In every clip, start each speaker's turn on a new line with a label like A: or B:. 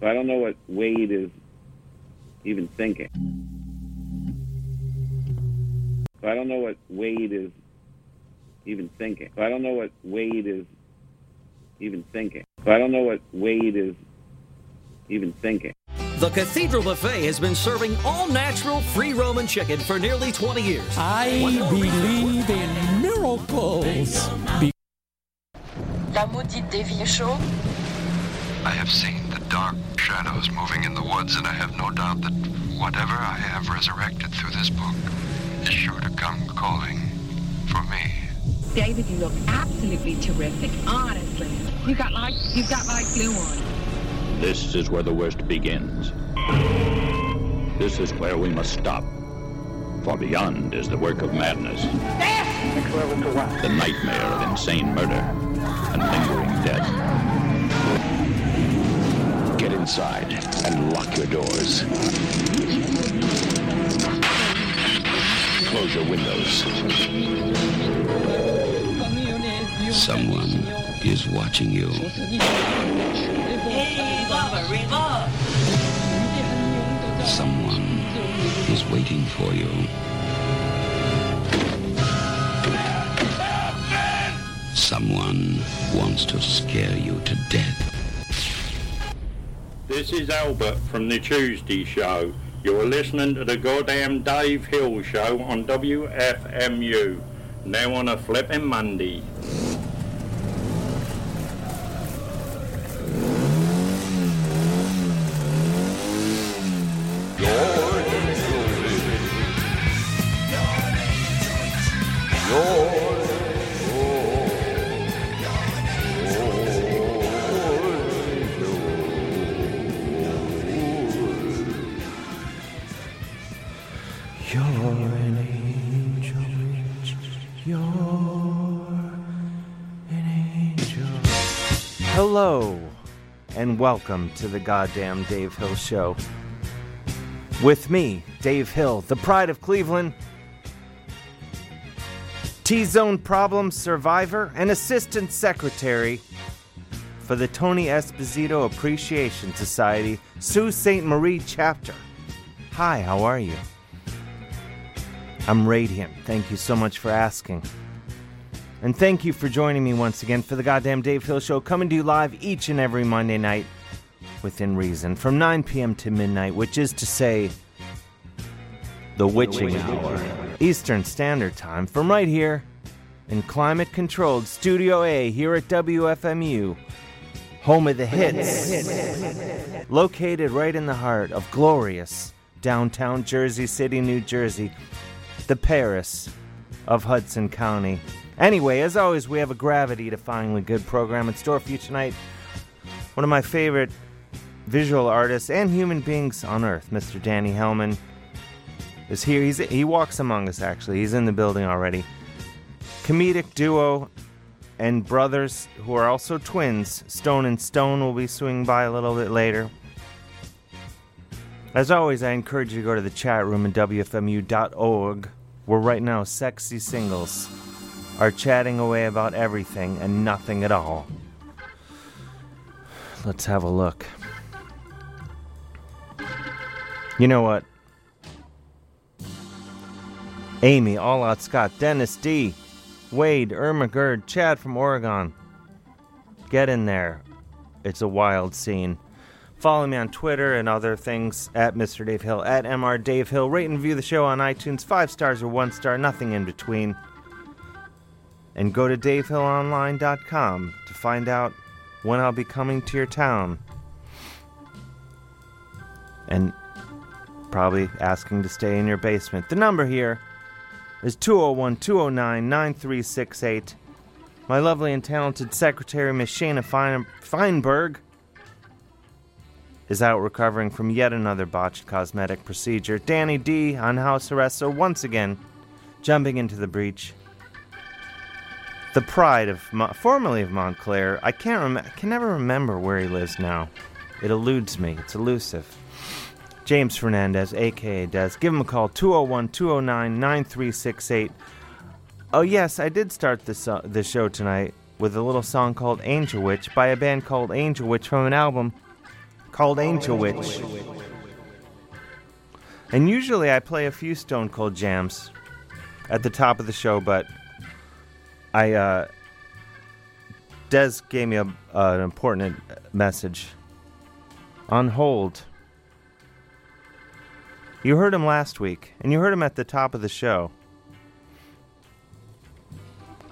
A: So I don't know what Wade is even thinking. So I don't know what Wade is even thinking. So I don't know what Wade is even thinking. So I don't know what Wade is even thinking.
B: The Cathedral Buffet has been serving all natural free Roman chicken for nearly 20 years.
C: I believe in miracles. Be-
D: La maudite des villes
E: I have seen the dark shadows moving in the woods, and I have no doubt that whatever I have resurrected through this book is sure to come calling for me.
F: David, you look absolutely terrific. Honestly, you got like you've got like glue on.
G: This is where the worst begins. This is where we must stop. For beyond is the work of madness. The nightmare of insane murder and lingering death. Get inside and lock your doors. Close your windows. Someone is watching you. Someone is waiting for you. Someone wants to scare you to death.
H: This is Albert from the Tuesday Show. You're listening to the goddamn Dave Hill Show on WFMU. Now on a flipping Monday.
C: You're an angel. You're an angel.
I: Hello, and welcome to the goddamn Dave Hill Show. With me, Dave Hill, the pride of Cleveland, T Zone problem survivor, and assistant secretary for the Tony Esposito Appreciation Society, Sault Ste. Marie chapter. Hi, how are you? I'm radiant. Thank you so much for asking. And thank you for joining me once again for the Goddamn Dave Hill Show, coming to you live each and every Monday night within reason from 9 p.m. to midnight, which is to say, the witching hour, Eastern Standard Time, from right here in climate controlled Studio A here at WFMU, home of the hits, located right in the heart of glorious downtown Jersey City, New Jersey, the Paris of Hudson County. Anyway, as always, we have a gravity defyingly good program in store for you tonight. One of my favorite visual artists and human beings on earth, Mr. Danny Hellman, is here. He's, he walks among us, actually. He's in the building already. Comedic duo and brothers who are also twins, Stone and Stone, will be swinging by a little bit later. As always, I encourage you to go to the chat room at WFMU.org, where right now sexy singles are chatting away about everything and nothing at all. Let's have a look. You know what? Amy, All Out Scott, Dennis D, Wade, Irma Gerd, Chad from Oregon. Get in there. It's a wild scene. Follow me on Twitter and other things at Mr. Dave Hill, at Mr. Dave Hill. Rate and review the show on iTunes, five stars or one star, nothing in between. And go to davehillonline.com to find out when I'll be coming to your town. And probably asking to stay in your basement. The number here is 201 209 9368. My lovely and talented secretary, Miss Shana Fein- Feinberg, is out recovering from yet another botched cosmetic procedure. Danny D on house arrest, so once again jumping into the breach. The pride of Mo- formerly of Montclair, I can't rem- I can never remember where he lives now. It eludes me. It's elusive. James Fernandez, aka Des, give him a call 201-209-9368. Oh yes, I did start this uh, this show tonight with a little song called Angel Witch by a band called Angel Witch from an album called Angel Witch. And usually I play a few Stone Cold jams at the top of the show, but I uh, Des gave me a, an important message on hold. You heard him last week, and you heard him at the top of the show.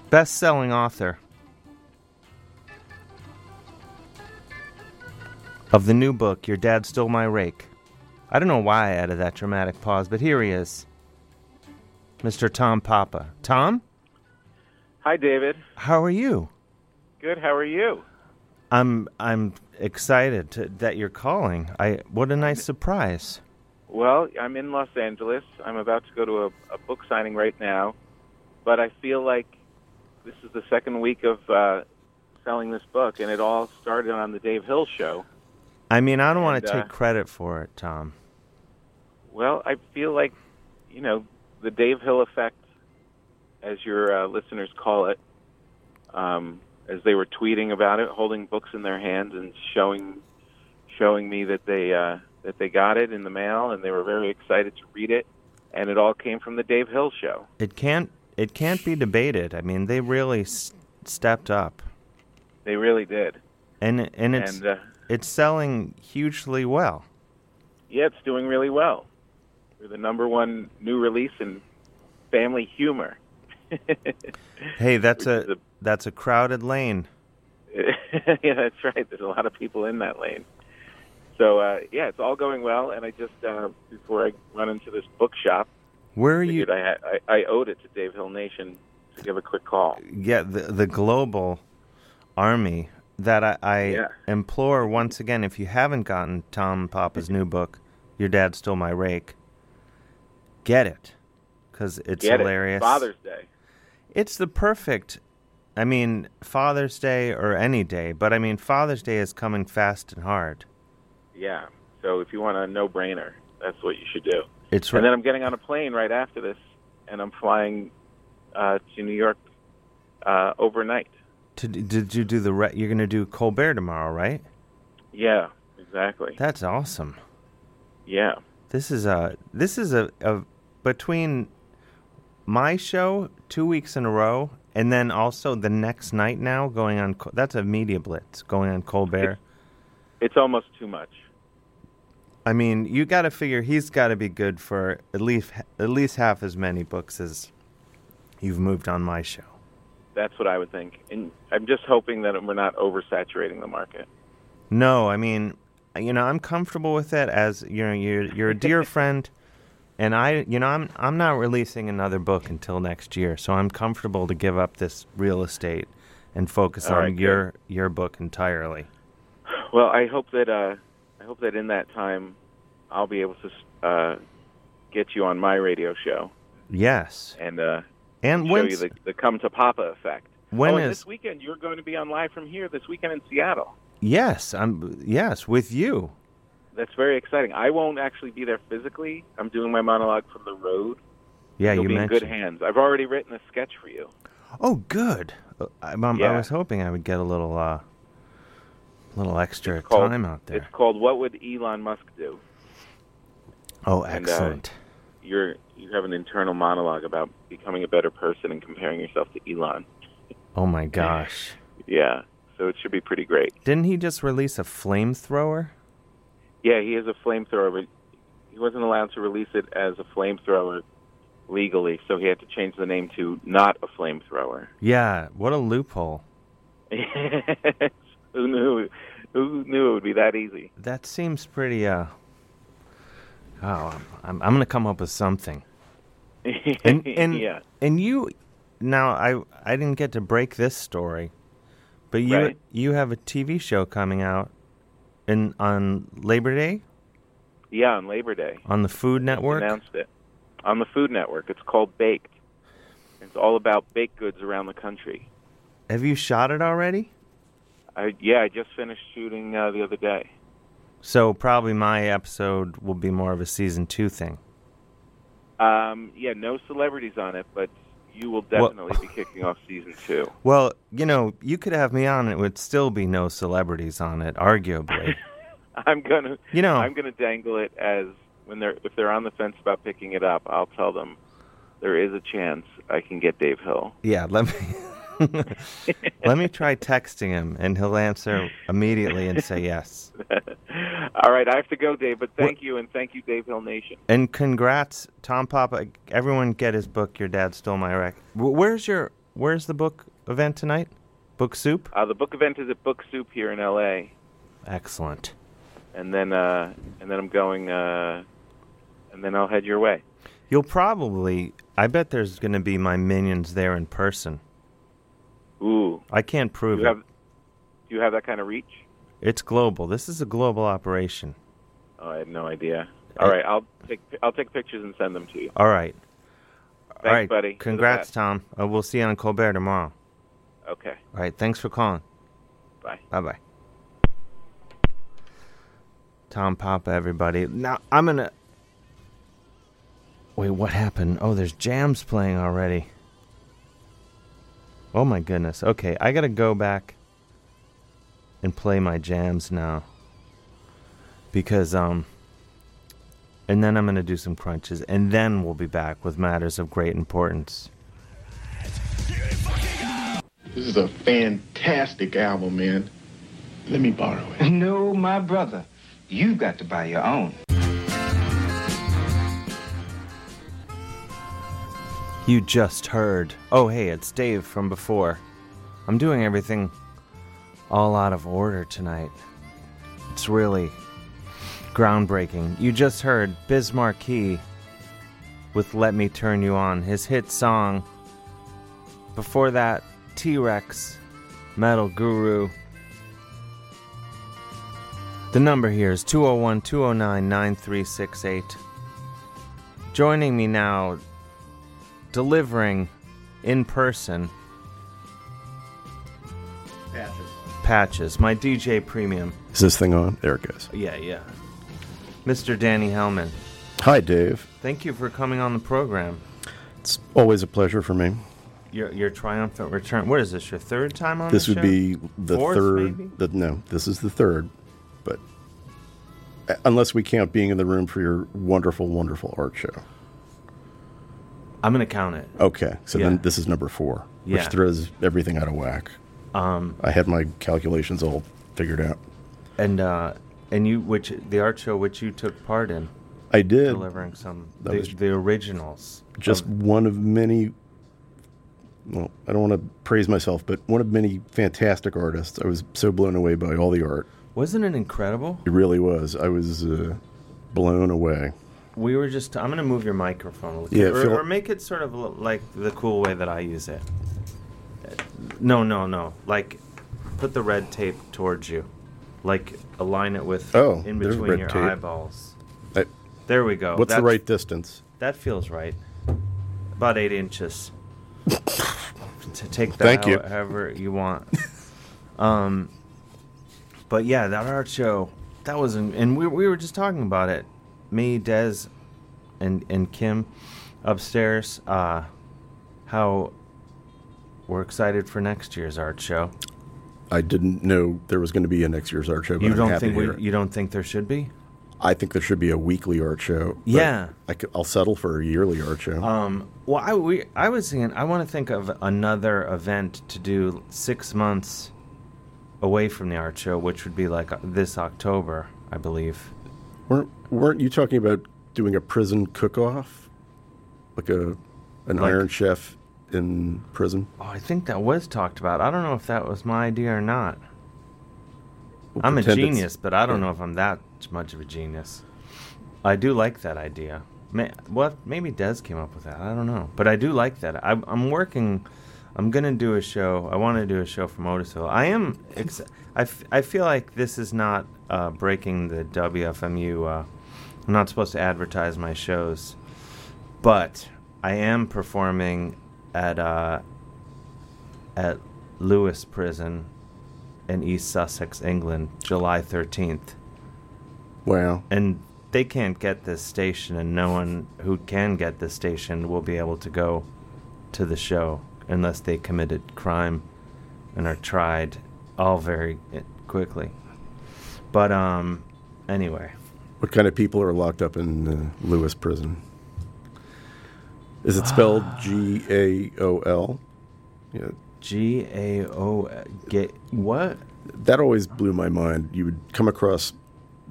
I: Best selling author of the new book, Your Dad Stole My Rake. I don't know why I added that dramatic pause, but here he is. Mr. Tom Papa. Tom,
J: Hi, David.
I: how are you?
J: Good. How are you?
I: I'm I'm excited to, that you're calling. I what a nice surprise.
J: Well, I'm in Los Angeles. I'm about to go to a, a book signing right now, but I feel like this is the second week of uh, selling this book, and it all started on the Dave Hill show.
I: I mean, I don't want
J: And,
I: to
J: uh,
I: take credit for it, Tom.
J: Well, I feel like, you know, the Dave Hill effect, as your uh, listeners call it, um, as they were tweeting about it, holding books in their hands and showing showing me that they uh, that they got it in the mail and they were very excited to read it, and it all came from the Dave Hill show.
I: It can't it can't be debated. I mean, they really s- stepped up,
J: They really did.
I: and and it's
J: And, uh,
I: it's selling hugely well.
J: Yeah, it's doing really well. We're the number one new release in family humor.
I: Hey, that's a, that's a crowded lane.
J: yeah, that's right. There's a lot of people in that lane. So uh, yeah, it's all going well. And I just uh, before I run into this bookshop,
I: Where are you?
J: figured I, had, I I owed it to Dave Hill Nation to give a quick call.
I: Yeah, the the global army that I, I
J: Yeah.
I: implore once again. If you haven't gotten Tom Papa's new book, Your Dad Stole My Rake, get it because it's
J: Get it.
I: hilarious.
J: Father's Day.
I: It's the perfect. I mean, Father's Day or any day, but I mean, Father's Day is coming fast and hard.
J: Yeah. So if you want a no-brainer, that's what you should do.
I: It's
J: And then I'm getting on a plane right after this, and I'm flying uh, to New York uh, overnight.
I: to, did you do the re- you're going to do Colbert tomorrow, right?
J: Yeah, exactly.
I: That's awesome.
J: Yeah.
I: This is a this is a, a between my show two weeks in a row, and then also the next night now going on. Col- That's a media blitz going on Colbert.
J: It's almost too much.
I: I mean, you got to figure he's got to be good for at least at least half as many books as you've moved on my show.
J: That's what I would think. And I'm just hoping that we're not oversaturating the market.
I: No, I mean, you know, I'm comfortable with it as you know, you're you're a dear friend, and I, you know, I'm I'm not releasing another book until next year, so I'm comfortable to give up this real estate and focus
J: All
I: on
J: right, good.
I: your your book entirely.
J: Well, I hope that uh, I hope that in that time, I'll be able to uh, get you on my radio show
I: Yes,
J: and uh,
I: and
J: show you
I: when's
J: the, the come to Papa effect.
I: when
J: oh, and
I: is-
J: this weekend you're going to be on live from here this weekend in Seattle.
I: yes, I'm yes with you.
J: That's very exciting. I won't actually be there physically. I'm doing my monologue from the road.
I: Yeah,
J: You'll
I: you
J: be in
I: mentioned.
J: good hands. I've already written a sketch for you.
I: Oh, good. Uh, I, I'm- I
J: Yeah.
I: was hoping I would get a little uh, little extra
J: called-
I: time out there.
J: It's called "What Would Elon Musk Do."
I: Oh,
J: and, uh,
I: excellent.
J: You're you have an internal monologue about becoming a better person and comparing yourself to Elon.
I: oh my gosh.
J: Yeah, so it should be pretty great.
I: Didn't he just release a flamethrower?
J: Yeah, he is a flamethrower, but he wasn't allowed to release it as a flamethrower legally, so he had to change the name to not a flamethrower.
I: Yeah, what a loophole.
J: who knew? Who knew it would be that easy?
I: That seems pretty, uh. Oh, I'm, I'm, I'm gonna come up with something. And, and,
J: yeah,
I: and you. Now, I, I didn't get to break this story, but you,
J: Right.
I: you have a TV show coming out in, on Labor Day
J: yeah. On Labor Day,
I: on the Food Network.
J: announced it on the Food Network. It's called Baked. It's all about baked goods around the country.
I: Have you shot it already?
J: I, yeah, I just finished shooting uh, the other day.
I: So, probably my episode will be more of a season two thing.
J: Um, yeah, no celebrities on it, but you will
I: Well-
J: definitely be kicking off season two.
I: Well, you know, you could have me on, it would still be no celebrities on it, arguably.
J: I'm gonna
I: You know-
J: I'm gonna dangle it as when they're if they're on the fence about picking it up, I'll tell them there is a chance I can get Dave Hill.
I: Yeah, let me let me try texting him, and he'll answer immediately and say yes.
J: All right, I have to go, Dave, but thank you and thank you, Dave Hill Nation.
I: And congrats, Tom Papa. Everyone, get his book. Your dad stole my wreck. Wh- Where's your Where's the book event tonight? Book soup.
J: Uh, the book event is at Book Soup here in L.A.
I: Excellent.
J: and then uh, and then I'm going uh, and then I'll head your way.
I: You'll probably. I bet there's going to be my minions there in person.
J: Ooh.
I: I can't prove
J: You
I: it.
J: have do you have that kind of reach?
I: It's global. This is a global operation.
J: Oh, I had no idea. All right, I'll take I'll take pictures and send them to you.
I: All right.
J: Thanks,
I: All right.
J: buddy. You're the
I: Congrats,
J: best.
I: Tom. Uh, we'll see you on Colbert tomorrow.
J: Okay.
I: All right. Thanks for calling.
J: Bye.
I: Bye bye. Tom Papa, everybody. Now I'm gonna. Wait, what happened? Oh, there's jams playing already. Oh my goodness. Okay, I gotta go back and play my jams now. Because um. And then I'm gonna do some crunches, and then we'll be back with matters of great importance.
K: This is a fantastic album, man. Let me borrow it.
L: No, my brother. You've got to buy your own.
I: You just heard. Oh, hey, it's Dave from before. I'm doing everything all out of order tonight. It's really groundbreaking. You just heard Biz Marquee with Let Me Turn You On, his hit song. Before that, T Rex, Metal Guru. The number here is 201 209 9368. Joining me now delivering in person
M: Patches.
I: patches. My DJ Premium.
M: Is this thing on? There it goes.
I: Yeah, yeah. Mr. Danny Hellman,
M: Hi, Dave.
I: thank you for coming on the program.
M: It's always a pleasure for me.
I: Your, your triumphant return. What is this? Your third time on
M: this
I: the
M: would
I: show?
M: be the
I: Fourth,
M: third.
I: maybe?
M: The, no, this is the third. But uh, unless we count being in the room for your wonderful, wonderful art show.
I: I'm gonna count it.
M: Okay, so
I: Yeah.
M: then this is number four,
I: Yeah.
M: which throws everything out of whack.
I: Um,
M: I had my calculations all figured out.
I: And uh, and you, which the art show, which you took part in.
M: I did.
I: delivering some
M: That
I: the,
M: was-
I: the originals.
M: just
I: um,
M: one of many well i don't want to praise myself but one of many fantastic artists i was so blown away by all the art
I: Wasn't it incredible?
M: it really was i was uh, blown away
I: We were just. I'm gonna move your microphone. A little
M: Yeah,
I: or,
M: feel-
I: or make it sort of l- like the cool way that I use it. No, no, no. Like, put the red tape towards you. Like, align it with
M: Oh,
I: in
M: there's
I: between
M: red
I: your
M: tape.
I: eyeballs.
M: I-
I: There we go.
M: what's the
I: That's-
M: right distance
I: That feels right. About eight inches. to take that
M: Thank
I: how-
M: you.
I: however you want. um, but yeah, that art show that was, an, and we we were just talking about it. Me, Des, and and Kim upstairs. Uh, how we're excited for next year's art show.
M: i didn't know there was going to be a next year's art show but
I: you
M: I'm
I: don't
M: happy
I: think
M: to hear
I: we,
M: it.
I: you don't think there should be?
M: i think there should be a weekly art show but
I: Yeah.
M: I will settle for a yearly art show
I: Um, well, I, we, I was thinking, I want to think of another event to do six months away from the art show, which would be like uh, this October, I believe.
M: weren't, weren't you talking about doing a prison cook-off like a an
I: Like-
M: iron chef in prison
I: Oh, I think that was talked about. I don't know if that was my idea or not.
M: We'll
I: I'm a
M: pretend it's-
I: genius, but I don't
M: yeah.
I: know if I'm that much of a genius. I do like that idea. May, well, maybe Des came up with that. I don't know, but I do like that. I, I'm working. I'm gonna do a show. I want to do a show from Otisville. I am. Ex- I, f- I feel like this is not uh, breaking the WFMU. Uh, I'm not supposed to advertise my shows, but I am performing at uh, at Lewis Prison in East Sussex, England, July 13th.
M: Wow.
I: And they can't get this station, and no one who can get this station will be able to go to the show unless they committed crime and are tried all very eh, quickly. But um, anyway.
M: What kind of people are locked up in uh, Lewis Prison? Is it spelled
I: Ah.
M: G A O L? Yeah.
I: G A O get what?
M: That always blew my mind. You would come across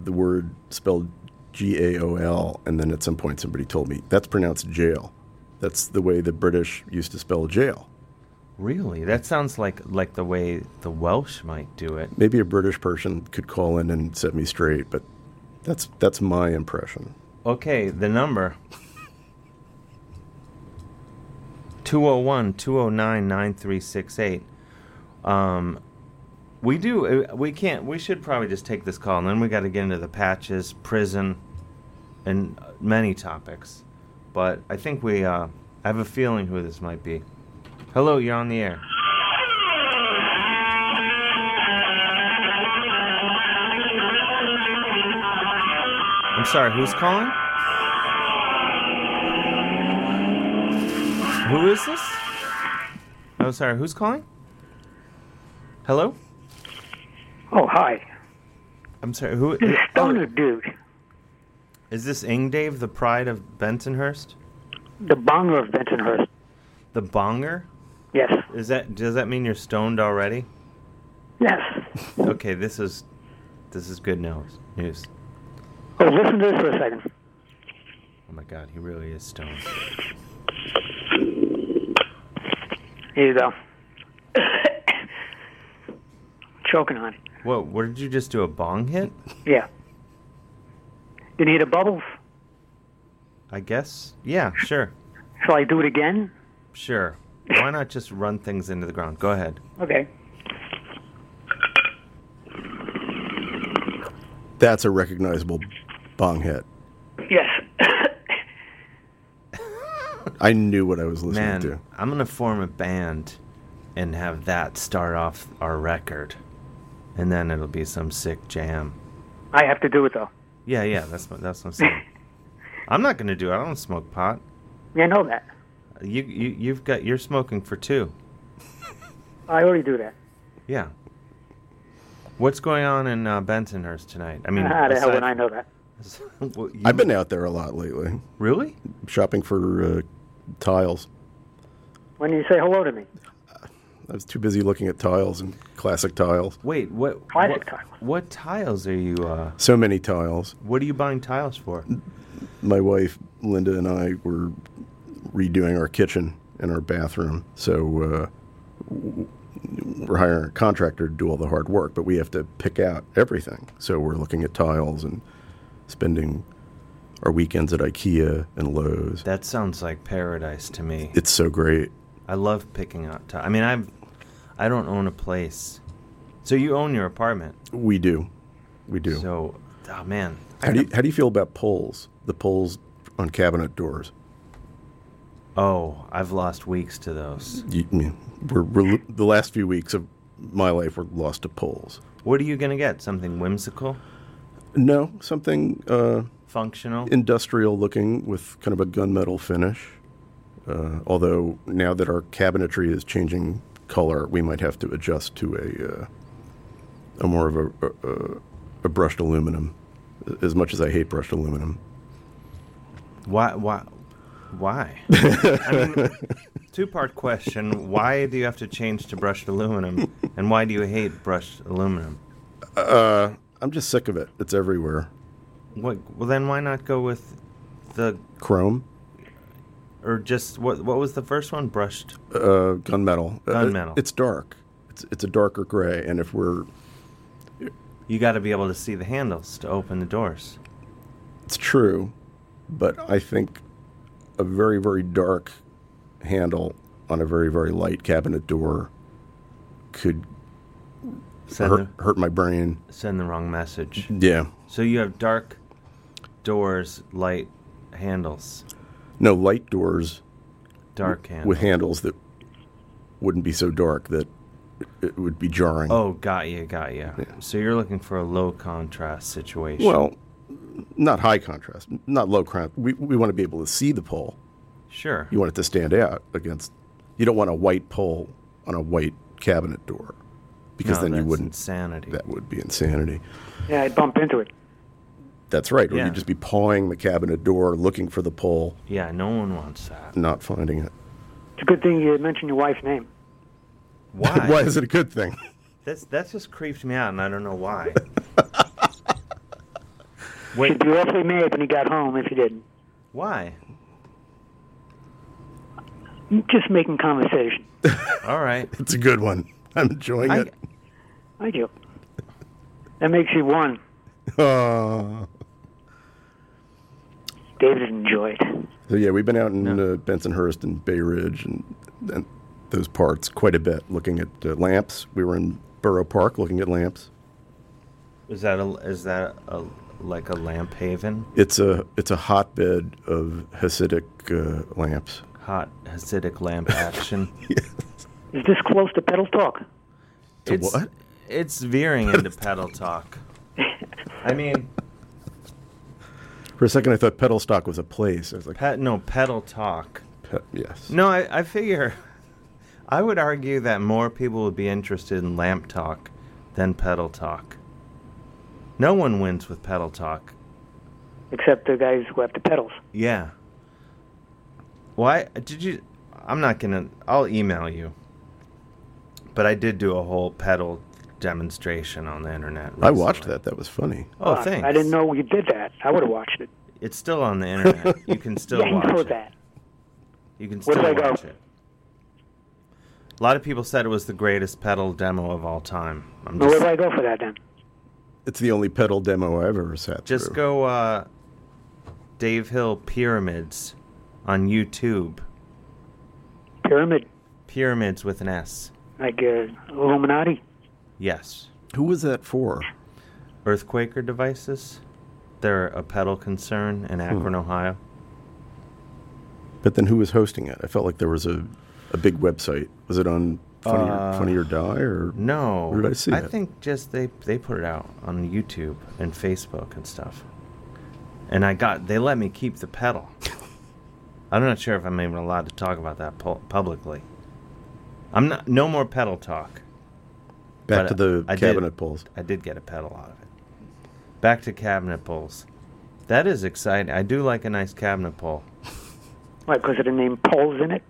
M: the word spelled G A O L, and then at some point somebody told me that's pronounced jail. That's the way the British used to spell jail.
I: Really? That sounds like like the way the Welsh might do it.
M: Maybe a British person could call in and set me straight, but that's that's my impression.
I: Okay, the number 201 209 9368. Um, we do, uh, we can't, we should probably just take this call and then we got to get into the patches, prison, and uh, many topics. But I think we, uh, I have a feeling who this might be. Hello, you're on the air. I'm sorry, who's calling? Who is this? Oh, sorry, who's calling? Hello?
N: Oh, hi.
I: I'm sorry, who? oh.
N: This stoner dude,
I: Is this Ing Dave, the pride of Bentonhurst?
N: the bonger of Bentonhurst.
I: The bonger?
N: Yes.
I: Is that does that mean you're stoned already?
N: Yes.
I: Okay, this is this is good news. News.
N: Oh, listen to this for a second.
I: Oh my god, he really is stoned.
N: Here you go. Choking on it.
I: Whoa, what did you just do a bong hit?
N: Yeah. You need a bubble?
I: I guess. Yeah, sure.
N: Shall I do it again?
I: Sure. Why not just run things into the ground? Go ahead.
N: Okay.
M: That's a recognizable bong hit.
N: Yes.
M: I knew what I was listening
I: Man,
M: to.
I: I'm gonna form a band and have that start off our record. And then it'll be some sick jam.
N: I have to do it though.
I: Yeah, yeah, that's what that's what I'm saying. I'm not gonna do it. I don't smoke pot.
N: Yeah, I know that.
I: You you you've got you're smoking for two.
N: I already do that.
I: Yeah. What's going on in uh, Bentonhurst tonight? I mean,
N: how the hell
I: aside-
N: would I know that?
I: Well, you-
M: I've been out there a lot lately.
I: Really?
M: Shopping for uh, tiles.
N: When you say hello to me,
M: I was too busy looking at tiles and classic tiles.
I: Wait, what?
N: Classic
I: what, What tiles are you? Uh,
M: So many tiles.
I: what are you buying tiles for?
M: My wife Linda and I were redoing our kitchen and our bathroom, so uh, w- we're hiring a contractor to do all the hard work, but we have to pick out everything. So we're looking at tiles and spending our weekends at IKEA and Lowe's.
I: That sounds like paradise to me.
M: It's so great.
I: I love picking out tiles. I mean, I've I don't own a place, so you own your apartment.
M: We do, we do.
I: So, oh man,
M: How do you, how do you feel about poles? The poles on cabinet doors.
I: oh, I've lost weeks to those.
M: You, I mean, we're, we're the last few weeks of my life were lost to poles.
I: What are you gonna get? Something whimsical,
M: No, something uh,
I: functional?
M: industrial looking with kind of a gunmetal finish. Uh, although now that our cabinetry is changing color, we might have to adjust to a uh, a more of a, a, a brushed aluminum. As much as I hate brushed aluminum,
I: Why? Why? Why? I mean, two-part question: Why do you have to change to brushed aluminum, and why do you hate brushed aluminum?
M: uh, I'm just sick of it. It's everywhere.
I: What? Well, then why not go with the
M: Chrome,
I: or just what? What was the first one? Brushed.
M: uh, gunmetal. Uh,
I: Gunmetal.
M: it's dark. It's it's a darker gray, and if we're
I: You got to be able to see the handles to open the doors.
M: It's true, but I think a very, very dark handle on a very, very light cabinet door could
I: Send
M: hurt, hurt my brain.
I: Send the wrong message.
M: Yeah.
I: So you have dark doors, light handles,
M: No, light doors
I: dark
M: w-
I: handles.
M: with handles that wouldn't be so dark that it- it would be jarring.
I: Oh, got you, got you. So you're looking for a low contrast situation.
M: well, not high contrast, not low contrast. We, we want to be able to see the pole.
I: sure.
M: You want it to stand out against, you don't want a white pole on a white cabinet door because
I: No,
M: then you
I: that's
M: wouldn't.
I: Insanity.
M: That would be insanity.
N: yeah, I'd bump into it.
M: That's right. Or
I: Yeah.
M: you'd just be pawing the cabinet door, looking for the pole,
I: Yeah, no one wants that.
M: not finding it.
N: It's a good thing you mentioned your wife's name.
I: Why?
M: Why is it a good thing?
I: That's that just creeps me out, and I don't know why.
N: Should be awfully mad when you got home if you didn't.
I: Why?
N: Just making conversation.
I: All right.
M: It's a good one. I'm enjoying
N: I-
M: it.
N: I do. That makes you one.
M: Oh.
N: David enjoyed.
M: So yeah, we've been out in uh, Bensonhurst and Bay Ridge and, and those parts quite a bit, looking at uh, lamps. We were in Borough Park looking at lamps.
I: Is that a is that a like a lamp haven?
M: It's a it's a hotbed of Hasidic uh, lamps.
I: Hot Hasidic lamp action.
N: Is this close to pedal talk?
M: To
I: it's,
M: what?
I: It's veering into pedal talk. I mean,
M: For a second, I thought Pedalstock was a place. I was like,
I: pet, no pedal talk.
M: Pe- yes.
I: No, I, I figure I would argue that more people would be interested in lamp talk than pedal talk. No one wins with pedal talk.
N: Except the guys who have the pedals.
I: Yeah. Why did you? I'm not gonna. I'll email you. But I did do a whole pedal demonstration on the internet.
M: I
I: recently.
M: watched that. That was funny.
I: Oh,
N: Ah,
I: thanks.
N: I didn't know you did that. I would have watched it.
I: It's still on the internet. you can still
N: yeah, I
I: watch
N: know
I: it.
N: that.
I: You can
N: Where'd
I: still
N: I go?
I: watch it. A lot of people said it was the greatest pedal demo of all time. I'm
N: Well, where
I: just,
N: do I go for that then?
M: It's the only pedal demo I've ever sat
I: just
M: through.
I: go uh, Dave Hill Pyramids on YouTube.
N: Pyramid,
I: Pyramids with an S.
N: like uh, Illuminati.
I: Yes.
M: Who was that for?
I: Earthquaker Devices. They're a pedal concern in
M: Hmm.
I: Akron, Ohio.
M: But then who was hosting it? I felt like there was a, a big website. Was it on Funny,
I: Uh,
M: or, Funny or Die or
I: no?
M: Where did I see
I: I
M: that?
I: think just they they put it out on YouTube and Facebook and stuff. And I got they let me keep the pedal. I'm not sure if I'm even allowed to talk about that pu- publicly. I'm not. No more pedal talk.
M: Back to
I: But
M: the
I: I did-
M: cabinet polls.
I: I did get a pedal out of it. Back to cabinet pulls. That is exciting. I do like a nice cabinet pull.
N: Why? Because of the name Poles in it.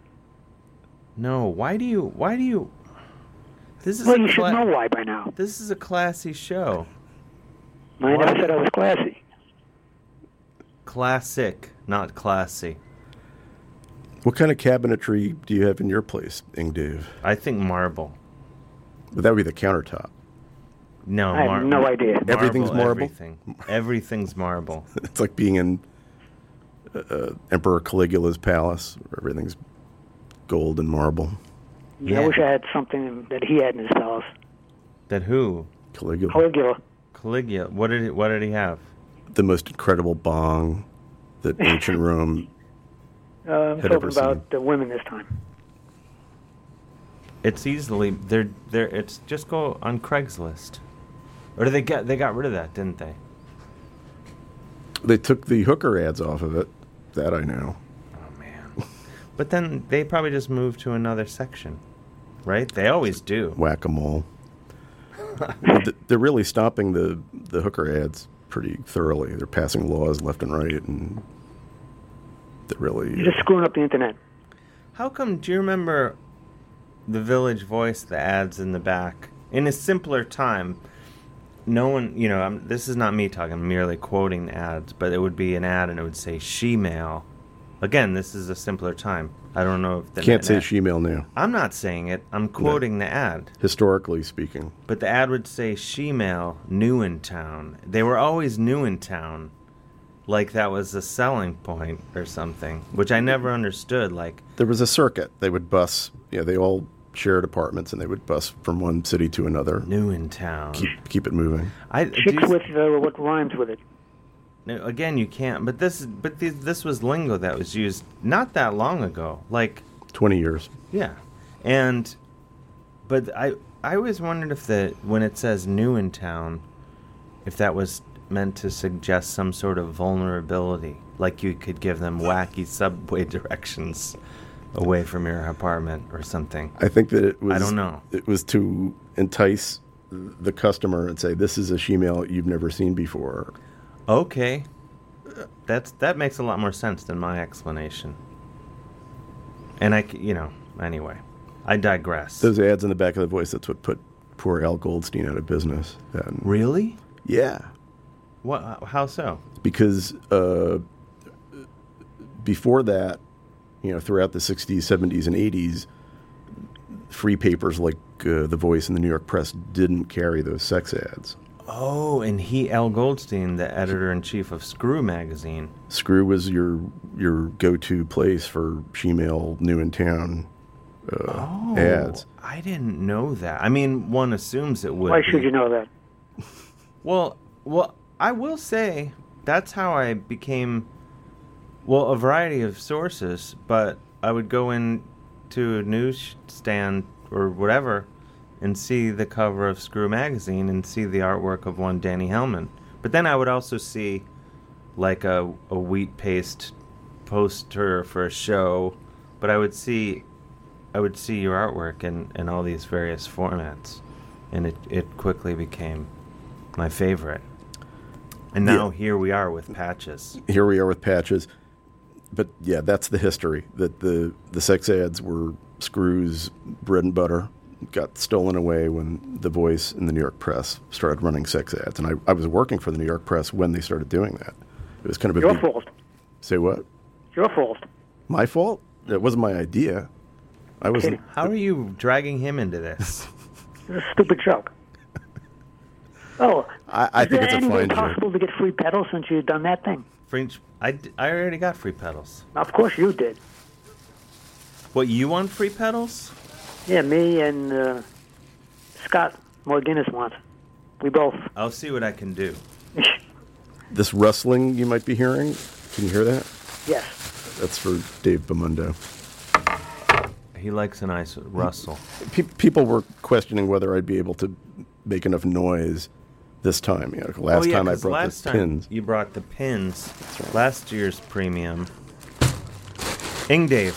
I: No, why do you? Why do you? This is
N: well,
I: a
N: you should
I: cla-
N: know why by now.
I: This is a classy show.
N: I
I: Why-
N: never said I was classy.
I: Classic, not classy.
M: What kind of cabinetry do you have in your place, Ing Dave?
I: I think marble.
M: But that would be the countertop.
I: No,
N: I have
I: mar-
N: no idea.
M: Everything's marble?
I: Everything. Everything's marble.
M: It's like being in uh, uh, Emperor Caligula's palace. Where everything's gold and marble.
N: I wish I had something that he had in his palace.
I: That who?
M: Caligula.
N: Caligula.
I: Caligula. What did he, what did he have?
M: The most incredible bong that ancient Rome.
N: Uh, I'm
M: Had ever
N: talking
M: seen.
N: about the women this time.
I: It's easily they're they're it's just go on Craigslist. Or do they get they got rid of that, didn't they?
M: They took the hooker ads off of it. That I know.
I: But then they probably just moved to another section. Right? They always do.
M: Whack a mole. they're really stopping the, the hooker ads pretty thoroughly. They're passing laws left and right, and they're really.
N: You're just screwing up the internet.
I: How come? Do you remember the Village Voice, the ads in the back? In a simpler time, no one, you know, I'm, this is not me talking. I'm merely quoting ads, but it would be an ad, and it would say "she male." Again, this is a simpler time. I don't know if the
M: Can't say
I: that-
M: shemale now,
I: I'm not saying it. I'm quoting the ad.
M: historically speaking.
I: But the ad would say "shemale new in town." They were always new in town, like that was a selling point or something, which I never understood. Like.
M: There was a circuit. They would bus, you know, they all shared apartments and they would bus from one city to another.
I: New in town.
M: Keep, keep it moving.
I: I,
N: Chicks
I: do-
N: with uh, what rhymes with it.
I: No, again, you can't. But this, but th- this was lingo that was used not that long ago. Like,
M: 20 years.
I: yeah, and but I, I always wondered if the when it says new in town, if that was meant to suggest some sort of vulnerability, like you could give them wacky subway directions away from your apartment or something.
M: I think that it was.
I: I don't know.
M: It was to entice the customer and say, this is a shemale you've never seen before.
I: Okay. That's that makes a lot more sense than my explanation. And I, c- you know, anyway, I digress.
M: Those ads in the back of the voice, that's what put poor Al Goldstein out of business. And
I: really?
M: Yeah.
I: What? uh, How so?
M: Because uh, before that, you know, throughout the 60s, 70s, and 80s, free papers like uh, The Voice and the New York Press didn't carry those sex ads.
I: Oh, and he, Al Goldstein, the editor in chief of Screw magazine.
M: Screw was your your go to place for shemale new in town uh,
I: Oh,
M: ads.
I: I didn't know that. I mean, one assumes it would.
N: Why
I: be.
N: should you know that?
I: Well, well, I will say that's how I became. Well, a variety of sources, but I would go in to a newsstand or whatever and see the cover of Screw magazine and see the artwork of one Danny Hellman. But then I would also see like a, a wheat paste poster for a show, but I would see I would see your artwork in, in all these various formats. And it, it quickly became my favorite. And now here we are with patches.
M: Here we are with patches. But yeah, that's the history that the, the sex ads were Screw's bread and butter. Got stolen away when The Voice and the New York Press started running sex ads. And I, I was working for the New York Press when they started doing that. It was kind of a
N: Your
M: big-
N: fault.
M: Say what?
N: Your fault.
M: My fault? That wasn't my idea. I was
I: How are you dragging him into this?
N: It's a stupid joke. Oh,
M: I,
N: is there any way possible to get free pedals since you've done that thing?
I: French. I, d- I already got free pedals.
N: Of course you did.
I: What you want free pedals?
N: Yeah, me and uh, Scott Morginis once. We both.
I: I'll see what I can do.
M: This rustling you might be hearing, can you hear that?
N: Yes.
M: That's for Dave Bemundo.
I: He likes a nice rustle.
M: Pe- people were questioning whether I'd be able to make enough noise this time. You know, like last
I: oh, yeah,
M: time I
I: 'cause
M: brought
I: last
M: the
I: time
M: pins.
I: You brought the pins. Last year's premium. Ing Dave.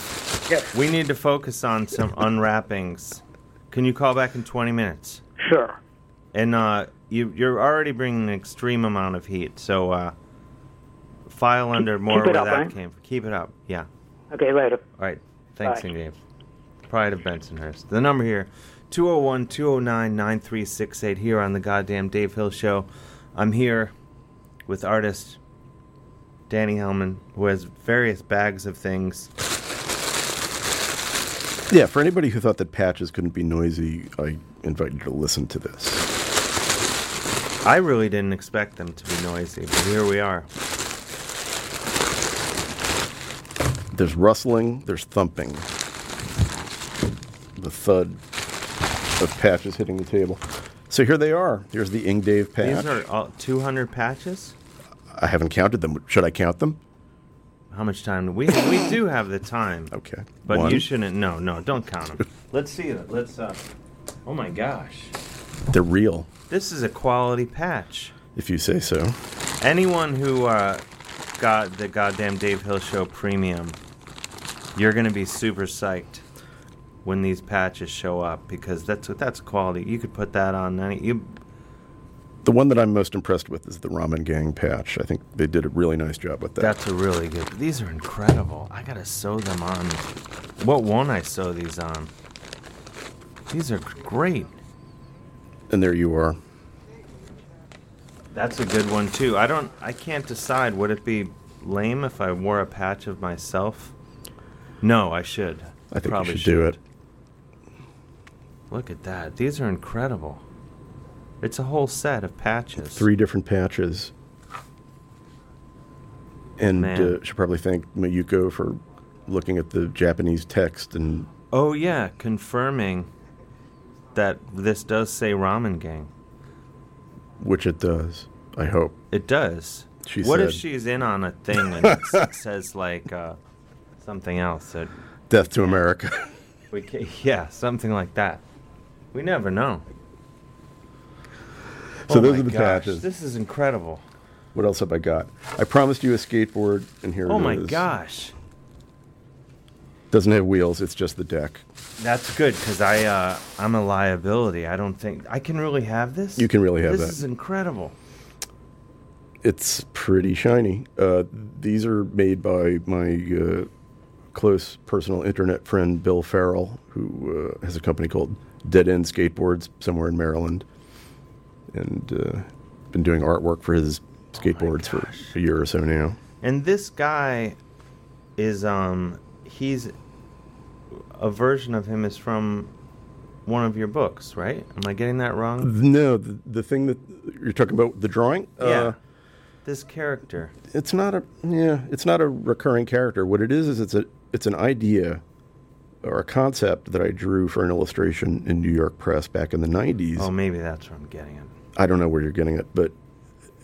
N: Yes.
I: We need to focus on some unwrappings. Can you call back in 20 minutes?
N: Sure.
I: And uh, you, you're already bringing an extreme amount of heat, so uh, file under more
N: keep it
I: where
N: up,
I: that
N: right?
I: came from. Keep it up, yeah.
N: Okay, later.
I: All right. Thanks,
N: Bye.
I: Ing Dave. Pride of Bensonhurst. The number here, 201-209-9368 here on the goddamn Dave Hill Show. I'm here with artist Danny Hellman, who has various bags of things.
M: Yeah, for anybody who thought that patches couldn't be noisy, I invite you to listen to this.
I: I really didn't expect them to be noisy, but here we are.
M: There's rustling, there's thumping, the thud of patches hitting the table. So here they are. Here's the Ing Dave patch.
I: These are all 200 patches?
M: I haven't counted them. Should I count them?
I: How much time do we We do have the time.
M: Okay.
I: But
M: One.
I: you shouldn't. No, no, don't count them. Let's see. it. Let's, uh, oh my gosh.
M: They're real,
I: This is a quality patch.
M: if you say so.
I: Anyone who uh, got the goddamn Dave Hill Show premium, you're gonna be super psyched when these patches show up because that's that's quality. You could put that on any. You,
M: The one that I'm most impressed with is the Ramen Gang patch. I think they did a really nice job with that.
I: that's a really good. These are incredible. I gotta sew them on. What won't I sew these on? These are great.
M: and there you are.
I: That's a good one too. I don't. I can't decide. Would it be lame if I wore a patch of myself? No, I should.
M: I think
I: Probably
M: you should do it.
I: Look at that. These are incredible. It's a whole set of patches.
M: Three different patches. And
I: Man.
M: uh, should probably thank Mayuko for looking at the Japanese text and
I: Oh, yeah, confirming that this does say Ramen Gang.
M: which it does. I hope
I: It does.
M: She
I: what if
M: said-
I: she's in on a thing and it s- says, like, uh, something else? That
M: death to America.
I: we ca yeah, something like that. We never know.
M: So
I: Oh
M: those
I: my
M: are the
I: gosh,
M: patches.
I: This is incredible.
M: what else have I got? I promised you a skateboard, and here
I: oh
M: it
I: my
M: is.
I: gosh.
M: Doesn't have wheels. It's just the deck.
I: That's good because I uh, I'm a liability. I don't think I can really have this.
M: You can really have
I: This
M: that.
I: is incredible.
M: It's pretty shiny. Uh, these are made by my uh, close personal internet friend Bill Farrell, who uh, has a company called Dead End Skateboards somewhere in Maryland, and uh, been doing artwork for his skateboards for a year or so now.
I: And this guy is um he's a version of him is from one of your books, right? Am I getting that wrong?
M: No, the, the thing that you're talking about, the drawing.
I: yeah. This character.
M: it's not a yeah it's not a recurring character what it is is it's a it's an idea or a concept that i drew for an illustration in new york press back in the 90s
I: Oh, maybe that's what I'm getting at.
M: i don't know where you're getting it but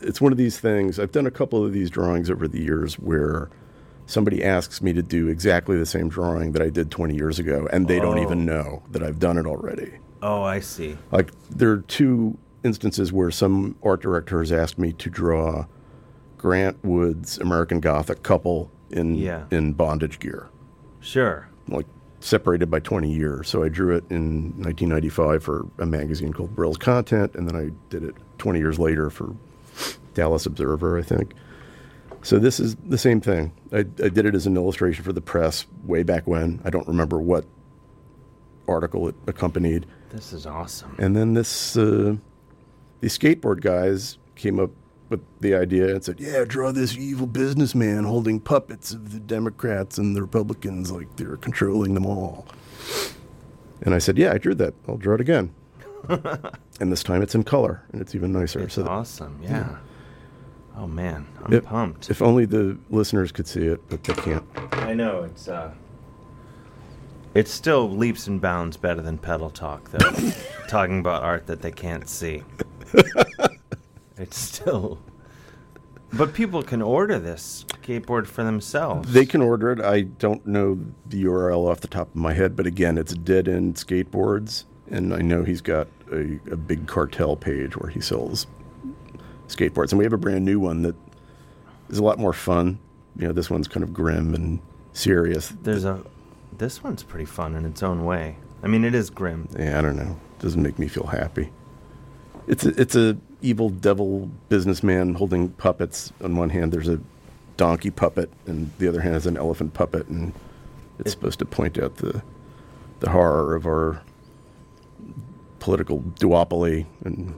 M: it's one of these things i've done a couple of these drawings over the years where somebody asks me to do exactly the same drawing that i did 20 years ago and they don't
I: Oh.
M: even know that i've done it already
I: Oh, I see.
M: like there are two instances where some art director has asked me to draw Grant Wood's American Gothic couple in
I: Yeah.
M: in bondage gear,
I: Sure.
M: like separated by 20 years. So I drew it in 1995 for a magazine called Brill's Content, and then I did it 20 years later for Dallas Observer, I think. So this is the same thing. I, I did it as an illustration for the press way back when. I don't remember what article it accompanied.
I: This is awesome.
M: And then this, uh, these skateboard guys came up with the idea and said, "Yeah, draw this evil businessman holding puppets of the Democrats and the Republicans, like they're controlling them all." And I said, "Yeah, I drew that. I'll draw it again." and this time it's in color, and it's even nicer. so that-
I: Awesome. Yeah. Oh man, I'm
M: if,
I: pumped.
M: If only the listeners could see it, but they can't.
I: I know it's uh it's still leaps and bounds better than pedal talk though. Talking about art that they can't see. it's still But people can order this skateboard for themselves.
M: They can order it. I don't know the URL off the top of my head, but again, it's Dead End Skateboards, and I know he's got a, a big cartel page where he sells skateboards, and we have a brand new one that is a lot more fun. You know, this one's kind of grim and serious.
I: There's a this one's pretty fun in its own way. I mean it is grim.
M: Yeah, I don't know. Doesn't make me feel happy. It's a, it's a evil devil businessman holding puppets. On one hand, there's a donkey puppet, and the other hand is an elephant puppet, and it's supposed to point out the the horror of our political duopoly. And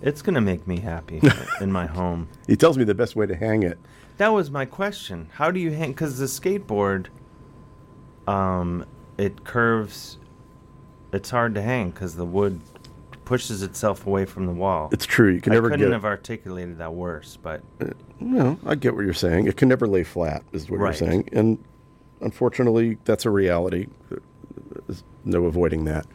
I: It's gonna make me happy in my home.
M: he tells me the best way to hang it.
I: That was my question. How do you hang? Because the skateboard, um, it curves. It's hard to hang because the wood pushes itself away from the wall.
M: It's true. You can
I: I
M: never
I: couldn't
M: get-
I: have articulated that worse, but
M: No, I get what you're saying. It can never lay flat, is what
I: Right.
M: you're saying, and unfortunately, that's a reality. There's no avoiding that.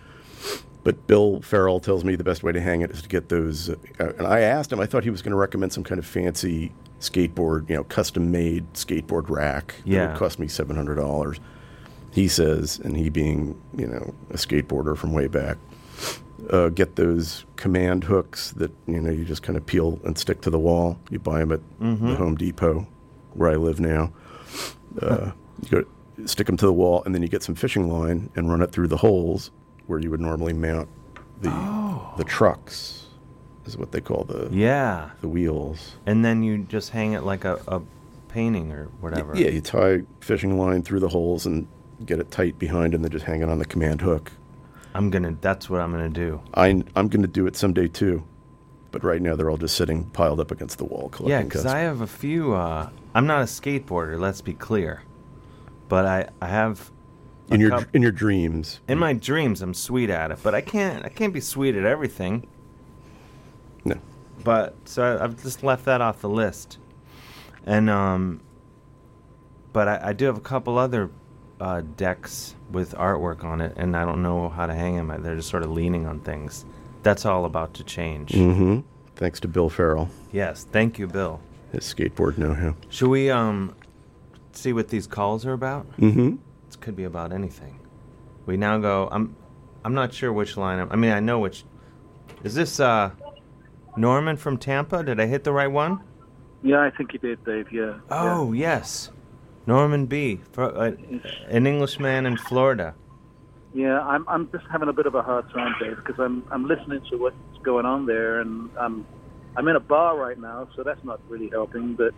M: But Bill Farrell tells me the best way to hang it is to get those. Uh, and I asked him. I thought he was going to recommend some kind of fancy skateboard, you know, custom-made skateboard rack that
I: Yeah.
M: would cost me seven hundred dollars. He says, and he being you know a skateboarder from way back, uh, get those command hooks that you know you just kind of peel and stick to the wall. You buy them at the
I: Mhm.
M: Home Depot, where I live now. Uh, you go stick them to the wall, and then you get some fishing line and run it through the holes where you would normally mount the the trucks, is what they call the
I: yeah,
M: the wheels.
I: and then you just hang it like a, a painting or whatever.
M: Yeah, you tie fishing line through the holes and get it tight behind, and then just hang it on the command hook.
I: I'm gonna. That's what I'm gonna do.
M: I, I'm going to do it someday too, but right now they're all just sitting piled up against the wall collecting
I: Yeah, because
M: dust.
I: I have a few. Uh, I'm not a skateboarder. Let's be clear, but I I have a
M: in your
I: coup-
M: in your dreams.
I: in my dreams I'm sweet at it, but I can't I can't be sweet at everything.
M: No.
I: But so I, I've just left that off the list, and um. But I, I do have a couple other uh, decks with artwork on it, and I don't know how to hang them. They're just sort of leaning on things. That's all about to change.
M: Mm-hmm. Thanks to Bill Farrell,
I: Yes, thank you, Bill.
M: his skateboard know-how.
I: Should we um see what these calls are about?
M: Mm-hmm.
I: This could be about anything. We now go. I'm I'm not sure which line. I'm, I mean, I know which. Is this uh Norman from Tampa? Did I hit the right one?
O: Yeah, I think you did, Dave. Yeah.
I: Oh yes, Norman B. fro- uh, an Englishman in Florida.
O: Yeah, I'm I'm just having a bit of a hard time, Dave, because I'm I'm listening to what's going on there, and I'm I'm in a bar right now, so that's not really helping. But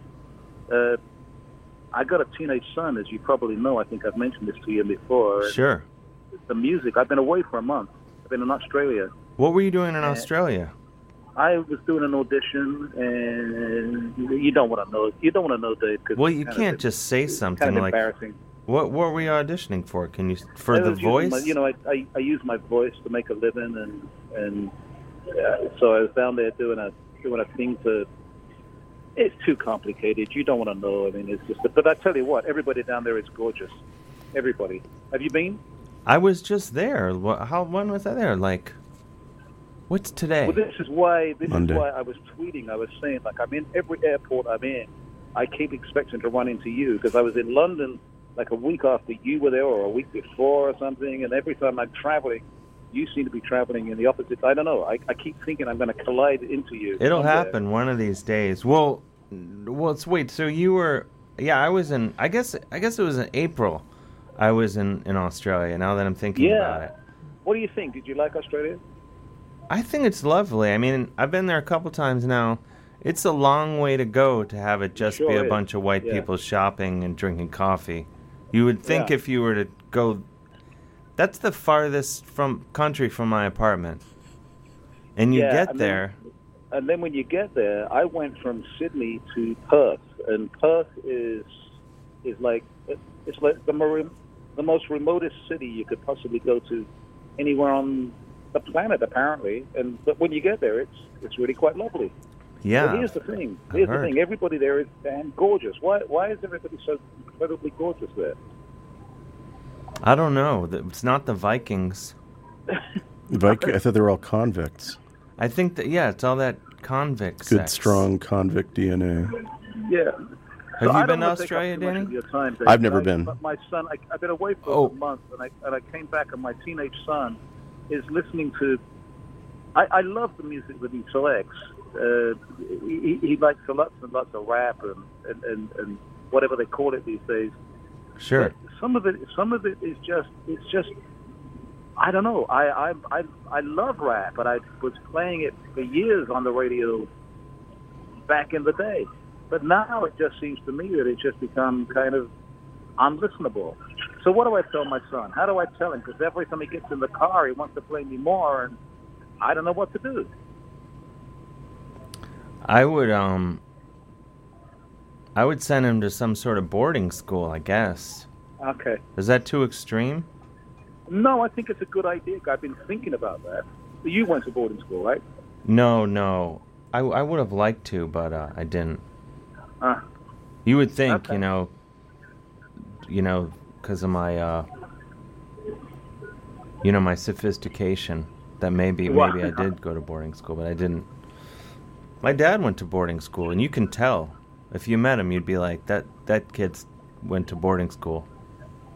O: uh, I got a teenage son, as you probably know. I think I've mentioned this to you before. And
I: Sure.
O: The music. I've been away for a month. I've been in Australia.
I: What were you doing in Australia?
O: I was doing an audition, and you don't want to know. You don't want to know, Dave. 'cause
I: Well,
O: it's
I: you
O: kind
I: can't
O: of,
I: just say
O: it's
I: something
O: kind of
I: like.
O: embarrassing.
I: What What were you auditioning for? Can you for
O: I
I: the
O: was using
I: voice?
O: my- you know, I, I I use my voice to make a living, and and uh, so I was down there doing a doing a thing to. It's too complicated. You don't want to know. I mean, it's just. But I tell you what, everybody down there is gorgeous. Everybody. Have you been?
I: I was just there. Wha- How when was I there? Like, what's today?
O: Well, this is why this
I: Monday.
O: is why I was tweeting. I was saying like I'm in every airport I'm in. I keep expecting to run into you because I was in London like a week after you were there or a week before or something. And every time I'm traveling, you seem to be traveling in the opposite. I don't know. I, I keep thinking I'm going to collide into you.
I: It'll
O: someday.
I: happen one of these days. Well, n- well, it's wait. So you were, yeah, I was in. I guess, I guess it was in April. I was in in Australia. Now that I'm thinking
O: Yeah.
I: about it,
O: What do you think? Did you like Australia?
I: I think it's lovely. I mean, I've been there a couple times now. It's a long way to go to have it just be
P: sure
I: a
P: is.
I: bunch of white
P: Yeah.
I: people shopping and drinking coffee. You would think
P: Yeah.
I: if you were to go, that's the farthest from country from my apartment. And you
O: Yeah,
I: get
O: I mean,
I: there.
O: And then when you get there, I went from Sydney to Perth, and Perth is is like it's like the mar- the most remotest city you could possibly go to anywhere on the planet, apparently. And but when you get there, it's it's really quite lovely.
I: Yeah.
O: But here's the thing.
I: I've
O: Here's the
I: heard.
O: thing. Everybody there is damn gorgeous. Why why is everybody so incredibly gorgeous there?
I: I don't know. Th- It's not the Vikings.
M: Vic- I thought they were all convicts.
I: I think that yeah, it's all that convict
M: Good,
I: sex.
M: strong convict DNA.
O: Yeah. So
I: Have you
O: I don't
I: been to
O: wanna take up
I: Australia,
O: too much
I: Danny?
O: of your time, Dave,
M: I've never
O: but I-
M: been. Oh.
O: But my son, I, I've been away for a month, and I and I came back, and my teenage son is listening to. I, I love the music that he selects. Uh, he, he- he likes lots and lots of rap and, and, and, and whatever they call it these days.
I: Sure.
O: Some of it, some of it is just, it's just, I don't know. I I I, I love rap, but I was playing it for years on the radio back in the day. But now it just seems to me that it's just become kind of unlistenable. So what do I tell my son? How do I tell him? Because every time he gets in the car, he wants to play me more, and I don't know what to do.
I: I would um I would send him to some sort of boarding school, I guess.
O: Okay.
I: Is that too extreme?
O: No, I think it's a good idea. I've been thinking about that. You went to boarding school, right?
I: No, no. I, I would have liked to, but uh, I didn't.
P: Ah,
O: Uh,
I: You would think, you know, you know, because of my, uh, you know, my sophistication, that maybe
O: Wow.
I: maybe I did go to boarding school, but I didn't. My dad went to boarding school, and you can tell if you met him, you'd be like that. That kid's went to boarding school.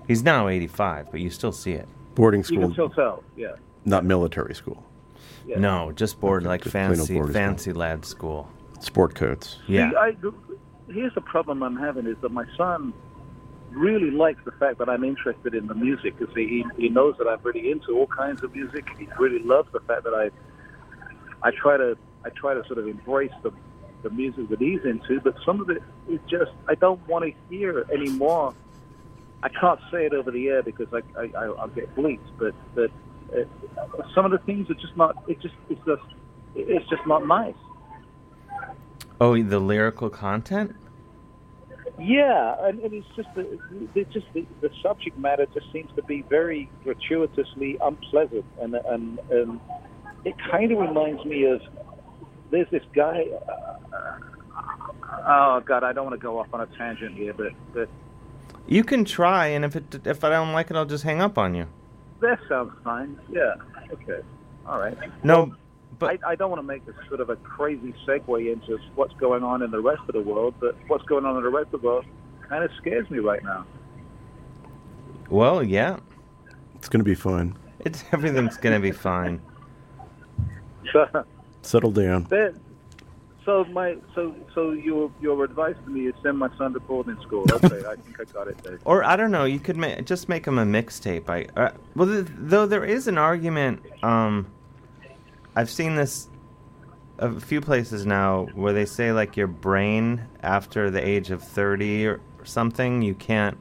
I: He's now 85, but you still see it.
M: Boarding
O: you
M: school,
O: can still tell. Yeah.
M: not military school.
O: yeah.
I: No, just board like
M: plain old
I: fancy,
M: boarding school.
I: fancy lad school.
M: Sport coats.
I: Yeah.
O: See, I, the- here's the problem I'm having is that my son really likes the fact that I'm interested in the music because he, he knows that I'm really into all kinds of music. He really loves the fact that I I try to I try to sort of embrace the the music that he's into, but some of it is just I don't want to hear anymore. I can't say it over the air because I, I, I I'll get bleeped, but but uh, some of the things are just not. It just it's just it's just not nice.
I: Oh, the lyrical content.
O: Yeah, and, and it's just the, it's just the, the subject matter just seems to be very gratuitously unpleasant, and and, and it kind of reminds me of there's this guy. Uh, oh God, I don't want to go off on a tangent here, but but
I: You can try, and if it if I don't like it, I'll just hang up on you.
O: that sounds fine. Yeah, okay, all right.
I: No,
O: But I, I don't want to make this sort of a crazy segue into what's going on in the rest of the world, but what's going on in the rest of the world kind of scares me right now.
I: Well, yeah.
M: It's going to be fine.
I: It's everything's gonna be fine.
O: So.
M: Settle down.
O: That, so my so so your your advice to me is send my son to boarding school. Okay, I think I got it. Dave.
I: Or I don't know. You could ma- just make him a mixtape. I uh, well, th- though there is an argument. Um, I've seen this a few places now where they say like your brain after the age of 30 or something you can't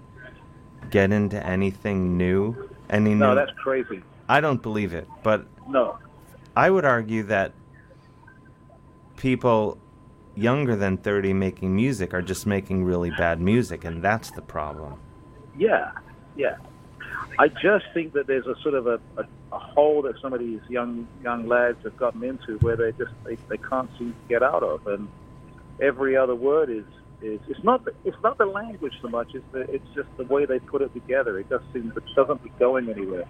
I: get into anything new any
O: No,
I: new
O: that's crazy.
I: I don't believe it but
O: No.
I: I would argue that people younger than 30 making music are just making really bad music and that's the problem
O: Yeah, yeah. I just think that there's a sort of a, a, a hole that some of these young young lads have gotten into where they just they, they can't seem to get out of, and every other word is is it's not the, it's not the language so much. It's the, it's just the way they put it together. It just seems it doesn't be going anywhere.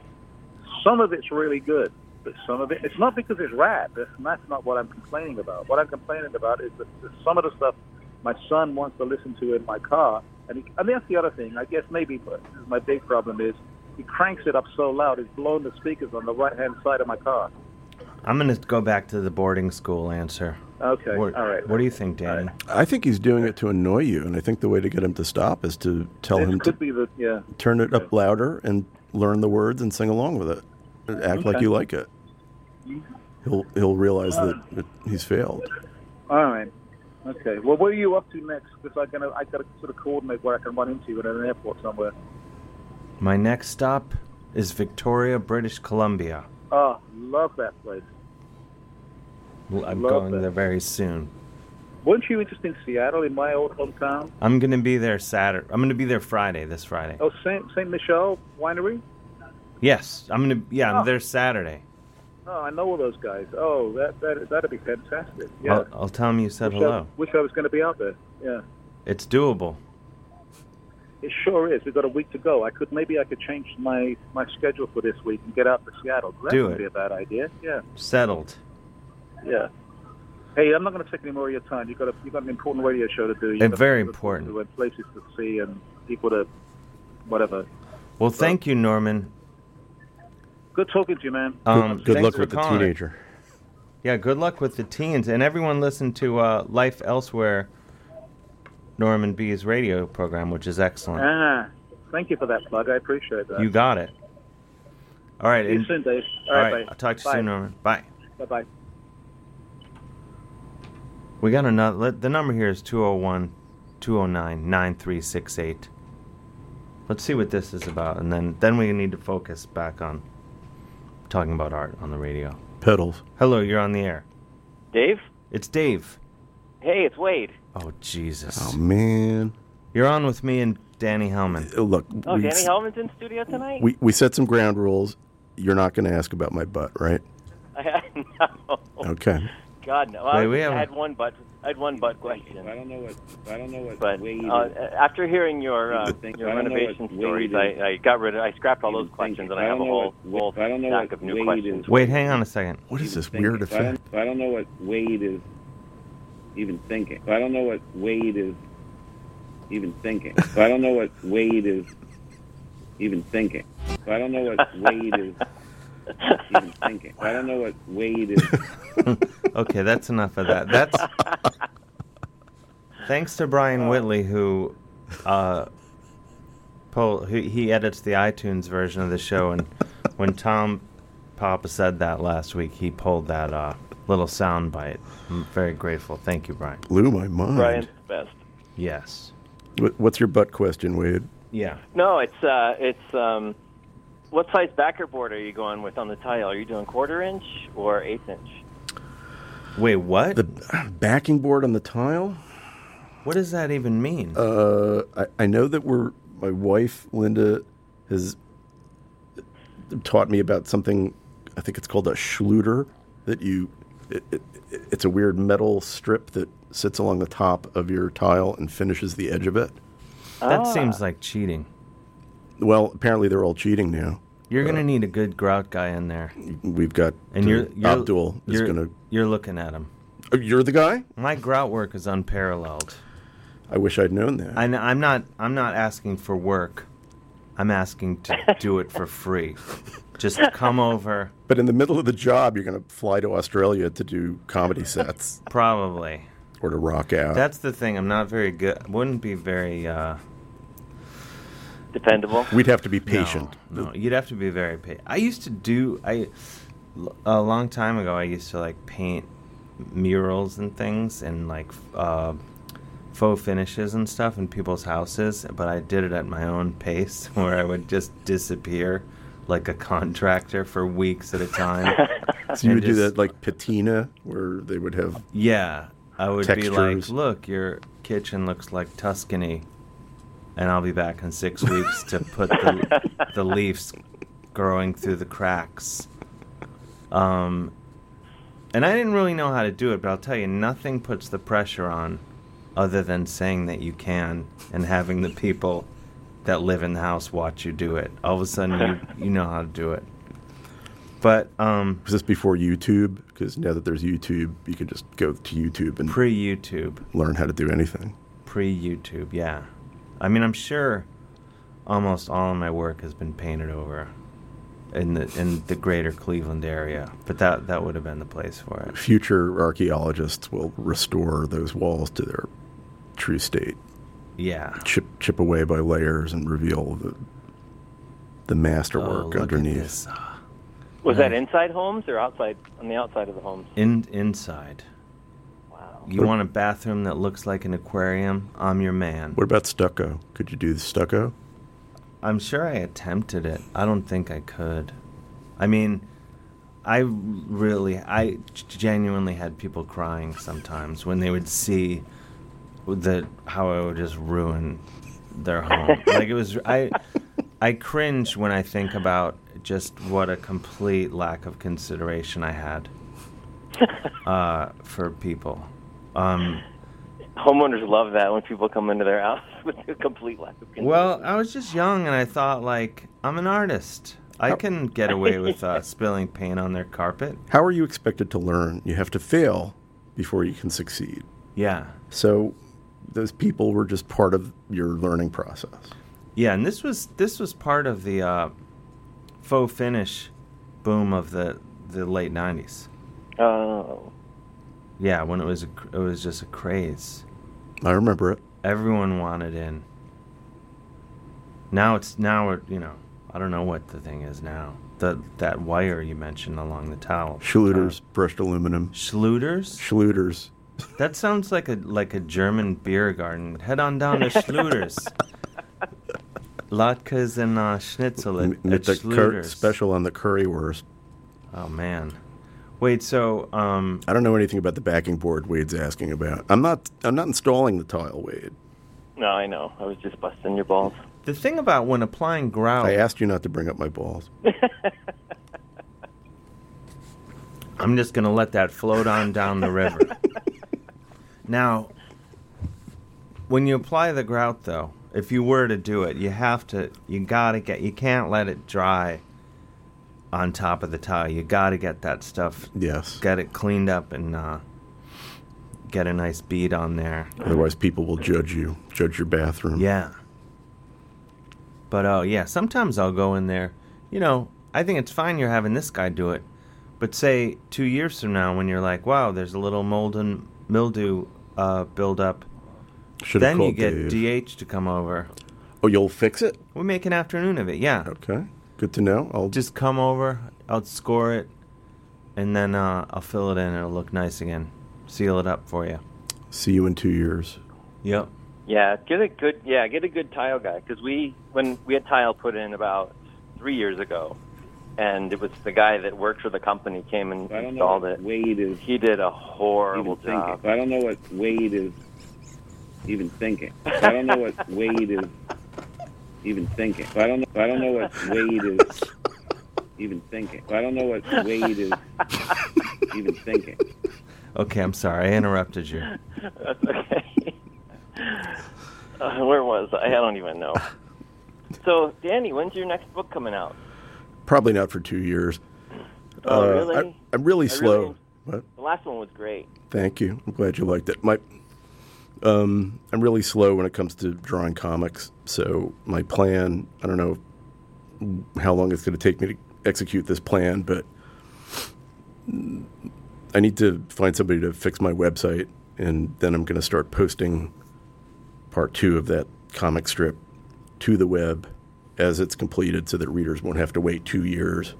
O: Some of it's really good, but some of it it's not because it's rap. That's, that's not what I'm complaining about. What I'm complaining about is that that some of the stuff my son wants to listen to in my car, and he, and that's the other thing. I guess maybe but this is my big problem is he cranks it up so loud it's blown the speakers on the right hand side of my car.
I: i'm going to go back to the boarding school answer
O: Okay,
I: what,
O: all right.
I: what do you think danny
M: I think he's doing it to annoy you, and I think the way to get him to stop is to tell
O: This
M: him to
O: could be the yeah.
M: turn it up louder and learn the words and sing along with it. Act like
O: Okay.
M: you like it. He'll he'll realize that that he's failed.
O: All right. Okay. Well, what are you up to next? Because I gonna I gotta sort of coordinate where I can run into you at an airport somewhere.
I: my next stop is victoria british columbia
O: Oh, love that place.
I: Well, i'm
O: Love
I: going there very soon
O: Weren't you interested in Seattle, in my old hometown?
I: i'm going to be there saturday i'm going to be there friday this friday
O: Oh, Saint Saint Michelle Winery.
I: yes i'm going to yeah
O: Oh.
I: i'm there saturday
O: Oh, I know all those guys. Oh, that that that'd be fantastic. Yeah.
I: I'll, I'll tell him you said
O: wish
I: hello
O: I, wish I was going to be out there. Yeah.
I: it's doable
O: It sure is. We've got a week to go. I could maybe I could change my my schedule for this week and get out to Seattle. That
I: Do
O: would
I: it.
O: be a bad idea. Yeah.
I: settled
O: Yeah. Hey, I'm not going to take any more of your time. You got a you got an important radio show to do. You
I: And
O: got
I: very
O: people to-
I: important.
O: to- and places to see and people to whatever.
I: well thank you norman
O: Good talking to you, man.
I: Um,
M: good
I: thanks
M: luck
I: for
M: with the
I: calling.
M: teenager.
I: Yeah, good luck with the teens. And everyone listen to uh, Life Elsewhere, Norman B's radio program, which is excellent.
O: Ah, thank you for that plug. I appreciate that.
I: You got it. All right.
O: See you
I: and-
O: soon, Dave.
I: all right,
O: bye.
I: I'll talk to you
O: Bye.
I: soon, Norman. Bye.
O: Bye bye.
I: We got another. let- The number here is 201 209 9368. Let's see what this is about. And then, then we need to focus back on talking about art on the radio.
M: Pedals.
I: Hello, you're on the air.
P: Dave?
I: It's Dave.
P: Hey, it's Wade.
I: Oh, Jesus.
M: Oh man.
I: You're on with me and Danny Hellman.
M: Uh, Look,
P: Oh,
M: we,
P: Danny Hellman's in studio tonight?
M: we we set some ground rules. You're not going to ask about my butt, right?
P: I, no.
M: Okay.
P: God, no.
M: Wait,
P: I,
M: we
P: I
M: haven't-
P: had one butt. I had one butt question. I don't know what. I don't know what. But
A: Wade
P: uh,
A: is.
P: after hearing your uh,
A: Thinking.
P: your
A: I don't know
P: renovation
A: what Wade
P: stories,
A: is.
P: I, I got rid of. I scrapped all those questions, and
A: I
P: I, have a
A: don't know
P: whole, whole
A: what- I don't know
P: stack
A: what
P: of new
A: Wade
P: questions.
I: Wait, hang on a second.
M: What is this
A: thinking. So I, don't, so I don't know what Wade is even thinking. So I don't know what Wade is even thinking. So I don't know what Wade is even thinking. So I don't know what Wade is even thinking. So I don't know what Wade is.
I: okay, that's enough of that. That's thanks to Brian Whitley who uh po- who he edits the iTunes version of the show and when Tom Papa said that last week, he pulled that uh little sound bite. I'm very grateful. Thank you, Brian.
M: Blew my mind.
P: Brian's the best.
I: Yes.
M: What, what's your butt question, Wade?
I: Yeah.
P: No, it's uh, it's um, what size backer board are you going with on the tile? Are you doing quarter inch or eighth inch?
I: Wait, what?
M: The backing board on the tile?
I: What does that even mean?
M: Uh, I, I know that we're, my wife, Linda, has taught me about something, I think it's called a schluter, that you, it, it, it's a weird metal strip that sits along the top of your tile and finishes the edge of it.
I: That seems like cheating.
M: Well, apparently they're all cheating now.
I: You're gonna need a good grout guy in there.
M: We've got
I: And
M: uh,
I: you're, you're
M: Abdul is
I: you're,
M: gonna- Oh,
I: You're looking at him.
M: You're the guy.
I: My grout work is unparalleled.
M: I wish I'd known that.
I: I, am not. I'm not asking for work. I'm asking to do it for free. Just come over.
M: But in the middle of the job, you're going to fly to Australia to do comedy sets.
I: Probably.
M: Or to rock out.
I: That's the thing. I'm not very good. Wouldn't be very. Uh,
P: Dependable.
M: We'd have to be patient.
I: No, no, you'd have to be very patient. I used to do I l- a long time ago. I used to like paint murals and things and like f- uh, faux finishes and stuff in people's houses, but I did it at my own pace where I would just disappear like a contractor for weeks at a time.
M: So you
I: And
M: would do
I: just-
M: that like patina, where they would have
I: yeah, I would be like,
M: Textures.
I: look, your kitchen looks like Tuscany, and I'll be back in six weeks to put the, the leaves growing through the cracks. Um, and I didn't really know how to do it, but I'll tell you, nothing puts the pressure on other than saying that you can and having the people that live in the house watch you do it. All of a sudden, you, you know how to do it. But um,
M: was this before YouTube? Because now that there's YouTube, you can just go to YouTube and
I: pre YouTube
M: learn how to do anything.
I: pre YouTube, yeah. I mean, I'm sure almost all of my work has been painted over in the in the greater Cleveland area, but that that would have been the place for it.
M: Future archaeologists will restore those walls to their true state.
I: Yeah.
M: Chip chip away by layers and reveal the the
I: Oh,
M: masterwork underneath.
P: Was that inside homes or outside on the outside of the homes?
I: In inside. Wow. You want a bathroom that looks like an aquarium? I'm your man.
M: What about stucco? Could you do the stucco?
I: I'm sure I attempted it. I don't think I could. I mean, I really, I genuinely had people crying sometimes when they would see that how I would just ruin their home. like it was, I, I cringe when I think about just what a complete lack of consideration I had uh, for people. Um,
P: Homeowners love that when people come into their house with a complete lack of control.
I: Well, I was just young and I thought, like, I'm an artist. I can get away with uh, spilling paint on their carpet.
M: How are you expected to learn? You have to fail before you can succeed.
I: Yeah.
M: So those people were just part of your learning process.
I: Yeah, and this was this was part of the uh, faux finish boom of the the late '90s.
P: Oh.
I: Yeah, when it was a, cr- it was just a craze.
M: I remember it.
I: Everyone wanted in. Now it's now it, you know I don't know what the thing is now. The that wire you mentioned along the towel. Uh,
M: Schluters, brushed aluminum.
I: Schluters?
M: Schluters.
I: That sounds like a like a German beer garden. Head on down to Schluters. Latkes and uh, schnitzel at, at
M: It's a cur-
I: Schluters.
M: special on the currywurst.
I: Oh man. Wait, so um
M: I don't know anything about the backing board Wade's asking about. I'm not I'm not installing the tile, Wade.
P: No, I know. I was just busting your balls.
I: The thing about when applying grout
M: I asked you not to bring up my balls.
I: I'm just gonna let that float on down the river. now, when you apply the grout, though, if you were to do it, you have to, you gotta get, you can't let it dry on top of the tile. You gotta get that stuff,
M: yes,
I: get it cleaned up and uh, get a nice bead on there.
M: Otherwise people will judge you, judge your bathroom.
I: Yeah. But oh yeah, sometimes I'll go in there. You know, I think it's fine you're having this guy do it, but say two years from now when you're like, wow, there's a little mold and mildew uh, buildup,
M: Should've
I: then you
M: called
I: get DH to come over.
M: Oh, you'll fix it.
I: We make an afternoon of it. Yeah.
M: Okay. Good to know. I'll
I: just come over. I'll score it, and then uh, I'll fill it in. It'll look nice again. Seal it up for you.
M: See you in two years.
I: Yep.
P: Yeah, get a good yeah, get a good tile guy because we when we had tile put in about three years ago, and it was the guy that worked for the company came and
A: I don't know
P: installed
A: what
P: it.
A: Wade is.
P: He did a horrible
A: even thinking.
P: job.
A: I don't know what Wade is even thinking. I don't know what Wade is even thinking. I don't. I don't know what Wade is even thinking. I don't know what Wade is even thinking.
I: Okay, I'm sorry I interrupted you.
P: That's okay. uh, where was I? I don't even know. So, Danny, when's your next book coming out?
M: Probably not for two years.
P: Oh,
M: Uh,
P: really?
M: I, I'm really
P: I
M: slow. What?
P: The last one was great.
M: Thank you. I'm glad you liked it. My, um, I'm really slow when it comes to drawing comics, so my plan. I don't know how long it's going to take me to execute this plan, but I need to find somebody to fix my website, and then I'm going to start posting part two of that comic strip to the web as it's completed, so that readers won't have to wait two years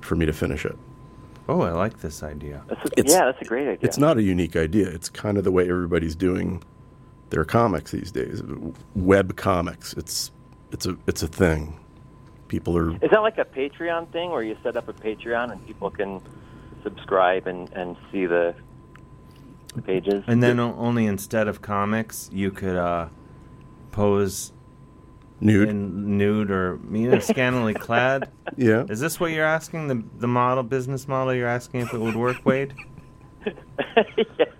M: for me to finish it.
I: Oh, I like this idea.
P: yeah, that's a great idea.
M: It's not a unique idea. It's kind of the way everybody's doing their comics these days. Web comics. It's it's a it's a thing. People are
P: Is that like a Patreon thing where you set up a Patreon and people can subscribe and, and see the pages?
I: And then o- only instead of comics, you could uh, pose
M: nude,
I: in nude or you know, scantily clad.
M: Yeah.
I: Is this what you're asking? The the model business model you're asking if it would work, Wade?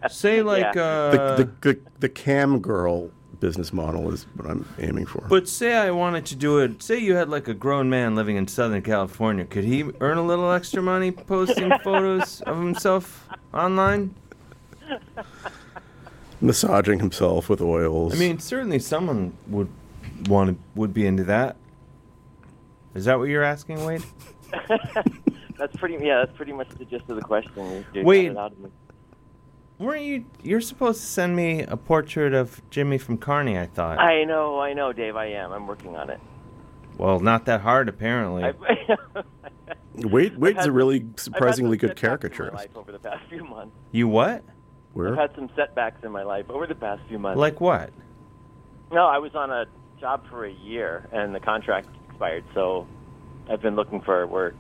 I: Say like uh,
M: the, the, the the cam girl business model is what I'm aiming for.
I: But say I wanted to do it. Say you had like a grown man living in Southern California. Could he earn a little extra money posting photos of himself online?
M: Massaging himself with oils.
I: I mean, certainly someone would want to, would be into that. Is that what you're asking, Wade?
P: that's pretty. Yeah, that's pretty much the gist of the question. You- you
I: Wait.
P: got it out of me.
I: Weren't you? You're supposed to send me a portrait of Jimmy from Carney. I thought.
P: I know, I know, Dave. I am. I'm working on it.
I: well, not that hard apparently.
M: Wade Wade's a really
P: surprisingly good
M: caricature.
P: Life over the past few months.
I: You what?
M: Where?
P: I've had uh, some setbacks in my life over the past few months.
I: Like what?
P: No, I was on a job for a year and the contract expired, so I've been looking for work.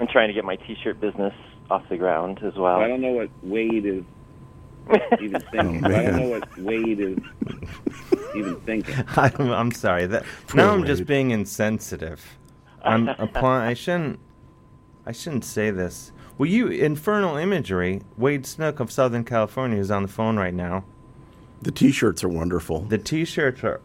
P: I'm trying to get my T-shirt business off the ground as well.
A: I don't know what Wade is even thinking. I
I: man.
A: don't know what Wade is even thinking.
I: I'm, I'm sorry. That now I'm just being insensitive. I'm applying. I shouldn't. I shouldn't say this. Well, you infernal imagery. Wade Snook of Southern California is on the phone right now.
M: The T-shirts are wonderful.
I: The T-shirts are.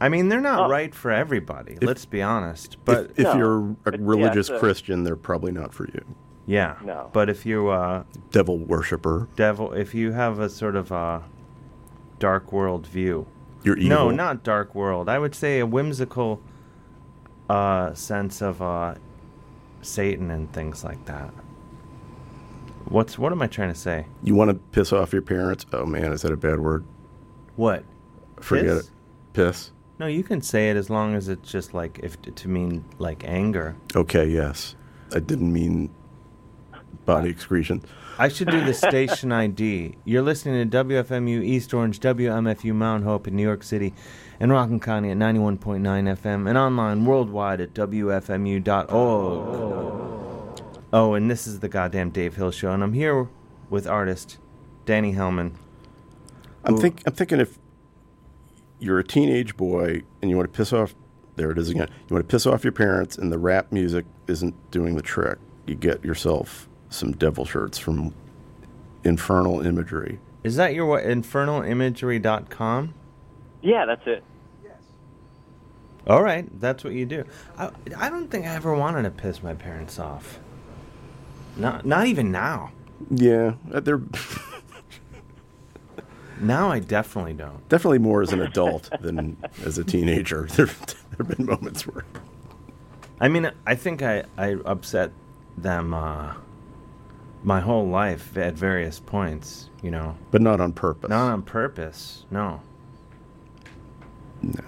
I: I mean, they're not right for everybody. let's be honest. But
M: if, if you're a religious Christian, they're probably not for you.
I: yeah.
M: No.
I: But if you uh,
M: Devil worshiper.
I: devil, if you have a sort of uh dark world view,
M: You're
I: No,
M: evil.
I: not dark world. I would say a whimsical uh, sense of uh, Satan and things like that. What's what am I trying to say?
M: You want to piss off your parents? Oh man, is that a bad word?
I: What?
M: Forget
I: Piss?
M: it. Piss.
I: No, you can say it as long as it's just like if to mean like anger.
M: Okay, yes. I didn't mean body excretion.
I: I should do the station ID. You're listening to WFMU East Orange, WMFU Mount Hope in New York City, and Rockin' Connie at 91.9 FM, and online worldwide at WFMU.org. Oh, and this is the goddamn Dave Hill Show, and I'm here with artist Danny Hellman.
M: I'm think I'm thinking if you're a teenage boy and you want to piss off there it is again. You want to piss off your parents and the rap music isn't doing the trick. You get yourself some devil shirts from Infernal Imagery.
I: Is that your what? Infernalimagery.com?
P: yeah, that's it.
I: All right, that's what you do. I, I don't think I ever wanted to piss my parents off. Not, not even now.
M: Yeah, uh, they're
I: Now I definitely don't.
M: definitely more as an adult than as a teenager. There there have been moments where
I: I mean, I think I, I upset them uh, my whole life at various points, you know.
M: but not on purpose.
I: Not on purpose, no. No.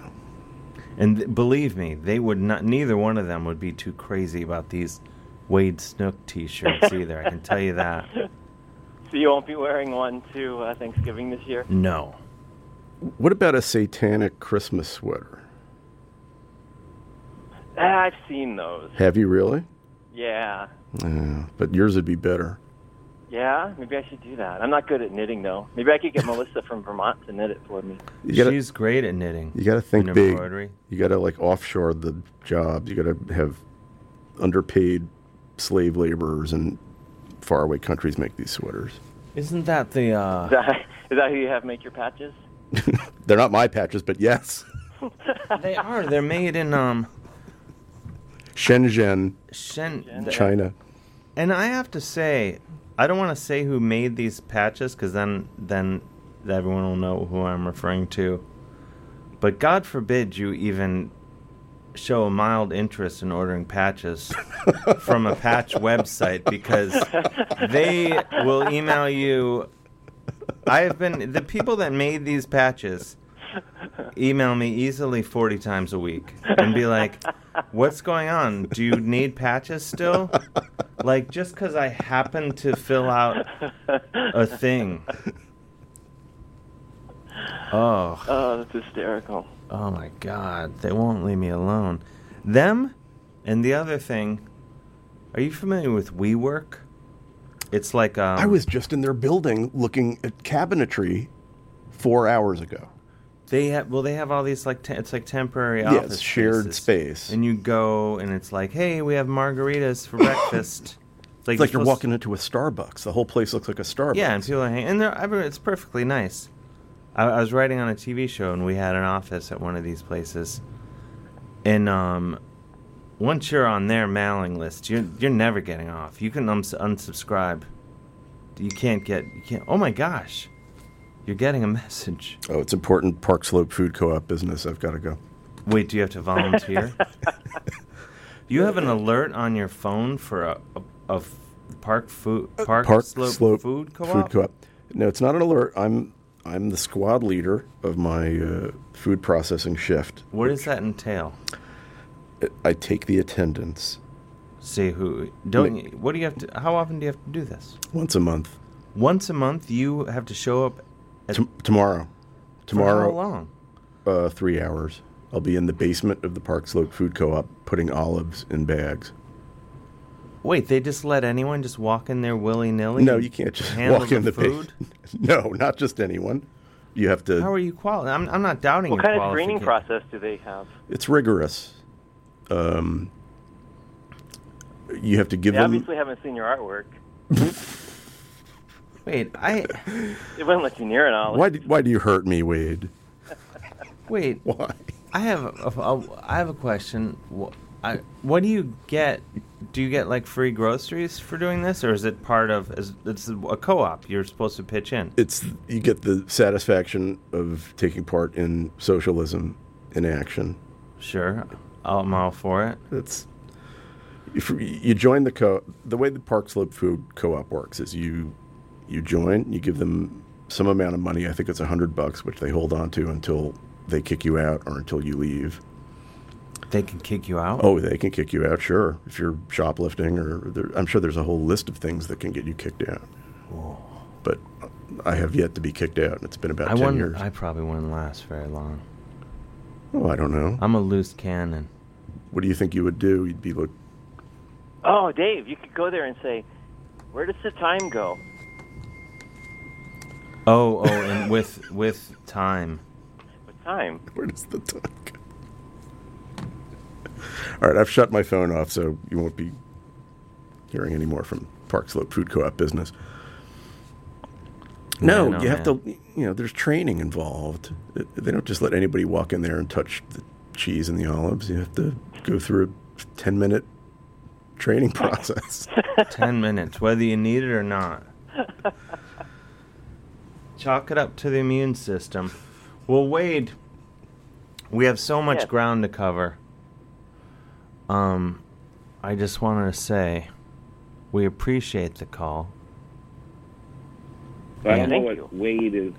I: And th- believe me, they would not, neither one of them would be too crazy about these Wade Snook t shirts either. I can tell you that.
P: So you won't be wearing one to uh, Thanksgiving this year?
M: Mm.
I: No.
M: What about a satanic Christmas sweater?
P: Ah, I've seen those.
M: Have you really?
P: Yeah,
M: Yeah, but yours would be better.
P: yeah. Maybe I should do that. I'm not good at knitting though. Maybe I could get Melissa from Vermont to knit it for me.
M: You gotta-
I: She's great at knitting.
M: You got to think
I: and
M: big.
I: embroidery.
M: You got to like offshore the jobs. You got to have underpaid slave laborers in faraway countries make these sweaters.
I: Isn't that the. Uh,
P: Is that, is that who you have make your patches?
M: They're not my patches, but yes,
I: they are. They're made in um,
M: Shenzhen,
I: Shen-
M: China.
I: And I have to say, I don't want to say who made these patches because then then everyone will know who I'm referring to. But God forbid you even show a mild interest in ordering patches from a patch website because they will email you. I have been the people that made these patches email me easily 40 times a week and be like, "What's going on? Do you need patches still?" Like just because I happen to fill out a thing. Oh.
P: Oh, that's hysterical.
I: Oh my God, they won't leave me alone. Them, and the other thing. Are you familiar with WeWork? It's like um,
M: I was just in their building looking at cabinetry four hours ago.
I: They have well, they have all these like te- it's like temporary
M: Yeah,
I: office
M: it's shared
I: spaces.
M: space.
I: and you go and it's like, hey, we have margaritas for breakfast.
M: It's like, you're
I: supposed-
M: walking into a Starbucks. The whole place looks like a Starbucks.
I: Yeah, and people are hanging, and they're, everyone- it's perfectly nice. I, I was writing on a TV show, and we had an office at one of these places, and um, once you're on their mailing list, you're you're never getting off. You can uns- unsubscribe. You can't get. You can't. Oh my gosh, you're getting a message.
M: Oh, it's important. Park Slope Food Co-op business. I've got to go.
I: Wait, do you have to volunteer? you have an alert on your phone for a, a, a park food
M: Uh,
I: park, slope, food co-op.
M: No, it's not an alert. I'm I'm the squad leader of my uh, food processing shift.
I: What does that entail?
M: I take the attendance.
I: See who Don't
M: Like-
I: you, what do you have to? How often do you have to do this?
M: once a month.
I: Once a month, you have to show up. At,
M: Tom- tomorrow. Tomorrow.
I: how long?
M: Uh, three hours. I'll be in the basement of the Park Slope Food Co-op putting olives in bags.
I: Wait, they just let anyone just walk in there willy nilly?
M: no, you can't just walk in the ba-
I: food.
M: no, not just anyone. You have to.
I: How are you quali? I'm, I'm not doubting.
P: What
I: your
P: kind of screening
I: qualifica-
P: process do they have?
M: It's rigorous. Um, you have to give
P: they
M: them.
P: obviously haven't seen your artwork.
I: Wait, I.
P: It wouldn't let you near an olive.
M: Why? Do, why do you hurt me, Wade?
I: Wait.
M: Why?
I: I have a, a, I have a question. Wh- I, what do you get? Do you get like free groceries for doing this, or is it part of? Is, it's a co-op. You're supposed to pitch in.
M: It's you get the satisfaction of taking part in socialism in action.
I: Sure, I'm all for it.
M: It's if you join the co the way the Park Slope Food Co-op works is you you join, you give them some amount of money. I think it's a hundred bucks, which they hold on to until they kick you out or until you leave.
I: They can kick you out.
M: Oh, they can kick you out, sure. If you're shoplifting, or there, I'm sure there's a whole list of things that can get you kicked out. But I have yet to be kicked out, and it's been Oh, about
I: I
M: ten
I: wouldn't-
M: years.
I: I probably wouldn't last very long.
M: Oh, I don't know.
I: I'm a loose cannon.
M: What do you think you would do? You'd be like,
P: Oh, Dave, you could go there and say, "Where does the time go?"
I: Oh, oh, and with with time.
P: With time.
M: Where does the time go? all right, I've shut my phone off, so you won't be hearing any more from Park Slope Food Co-op business. No,
I: Yeah, I know,
M: you have
I: man.
M: to. You know, there's training involved. They don't just let anybody walk in there and touch the cheese and the olives. You have to go through a ten-minute training process.
I: Ten minutes, whether you need it or not. Chalk it up to the immune system. Well, Wade, we have so much
P: Yes.
I: ground to cover. Um, I just wanted to say, we appreciate the call.
A: So I don't know
I: Yeah.
A: what Wade is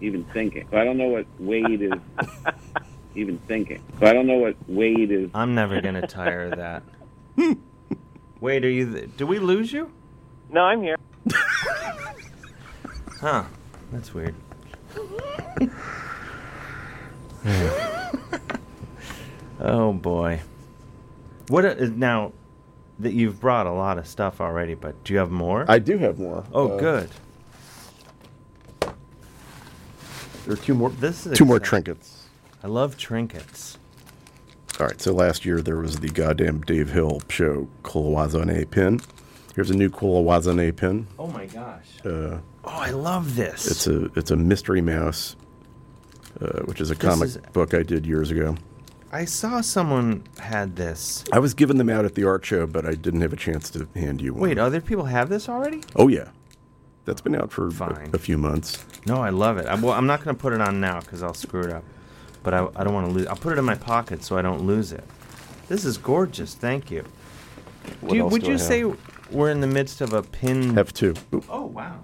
A: even thinking. So I don't know what Wade is even thinking. So I don't know what Wade is.
I: I'm never gonna tire of that. Wade, are you? Th- do we lose you?
P: No, I'm here.
I: Huh? That's weird. oh boy. What a, now that you've brought a lot of stuff already, but do you have more?
M: I do have more.
I: Oh,
M: Uh,
I: good.
M: There are two more.
I: This is
M: two more
I: exciting.
M: trinkets.
I: I love trinkets.
M: All right, so last year there was the goddamn Dave Hill show, Kulawazane pin. Here's a new Kulawazane pin.
I: Oh my gosh.
M: Uh,
I: Oh, I love this.
M: It's a it's a mystery mouse, uh, which is a
I: This
M: comic
I: is-
M: book I did years ago.
I: I saw someone had this.
M: I was giving them out at the art show, but I didn't have a chance to hand you one.
I: Wait, other people have this already?
M: Oh yeah, that's been out for a, a few months.
I: No, I love it. I, well, I'm not going to put it on now because I'll screw it up. But I, I don't want to lose. I'll put it in my pocket so I don't lose it. This is gorgeous. Thank you.
M: What
I: Do you
M: else
I: would
M: do I
I: you
M: have?
I: say we're in the midst of a pin?
M: Have two.
I: Oh wow.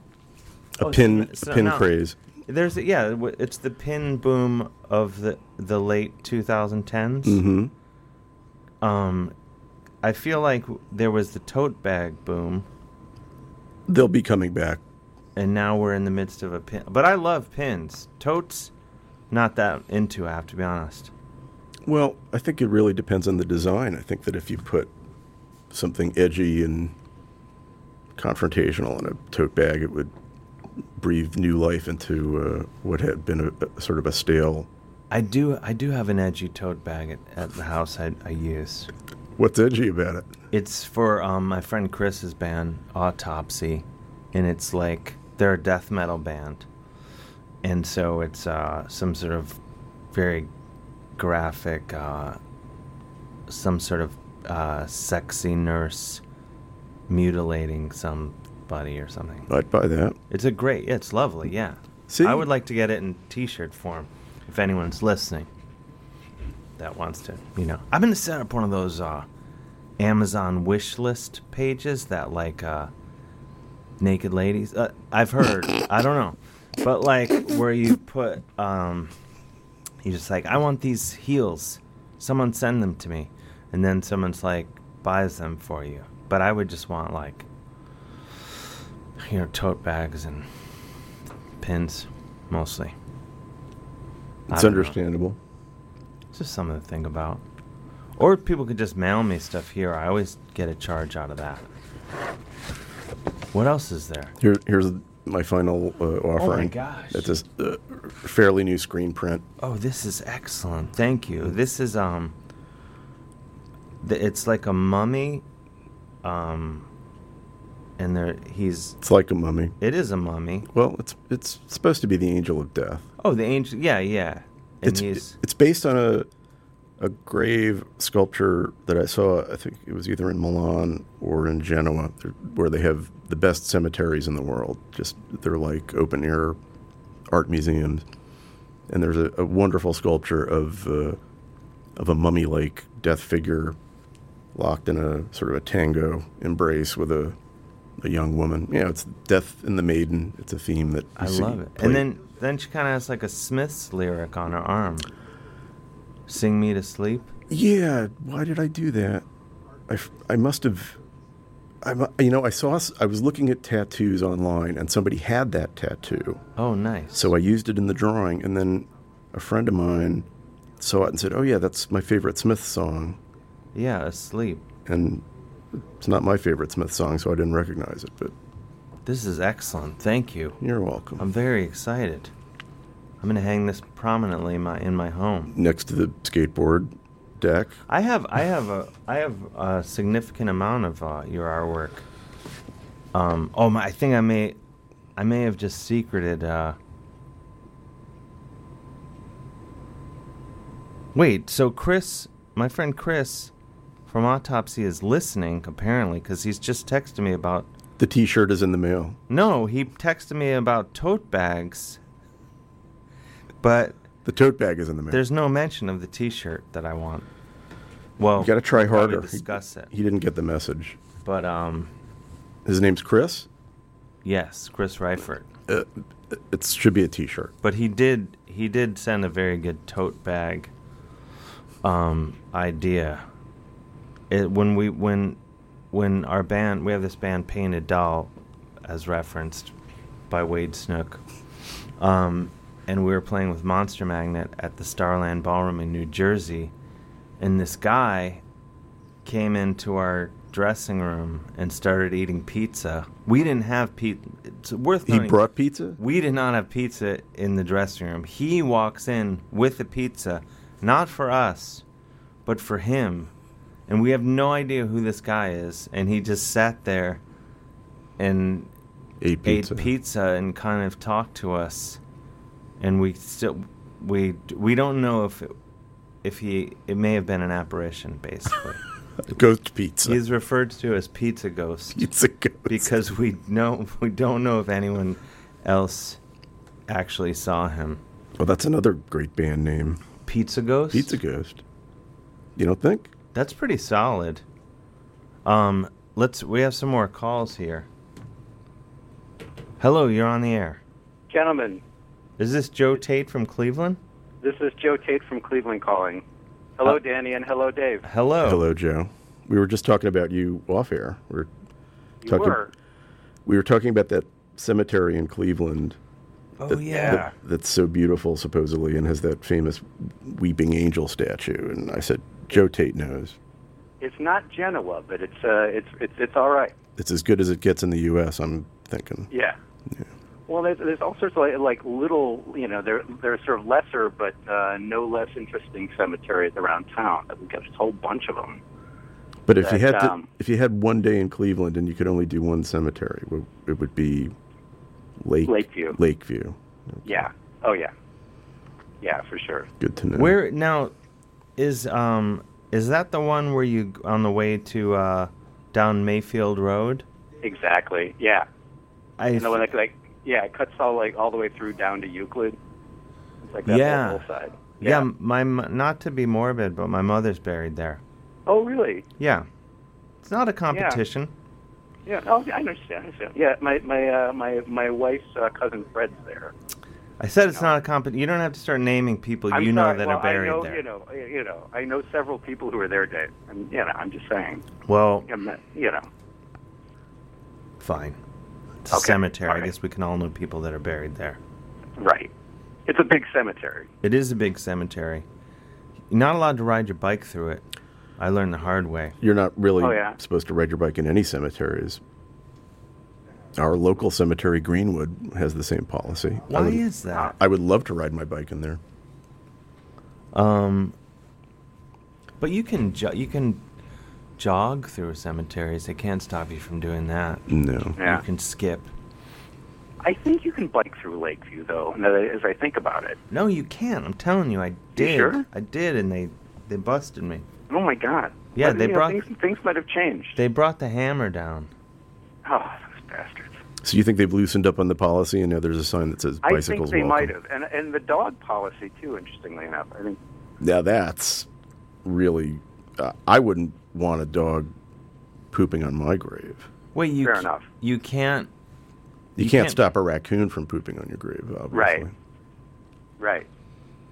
M: A
I: Oh,
M: pin
I: so-
M: a pin
I: no.
M: craze.
I: There's a, yeah, w- it's the pin boom
M: Mm-hmm.
I: of the the late 2010s.
M: Mhm.
I: Um, I feel like there was the tote bag boom.
M: They'll be coming back.
I: And now we're in the midst of a pin. But I love pins. Totes, not that into, I have to be honest.
M: Well, I think it really depends on the design. I think that if you put something edgy and confrontational in a tote bag, it would breathe new life into uh, what had been a, a sort of a stale.
I: I do I do have an edgy tote bag at, at the house I, I use.
M: What's edgy about it?
I: It's for um, my friend Chris's band, Autopsy, and it's like they're a death metal band. And so it's uh, some sort of very graphic, uh, some sort of uh, sexy nurse mutilating somebody or something.
M: I'd buy that.
I: It's a great, it's lovely, yeah.
M: See?
I: I would like to get it in t shirt form if anyone's listening that wants to, you know. I'm going to set up one of those uh, Amazon wish list pages that, like, uh, naked ladies. Uh, I've heard, I don't know. But, like, where you put, um, you just like, I want these heels. Someone send them to me. And then someone's like, buys them for you. But I would just want, like, you know, tote bags and pins mostly. I
M: It's
I: don't know.
M: understandable.
I: It's just something to think about. Or people could just mail me stuff here. I always get a charge out of that. What else is there?
M: Here, here's my final uh, offering.
I: Oh gosh.
M: It's a s- uh, fairly new screen print.
I: Oh, this is excellent. Thank you. This is um th- it's like a mummy um and there he's
M: It's like a mummy.
I: it is a mummy.
M: Well, it's it's supposed to be the angel of death.
I: Oh, the angel. Yeah, yeah. And
M: It's
I: he's
M: it's based on a a grave sculpture that I saw. I think it was either in Milan or in Genoa, where they have the best cemeteries in the world. Just they're like open air art museums, and there's a, a wonderful sculpture of uh, of a mummy like death figure locked in a sort of a tango embrace with a a young woman. Yeah, it's death and the maiden. It's a theme that you
I: I
M: see
I: love it.
M: played-
I: And then then she kind of has like a Smiths lyric on her arm. Sing me to sleep.
M: Yeah, why did I do that? I, f- I must have. I, mu- you know, I saw. s- I was looking at tattoos online, and somebody had that tattoo.
I: Oh, nice.
M: So I used it in the drawing, and then a friend of mine saw it and said, "Oh yeah, that's my favorite Smith song."
I: Yeah, asleep.
M: And it's not my favorite Smith song, so I didn't recognize it. But
I: This is excellent. Thank you.
M: You're welcome.
I: I'm very excited. I'm going to hang this prominently in my in my home.
M: next to the skateboard deck,
I: I have I have a I have a significant amount of uh, your artwork. Um, oh my! I think I may I may have just secreted. Uh, wait, so Chris, my friend Chris from Autopsy, is listening apparently because he's just texted me about
M: the T-shirt is in the mail.
I: no, he texted me about tote bags, but
M: the tote bag is in the mail.
I: There's no mention of the T-shirt that I want. Well,
M: you got to try
I: we'll probably
M: harder. He-
I: Discuss it,
M: He didn't get the message.
I: but um,
M: His name's Chris.
I: yes, Chris Reifert.
M: Uh, it should be a T-shirt.
I: But he did he did send a very good tote bag um, idea. It, when we when when our band we have this band Painted Doll, as referenced by Wade Snook, um, and we were playing with Monster Magnet at the Starland Ballroom in New Jersey, and this guy came into our dressing room and started eating pizza. We didn't have pizza. It's worth
M: He
I: noting-
M: brought pizza?
I: We did not have pizza in the dressing room. He walks in with a pizza, not for us, but for him. And we have no idea who this guy is. And he just sat there and
M: ate
I: pizza, and kind of talked to us. And we still we we don't know if it, if he it may have been an apparition basically.
M: Ghost pizza.
I: He's referred to as pizza ghost.
M: Pizza ghost.
I: Because we know we don't know if anyone else actually saw him.
M: Well, that's another great band name.
I: Pizza Ghost.
M: Pizza Ghost. You don't think?
I: That's pretty solid. Um, let's. We have some more calls here. Hello, you're on the air.
Q: Gentlemen,
I: Is this Joe Tate from Cleveland? Uh,
Q: this is Joe Tate from Cleveland calling. Hello, Danny, and hello, Dave.
I: Hello.
M: Hello, Joe. we were just talking about you off air. We were
Q: You
M: talking.
Q: were.
M: We were talking about that cemetery in Cleveland.
Q: Oh,
M: that-
Q: yeah.
M: that- that's so beautiful, supposedly, and has that famous weeping angel statue. And I said, Joe Tate knows.
Q: It's not Genoa, but it's uh, it's it's it's all right.
M: It's as good as it gets in the U.S. I'm thinking.
Q: Yeah. Well, there's, there's all sorts of like, like little, you know, there there are sort of lesser but uh, no less interesting cemeteries around town. We've got a whole bunch of them.
M: But if you
Q: That,
M: had to,
Q: um,
M: if you had one day in Cleveland and you could only do one cemetery, w- it would be Lake
Q: Lakeview.
M: Lakeview.
Q: Yeah. Oh yeah. Yeah, for sure.
M: Good to know.
I: Where now is um is that the one where you on the way to uh down Mayfield Road?
Q: Exactly. Yeah.
I: I
Q: and the one that like yeah, it cuts all like all the way through down to Euclid. It's like that
I: yeah.
Q: whole side.
I: yeah. my mo- not to be morbid, but my mother's buried there.
Q: Oh really?
I: Yeah. It's not a competition.
Q: Yeah. Oh, I understand. I understand. Yeah, my my uh, my my wife's uh, cousin Fred's there.
I: I said it's not a competition. You don't have to start naming people
Q: I'm
I: you know
Q: sorry.
I: that
Q: well,
I: are buried
Q: I know,
I: there.
Q: You know, I- you know, I know several people who are there, Dave. And you know, I'm just saying.
I: Well,
Q: I'm not, you know,
I: fine. It's a cemetery. I guess we can all know people that are buried there.
Q: right? It's a big cemetery.
I: It is a big cemetery. You're not allowed to ride your bike through it. I learned the hard way.
M: You're not really
I: Oh, yeah.
M: supposed to ride your bike in any cemeteries. Our local cemetery, Greenwood, has the same policy. I
I: Why is that?
M: I would love to ride my bike in there.
I: Um, but you can jo- you can jog through cemeteries. They can't stop you from doing that.
M: No.
Q: Yeah.
I: You can skip.
Q: I think you can bike through Lakeview, though. Now, that- as I think about it,
I: No, you can't. I'm telling you, I did.
Q: sure?
I: I did, and they they busted me.
Q: oh my God!
I: Yeah,
Q: But,
I: they
Q: you know,
I: brought
Q: things, things might have changed.
I: they brought the hammer down.
Q: Oh, those bastards!
M: So you think they've loosened up on the policy, and now there's a sign that says
Q: I
M: bicycles
Q: think they
M: welcome.
Q: might have, and and the dog policy too. Interestingly enough, I think
M: Now that's really, uh, I wouldn't want a dog pooping on my grave.
I: Wait, you
Q: Fair
I: ca-
Q: enough.
I: You can't.
M: You,
I: You
M: can't,
I: can't-
M: stop a raccoon from pooping on your grave, obviously.
Q: Right. Right.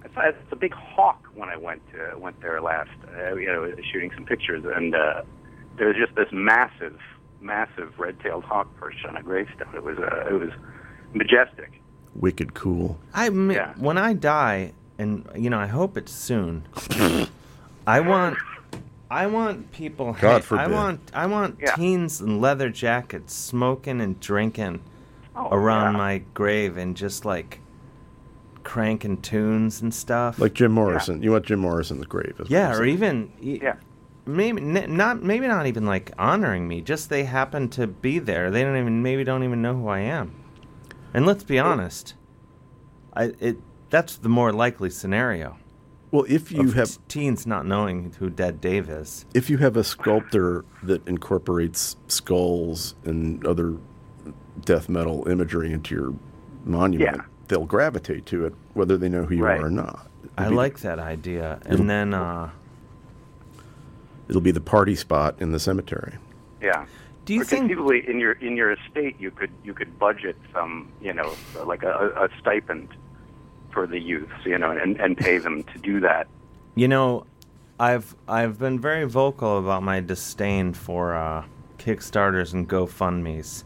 Q: I saw it's a big hawk when I went to, went there last. Uh, you know, shooting some pictures, and uh, there was just this massive, massive red-tailed hawk perched on a gravestone. It was uh, it was majestic.
M: Wicked cool.
I: I mean, when I die, and you know, I hope it's soon. I want, I want people.
M: God
I: I
M: forbid.
I: want, I want teens in leather jackets, smoking and drinking, around my grave and just like cranking tunes and stuff.
M: Like Jim Morrison. You want Jim Morrison's grave. is what
I: yeah,
M: I'm
I: or
M: saying.
I: even yeah. Maybe n- not. Maybe not even like honoring me. Just they happen to be there. They don't even. Maybe don't even know who I am. And let's be honest, I it that's the more likely scenario.
M: Well, if you
I: have teens not knowing who Dead Dave is,
M: If you have a sculptor that incorporates skulls and other death metal imagery into your monument,
I: Yeah.
M: they'll gravitate to it whether they know who you
I: Right.
M: are or not.
I: I
M: It'll be-
I: like that idea.
M: It'll-
I: And then, uh,
M: It'll be the party spot in the cemetery.
Q: Yeah.
I: Do you
Q: or
I: think
Q: conceivably in your in your estate you could you could budget some you know like a, a stipend for the youths you know and and pay them to do that.
I: you know, I've I've been very vocal about my disdain for uh, Kickstarters and GoFundmes.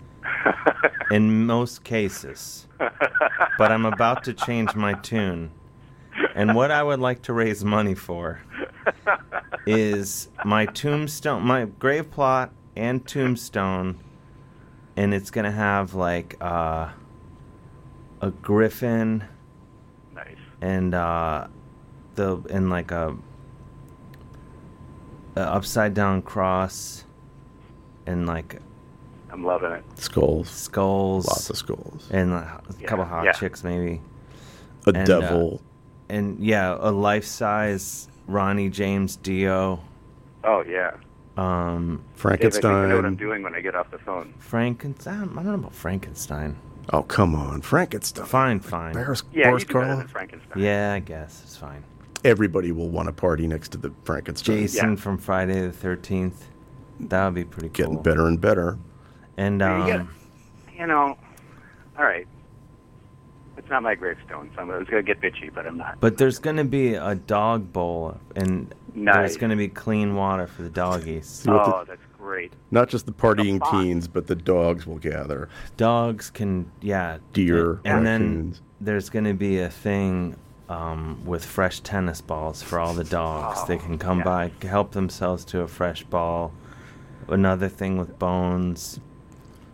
I: in most cases. but I'm about to change my tune. And what I would like to raise money for is my tombstone, my grave plot and tombstone, and it's gonna have like uh, a griffin,
Q: nice,
I: and uh, the and like a, a upside down cross, and like
Q: I'm loving it.
M: Skulls.
I: Skulls.
M: Lots of skulls.
I: And a, a couple hot
M: yeah.
I: chicks, maybe.
M: A
I: uh,
M: devil.
I: and yeah, a life size Ronnie James Dio.
Q: Oh yeah.
I: Um,
Q: Dave, I think I know what I'm doing when I get off the phone.
I: Frankenstein. I don't know about Frankenstein.
M: Oh, come on. Frankenstein.
I: Fine, fine.
M: Boris,
Q: Yeah,
M: Boris
Q: you do better
M: Karloff?
Q: than Frankenstein.
I: Yeah, I guess it's fine.
M: Everybody will want a party next to the Frankenstein.
I: Jason from Friday the Thirteenth. That would be pretty cool.
M: Getting better and better.
I: And
Q: You
I: um,
Q: get- you know, all right. It's not my gravestone, so I'm- I was going to get bitchy, but I'm not.
I: but there's gonna be a dog bowl, and There's going to be clean water for the doggies.
M: See what the-
Q: Oh, great.
M: Not just the partying teens, but the dogs will gather.
I: Dogs can, yeah.
M: Deer,
I: And then
M: raccoons.
I: there's going to be a thing um, with fresh tennis balls for all the dogs.
Q: Oh,
I: they can come by, help themselves to a fresh ball. Another thing with bones.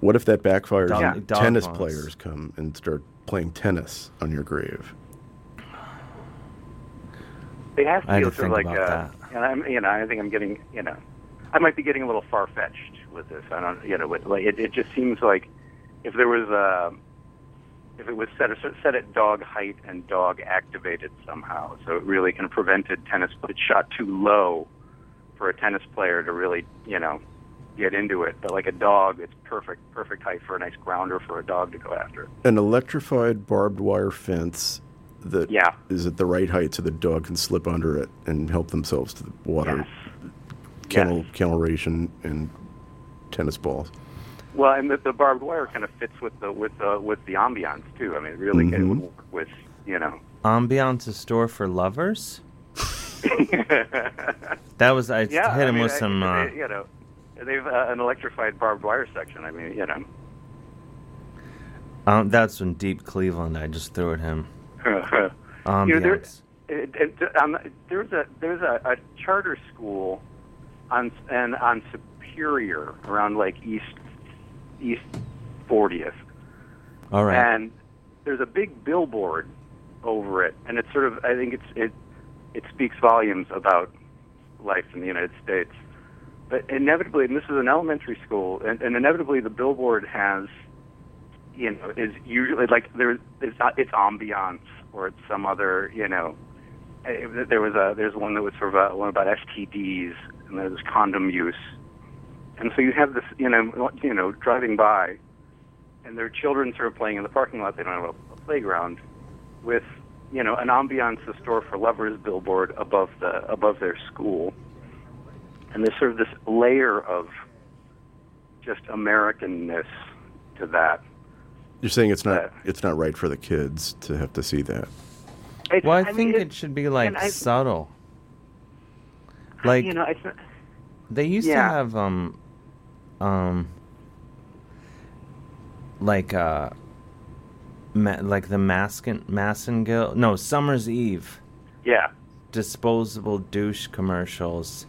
M: What if that backfires?
I: Dog-
M: and
I: dog
M: tennis
I: bones.
M: players come and start playing tennis on your grave.
Q: They have to
M: I had
Q: be
M: to
Q: sort of
M: think
Q: like
M: about
Q: a, and I'm, you know, I think I'm getting, you know, I might be getting a little far fetched with this. I don't, you know, with like it, it just seems like if there was a, if it was set a, set at dog height and dog activated somehow, so it really kind of prevented tennis. It shot too low for a tennis player to really, you know, get into it. But like a dog, it's perfect, perfect height for a nice grounder for a dog to go after.
M: An electrified barbed wire fence that is
Q: Yeah.
M: at the right height so the dog can slip under it and help themselves to the water, kennel, kennel ration, and tennis balls.
Q: Well, and the, the barbed wire kind of fits with the with the with the ambiance too. I mean, it really it
I: Mm-hmm.
Q: would work with you know.
I: Ambiance a store for lovers? That was, I
Q: yeah,
I: hit
Q: I
I: him
Q: mean,
I: with
Q: I-
I: some.
Q: they-
I: uh,
Q: you know, they've uh, an electrified barbed wire section. I mean, you know.
I: um, that's from Deep Cleveland I just threw at him. Ambiance.
Q: You know, there- it- it- um, there's a there's a, a charter school on and on Superior around like East East 40th,
I: All right.
Q: And there's a big billboard over it, and it's sort of I think it's it it speaks volumes about life in the United States. But inevitably, and this is an elementary school, and, and inevitably the billboard has, you know, is usually like there's it's not it's ambiance or it's some other you know. eh, There was a there's one that was sort of a, one about STDs and there's condom use, and so you have this you know you know driving by, and their children sort of playing in the parking lot. They don't have a, a playground, with you know an ambiance the store for lovers billboard above the above their school, and there's sort of this layer of just Americanness to that.
M: You're saying it's not it's not right for the kids to have to see that.
Q: It's,
I: well, I,
Q: mean,
I: think
Q: it's-
I: it should be like
Q: and I-
I: subtle. Like
Q: you know, it's not,
I: they used to
Q: yeah.
I: have um, um, like uh, ma- like the Maskin Massengill. No, Summer's Eve.
Q: yeah.
I: disposable douche commercials.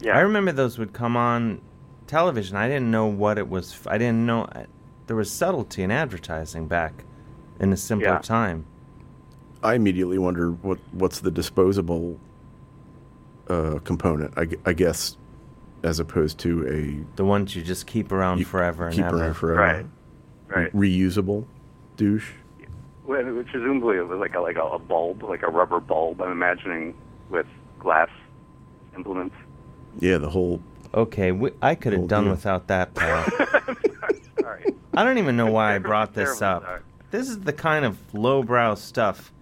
Q: Yeah.
I: I remember those would come on television. I didn't know what it was. f- I didn't know I- there was subtlety in advertising back in a simpler
M: Yeah.
I: time.
M: I immediately wonder what what's the disposable uh, component. I, gu- I guess as opposed to a
I: the ones you just keep around forever and
M: keep
I: ever.
M: around forever,
I: Right.
Q: Right.
M: Reusable douche.
Q: Well, presumably it was like a like a, a bulb, like a rubber bulb. I'm imagining with glass implements.
M: Yeah, the whole.
I: Okay, we, I could have done without that. Pal.
Q: Sorry.
I: I don't even know why I brought this
Q: terribly
I: up. This is the kind of lowbrow stuff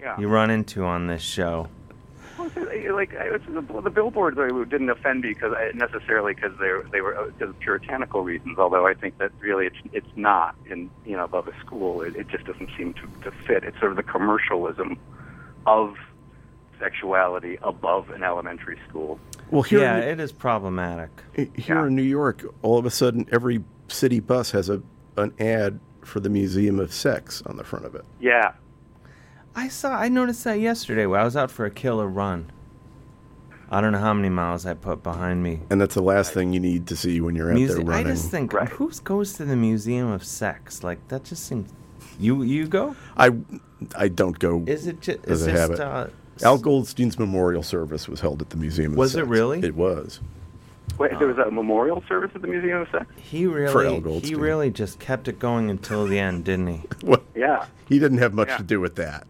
Q: Yeah.
I: you run into on this show.
Q: Well, it's, uh, like I- it's, the, the billboards uh, didn't offend me because I, necessarily because they were- they were uh, because of puritanical reasons. Although I think that really it's it's not in you know above a school. It, it just doesn't seem to, to fit. It's sort of the commercialism of sexuality above an elementary school.
M: Well, here
I: yeah,
M: in-
I: it is problematic.
M: Here in New York, all of a sudden, every city bus has a an ad for the Museum of Sex on the front of it.
Q: Yeah.
I: I saw. I noticed that yesterday. when I was out for a killer run. I don't know how many miles I put behind me.
M: And that's the last thing you need to see when you're out
I: Muse-
M: there
I: I
M: running.
I: just think who goes to the Museum of Sex? Like that just seems. You you go?
M: I I don't go.
I: Is it ju-
M: as
I: it's
M: a
I: just,
M: habit?
I: uh,
M: Al Goldstein's memorial service was held at the Museum of
I: Was it
M: Sex.
I: really?
M: It was.
Q: Wait, there was a memorial service at the Museum of Sex.
I: He
M: Al
I: really he
M: Goldstein.
I: really just kept it going until the end, didn't he?
M: Well,
Q: Yeah.
M: He didn't have much
I: Yeah.
M: to do with that.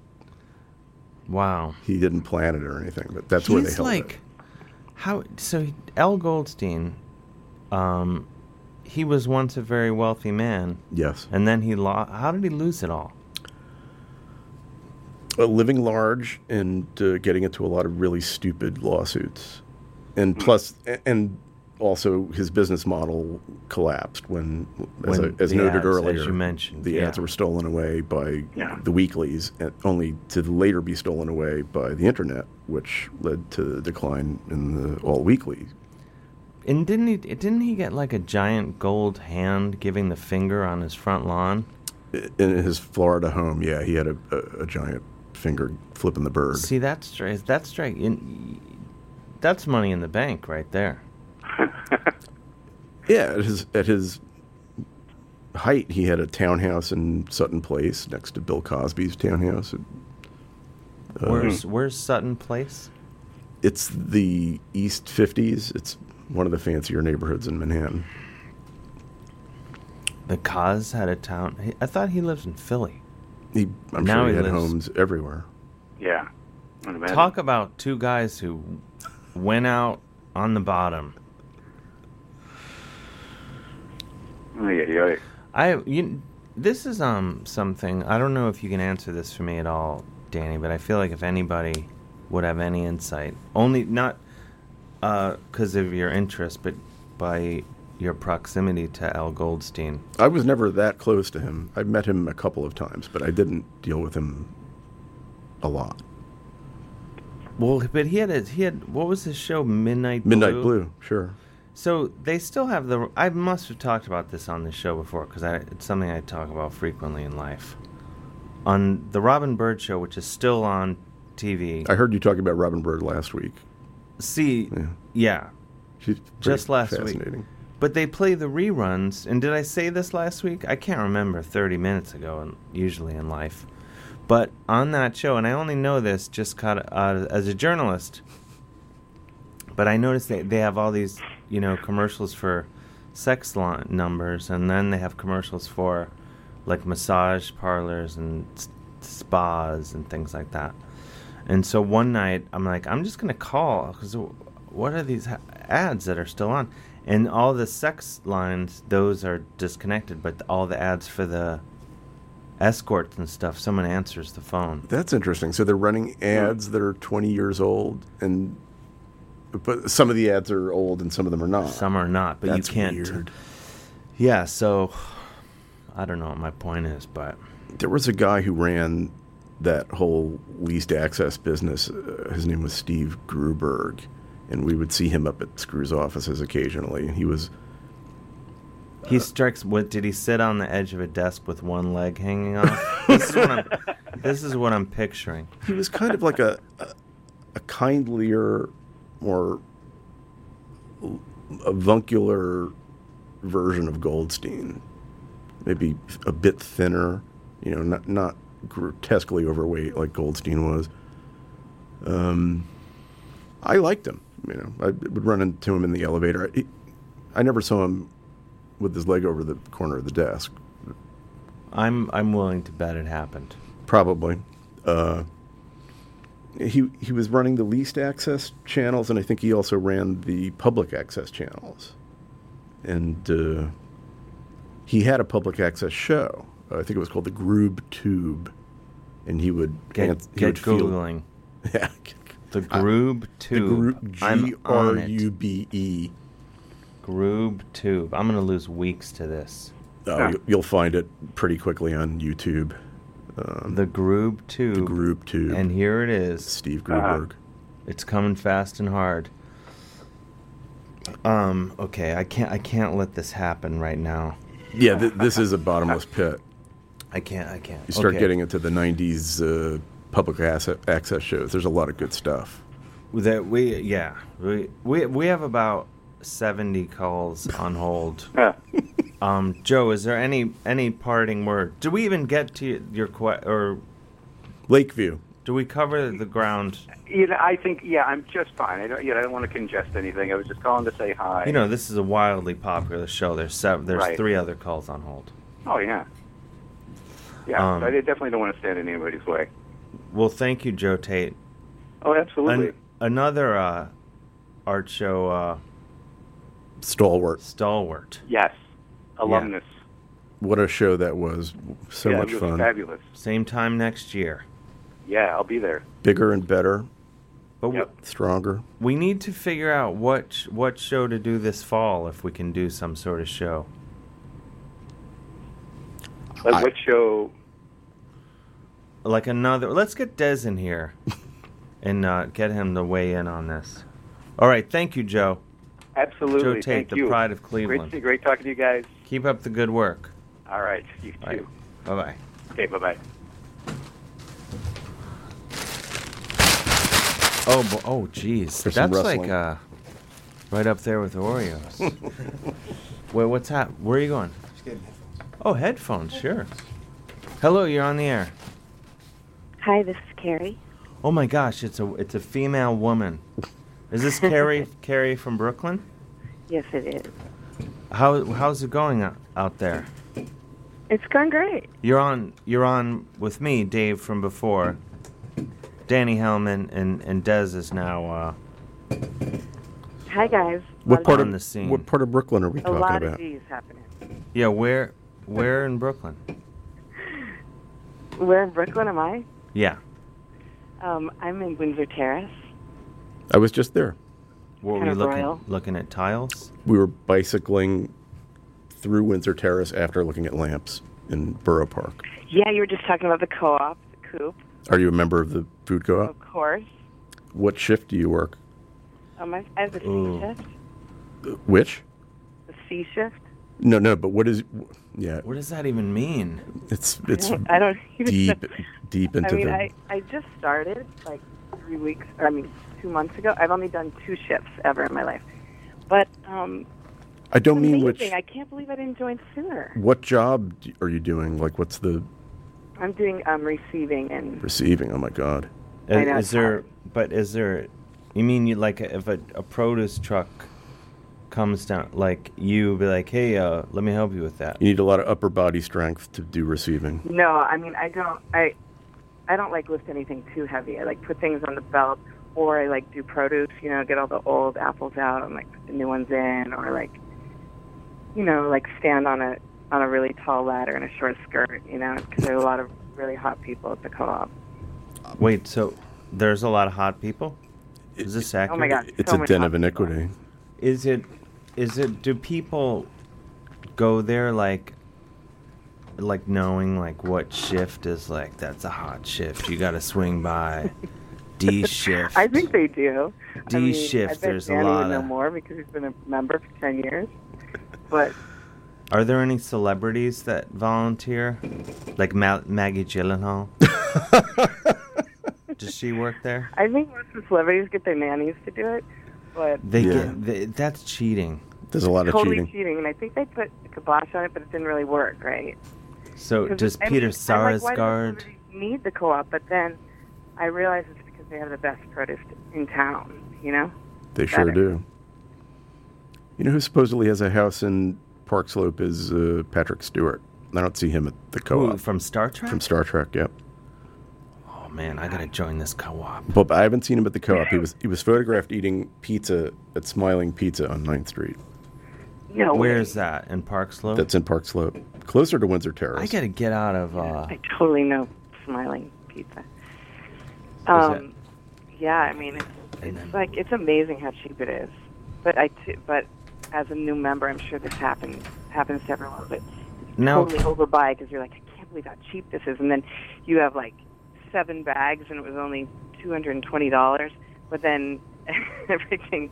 I: Wow.
M: He didn't plan it or anything, but that's where they
I: He's
M: held
I: like,
M: it.
I: how? So he- Al Goldstein, um, he was once a very wealthy man.
M: Yes.
I: And then he lost. How did he lose it all?
M: Uh, living large
I: Hmm.
M: and uh, getting into a lot of really stupid lawsuits, and plus, a- and also his business model collapsed when, as,
I: When
M: I, as
I: the
M: noted
I: ads, as
M: earlier,
I: you mentioned,
M: the
I: yeah.
M: ads were stolen away by the weeklies, and only to later be stolen away by the internet, which led to the decline in the all weekly.
I: And didn't he? Didn't he get like a giant gold hand giving the finger on his front lawn?
M: In his Florida home, yeah, he had a, a, a giant finger flipping the bird.
I: See, that's straight. That's straight. In, that's money in the bank right there.
M: Yeah, at his at his height, he had a townhouse in Sutton Place next to Bill Cosby's townhouse. Uh,
I: Where's Where's Sutton Place?
M: It's the East Fifties. It's one of the fancier neighborhoods in Manhattan.
I: The Cos had a town. he- I thought he lives in Philly.
M: He, I'm
I: Now
M: sure
I: he
M: he had
I: lives-
M: homes everywhere.
Q: Yeah.
I: Talk about two guys who went out on the bottom.
Q: Oh,
I: I you, this is um something I don't know if you can answer this for me at all, Danny, but I feel like if anybody would have any insight, only not because of your interest, but by your proximity to Al Goldstein.
M: I was never that close to him. I met him a couple of times, but I didn't deal with him a lot.
I: Well, but he had a, he had what was his show Midnight Blue?
M: Midnight Blue, sure.
I: So they still have the. I must have talked about this on this show before because it's something I talk about frequently in life. On the Robin Bird show, which is still on TV.
M: I heard you talking about Robin Bird last week.
I: See, yeah,
M: She's
I: just
M: pretty
I: last week.
M: fascinating.
I: But they play the reruns, and did I say this last week? I can't remember. Thirty minutes ago, and usually in life, but on that show, and I only know this just caught uh, as a journalist. But I noticed that they have all these, you know, commercials for sex line numbers, and then they have commercials for like massage parlors and s- spas and things like that. And so one night, I'm like, I'm just gonna call because what are these ha- ads that are still on? And all the sex lines, those are disconnected, but all the ads for the escorts and stuff, someone answers the phone.
M: That's interesting. So they're running ads that are 20 years old, and but some of the ads are old and some of them are not.
I: Some are not, but you
M: That's
I: can't-
M: Weird.
I: Yeah, so I don't know what my point is, but
M: There was a guy who ran that whole leased access business. Uh, his name was Steve Gruberg, and we would see him up at Screw's offices occasionally. And he was
I: he strikes. What did he sit on the edge of a desk with one leg hanging off? this is what I'm. This is what I'm picturing.
M: he was kind of like a a, a kindlier, more avuncular version of Goldstein. Maybe a bit thinner, you know, not not grotesquely overweight like Goldstein was. Um, I liked him. You know, I would run into him in the elevator. I, I never saw him with his leg over the corner of the desk.
I: I'm I'm willing to bet it happened.
M: Probably. Uh, he he was running the least access channels, and I think he also ran the public access channels. And uh, he had a public access show. I think it was called the Groob Tube, and he would
I: Get-
M: ans- he
I: get
M: would field-
I: Googling.
M: Yeah,
I: The Groob Tube. I'm
M: G R
I: on it.
M: U B E.
I: Groob Tube. I'm gonna lose weeks to this.
M: Oh, you- You'll find it pretty quickly on YouTube. Um,
I: the Groob Tube.
M: The Groob Tube.
I: And here it is. Ah.
M: Steve Gruberg.
I: It's coming fast and hard. Um, okay, I can't I can't let this happen right now.
M: Yeah, th- this is a bottomless pit.
I: I can't I can't.
M: You start
I: Okay.
M: getting into the 90s uh, public asset access shows. There's a lot of good stuff.
I: that we yeah, we we we have about 70 calls on hold. um Joe, is there any any parting word? Do we even get to your que- or
M: Lakeview?
I: Do we cover the ground?
Q: You know, I think yeah, I'm just fine. I don't, you know, I don't want to congest anything. I was just calling to say hi.
I: You know, this is a wildly popular show. There's seven, there's
Q: Right.
I: three other calls on hold.
Q: Oh yeah. Yeah,
I: Um,
Q: so I definitely don't want to stand in anybody's way.
I: Well, thank you, Joe Tate.
Q: Oh, absolutely.
I: An- another uh, art show uh,
M: Stalwart.
I: stalwart.
Q: yes, alumnus.
M: What a show that was. So
Q: Yeah, it
M: much
Q: was
M: fun.
Q: Fabulous.
I: Same time next year.
Q: Yeah, I'll be there.
M: Bigger and better.
I: But
M: stronger.
I: we need to figure out what sh- what show to do this fall if we can do some sort of show.
Q: Like what show?
I: Like another. Let's get Des in here and uh, get him to weigh in on this. All right. Thank you, Joe.
Q: Absolutely.
I: Joe Tate,
Q: Thank
I: the
Q: you.
I: pride of
Q: Great,
I: Cleveland.
Q: to- great talking to you guys.
I: Keep up the good work.
Q: All right. You too.
I: Bye bye.
Q: Okay. Bye bye.
I: Oh, bo- oh, jeez.
M: There's some
I: That's like
M: rustling.
I: uh, right up there with Oreos. Wait, what's that? Where are you going? Oh, headphones. Sure. Hello, you're on the air.
R: Hi, this is Carrie.
I: Oh my gosh, it's a it's a female woman. Is this Carrie Carrie from Brooklyn?
R: Yes, it is.
I: How how's it going out, out there?
R: It's going great.
I: You're on you're on with me, Dave from before. Danny Hellman and and Dez is now uh,
R: Hi, guys.
M: What part
I: on
M: of
I: the scene.
M: What part of Brooklyn are we
R: a
M: talking
R: lot
M: about?
R: of G's happening.
I: Yeah, where where in Brooklyn?
R: Where in Brooklyn am I?
I: Yeah.
R: Um, I'm in Windsor Terrace.
M: I was just there.
I: What were
R: Kind
I: you
R: of
I: looking
R: royal.
I: looking at tiles?
M: We were bicycling through Windsor Terrace after looking at lamps in Borough Park.
R: Yeah, you were just talking about the co-op, the coop,
M: Are you a member of the food
I: Oh,
M: co-op?
R: of course.
M: What shift do you work?
R: Um, I I have the C
M: Ooh.
R: shift.
M: Which?
R: The C shift.
M: No, no. But what is? Yeah.
I: What does that even mean?
M: It's it's
R: I don't- I don't even
M: deep
R: know.
M: deep into
R: I mean,
M: the.
R: I, I just started like three weeks, I mean, two months ago. I've only done two shifts ever in my life. But um,
M: I don't mean
R: amazing.
M: which.
R: I can't believe I didn't join sooner.
M: What job d- are you doing? Like, what's the
R: I'm doing um, receiving and
M: receiving? Oh my God.
R: I know,
I: is
R: it's
I: there? But is there? You mean you like if a, a produce truck comes down, like you be like, hey, uh, let me help you with that.
M: You need a lot of upper body strength to do receiving.
R: No, I mean I don't I I don't like lift anything too heavy. I like put things on the belt or I like do produce, you know, get all the old apples out and like put the new ones in or like you know, like stand on a on a really tall ladder in a short skirt, you know, because there are a lot of really hot people at the co-op.
I: Wait, so there's a lot of hot people. Is this accurate?
R: Oh my God,
M: It's
R: so
M: a
R: many
M: den
R: hot
M: of iniquity.
I: Is it? Is it? Do people go there like, like knowing like what shift is like? That's a hot shift. You got to swing by. D shift.
R: I think they do.
I: D
R: I mean,
I: shift,
R: I bet
I: there's a
R: Danny
I: lot
R: would know
I: of-
R: more because he's been a member for ten years. But
I: Are there any celebrities that volunteer? Like Ma- Maggie Gyllenhaal? Does she work there?
R: I think most of the celebrities get their nannies to do it. But
I: They get they, that's cheating.
M: There's a lot
R: totally cheating. and I think they put a kibosh on it, but it didn't really work, right?
I: So
R: 'Cause
I: does
R: I mean,
I: Peter
R: I'm like, why do
I: Sarsgaard?
R: celebrities need the co-op, but then I realize it's because they have the best produce in town. You know,
M: They sure do. You know who supposedly has a house in Park Slope is uh, Patrick Stewart. I don't see him at the co-op.
I: Who, from Star Trek?
M: From Star Trek, yep.
I: oh man, I gotta join this co-op.
M: But I haven't seen him at the co-op. He was he was photographed eating pizza at Smiling Pizza on 9th Street.
R: No
I: Where is that? In Park Slope?
M: That's in Park Slope, closer to Windsor Terrace.
I: I gotta get out of. Uh,
R: I totally know smiling pizza.
I: that-
R: Um, yeah, I mean, it's, it's like it's amazing how cheap it is. But I, t- but as a new member, I'm sure this happens happens to everyone. But
I: now,
R: totally overbuy because you're like, I can't believe how cheap this is. And then you have like seven bags, and it was only two hundred and twenty dollars. But then everything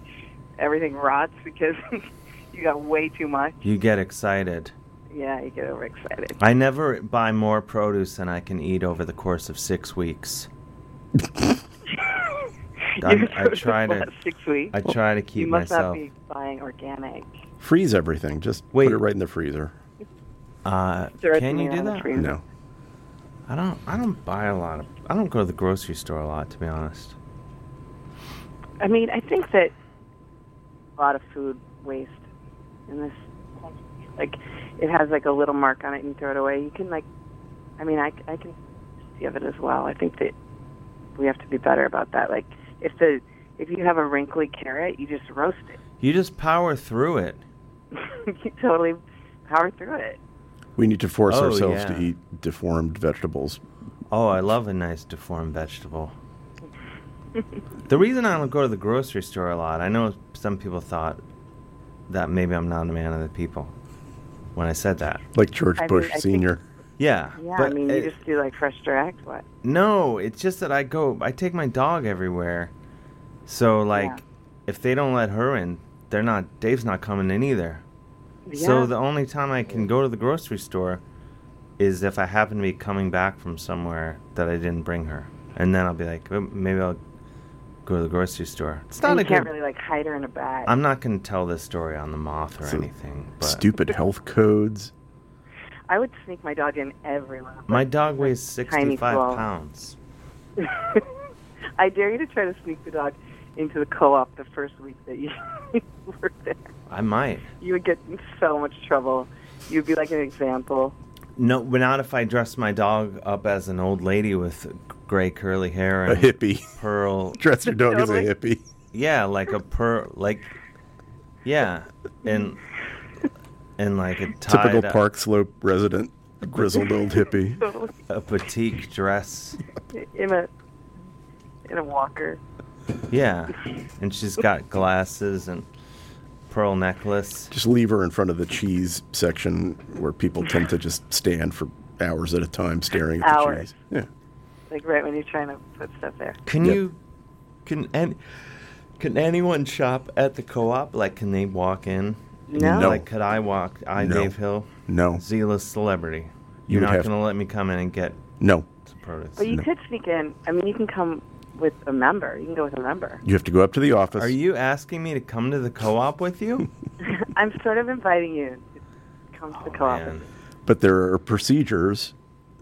R: everything rots because you got way too much.
I: you get excited.
R: Yeah, you get overexcited.
I: I never buy more produce than I can eat over the course of six weeks. I, I try to.
R: six weeks.
I: I try to
R: you
I: keep
R: must
I: myself.
R: not be buying organic.
M: Freeze everything. Just put it right in the freezer.
I: Uh,
R: Throw it
I: can
R: to
I: you
R: me
I: do
R: on the
I: that?
R: freezer.
M: No.
I: I don't. I don't buy a lot of. I don't go to the grocery store a lot, to be honest.
R: I mean, I think that a lot of food waste in this, country, like, it has like a little mark on it and throw it away. You can like, I mean, I, I can see of it as well. I think that we have to be better about that. Like, if the if you have a wrinkly carrot, you just roast
I: You just power through it.
R: it. you totally power through it.
M: We need to force
I: Oh,
M: ourselves
I: yeah.
M: to eat deformed vegetables.
I: Oh, I love a nice deformed vegetable. The reason I don't go to the grocery store a lot, I know some people thought that maybe I'm not a man of the people when I said that.
M: Like George
R: I mean, Bush I think- Sr..
I: Yeah.
R: Yeah, I
I: but
R: mean, you
I: it-
R: just do like fresh direct. What?
I: No, it's just that I go, I take my dog everywhere. So, like,
R: Yeah.
I: if they don't let her in, they're not, Dave's not coming in either. So,
R: Yeah.
I: the only time I can go to the grocery store is if I happen to be coming back from somewhere that I didn't bring her. And then I'll be like, "Oh, maybe I'll go to the grocery store. It's not
R: And
I: a
R: you can't
I: good.
R: really like hide her in a bag.
I: I'm not going to tell this story on the moth or anything. But
M: Stupid health codes.
R: I would sneak my dog in everywhere.
I: My dog weighs
R: Tiny
I: 65
R: claw.
I: pounds.
R: I dare you to try to sneak the dog into the co-op the first week that you work there.
I: I might.
R: You would get in so much trouble. You'd be like an example.
I: No, but not if I dress my dog up as an old lady with gray curly hair and
M: hippie.
I: pearl.
M: Dress your dog as a Totally. hippie.
I: Yeah, like a pearl, like yeah, and and like a tied
M: Typical
I: up-
M: Park Slope resident, grizzled old hippie.
I: a boutique dress.
R: In a in a walker.
I: Yeah, and she's got glasses and pearl necklace.
M: Just leave her in front of the cheese section where people tend to just stand for hours at a time staring at the
R: Hours.
M: cheese. Yeah.
R: Like right when you're trying to put stuff there.
I: Can you? Can any? Can anyone shop at the co-op? Like, can they walk in?
R: No. No.
I: Like, could I walk? I,
M: No.
I: Dave Hill.
M: No.
I: Zealous celebrity.
M: You
I: You're
M: would
I: not
M: have-
I: going to let me come in and get
M: No.
I: some produce.
R: But you could sneak in. I mean, you can come with a member. You can go with a member.
M: You have to go up to the office.
I: Are you asking me to come to the co-op with you?
R: I'm sort of inviting you to come to
M: Oh,
R: the co-op.
M: But there are procedures,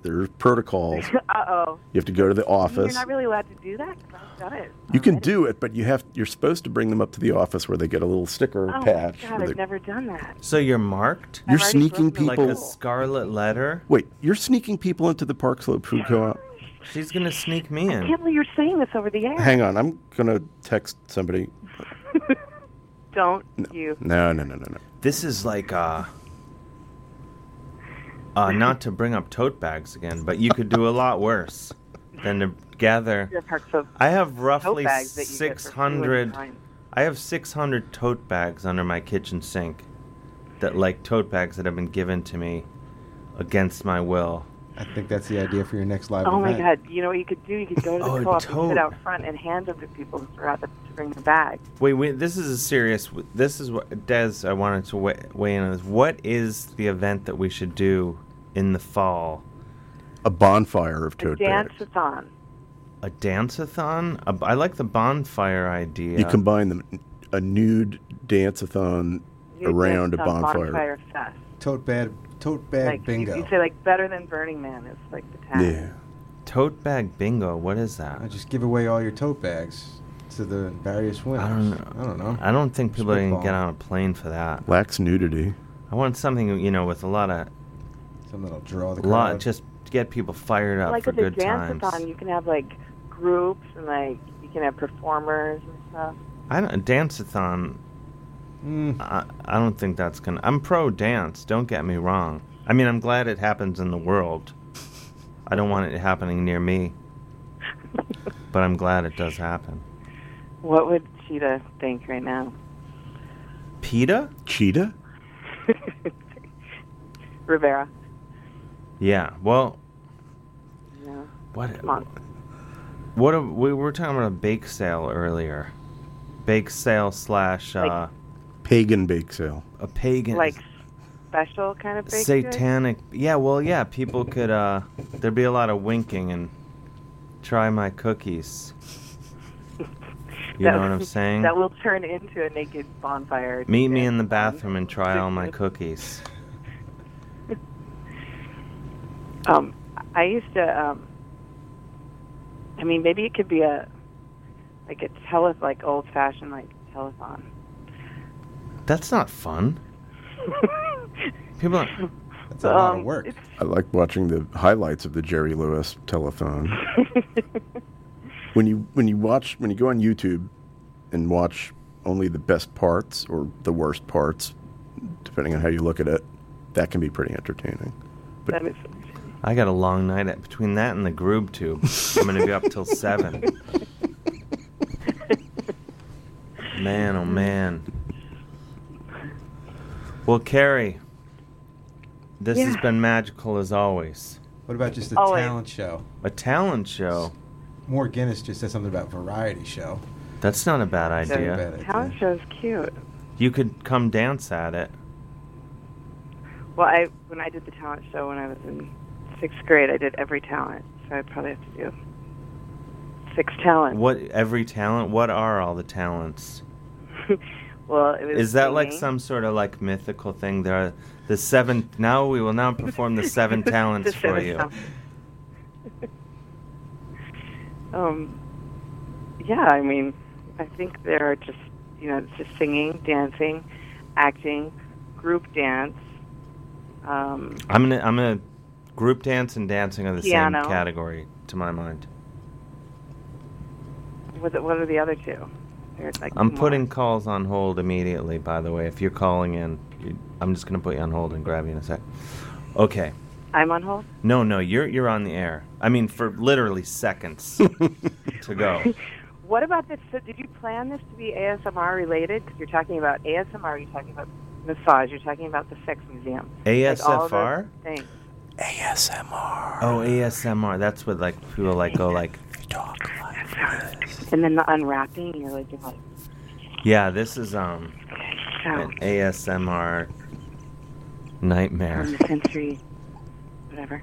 M: there are protocols.
R: uh oh.
M: You have to go to the
R: You're
M: office.
R: not really allowed to do that. 'cause I've done it.
M: You can do it, but you have you're supposed to bring them up to the office where they get a little sticker
R: Oh
M: patch.
R: my god,
M: with a-
R: I've never done that.
I: So you're marked.
M: You're sneaking people.
I: like a scarlet letter.
M: Wait, you're sneaking people into the Park Slope Food Co-op.
I: She's gonna sneak me
R: I
I: in.
R: can't believe you're saying this over the air.
M: Hang on, I'm gonna text somebody.
R: Don't you?
M: No, no, no, no, no.
I: This is like uh, uh, not to bring up tote bags again, but you could do a lot worse than to gather.
R: Your parts of
I: I have
R: tote
I: roughly
R: bags that you get for
I: six hundred. I have six hundred tote bags under my kitchen sink, that like tote bags that have been given to me against my will.
S: I think that's the idea for your next live
R: Oh my
S: event.
R: god! You know what you could do? You could go to the
I: Oh, a
R: co-op and
I: tote.
R: sit out front and hand them to people who forgot to to bring their bag.
I: Wait, wait. This is a serious. This is what Des. I wanted to weigh, weigh in on this. What is the event that we should do in the fall?
M: A bonfire of tote
R: Dance is on.
I: A dance-a-thon. A, I like the bonfire idea.
M: You combine them, a nude dance-a-thon around a bonfire.
R: fest.
S: Tote bag, tote bag
R: Like
S: bingo.
R: You, you say like better than Burning Man is like the tag.
M: Yeah.
I: Tote bag bingo. What is that?
S: I just give away all your tote bags to the various winners. I don't know. I don't know.
I: I don't think people are gonna
S: Spitball.
I: get on a plane for that.
M: Lacks nudity.
I: I want something you know with a lot of.
S: Something that'll draw the
I: lot,
S: crowd.
I: Just to get people fired up
R: like
I: for
R: at the
I: good times.
R: dance-a-thon, you can have like groups and like you can have performers and stuff.
I: I don't dance-a-thon.
S: Hmm.
I: I, I don't think that's gonna. I'm pro dance. Don't get me wrong. I mean, I'm glad it happens in the world. I don't want it happening near me, but I'm glad it does happen.
R: What would Cheetah think right now?
I: Peta?
M: Cheetah?
R: Rivera.
I: Yeah. Well,
R: No.
I: What?
R: Come on.
I: what a, we were talking about a bake sale earlier. Bake sale slash
R: Like-
I: uh,
M: Pagan bake sale.
I: a pagan
R: Like special kind of baked goods?
I: satanic. Yeah. Well, yeah. People could. uh There'd be a lot of winking and try my cookies. You
R: That-
I: know what I'm saying?
R: That will turn into a naked bonfire.
I: Meet me in the bathroom and try all my cookies.
R: Um, I used to. Um, I mean, maybe it could be a like a tele like old fashioned like telethon.
I: That's not fun. People are.
S: That's
R: a lot of Um,
S: work.
M: I like watching the highlights of the Jerry Lewis telethon. when you when you watch when you go on YouTube and watch only the best parts or the worst parts, depending on how you look at it, that can be pretty entertaining.
R: That is,
I: I got a long night at, between that and the Groob Tube. I'm gonna be up till seven. Man, oh man. Well, Carrie, this has
R: Yeah.
I: been magical as always.
S: What about just a
R: Always.
S: talent show?
I: A talent show.
S: More Guinness just said something about variety show.
I: That's not a bad idea.
R: Talent show's cute.
I: You could come dance at it.
R: Well, I when I did the talent show when I was in sixth grade, I did every talent, so I probably have to do six talents.
I: What every talent? What are all the talents?
R: Well, it was
I: Is that like
R: singing.
I: some sort of like mythical thing? There are the seven. Now we will now perform the seven talents
R: The
I: for
R: seven
I: you.
R: talents. um, yeah, I mean, I think there are just you know it's just singing, dancing, acting, group dance, um,
I: I'm gonna I'm gonna group dance and dancing are the
R: Piano.
I: same category to my mind.
R: What, the- what are the other two? There's like
I: I'm
R: two more.
I: putting calls on hold immediately. By the way, if you're calling in, you, I'm just gonna put you on hold and grab you in a sec. Okay.
R: I'm on hold.
I: No, no, you're you're on the air. I mean, for literally seconds to go.
R: What about this? So did you plan this to be ASMR related? Because you're talking about ASMR, you're talking about massage, you're talking about the sex museum. Like all those
I: ASFR?
R: things.
I: ASMR. Oh, ASMR. That's what like people like go like.
R: And then the unwrapping, you're like, you're like
I: Yeah, this is um an
R: sound
I: ASMR nightmare.
R: from the sensory, whatever.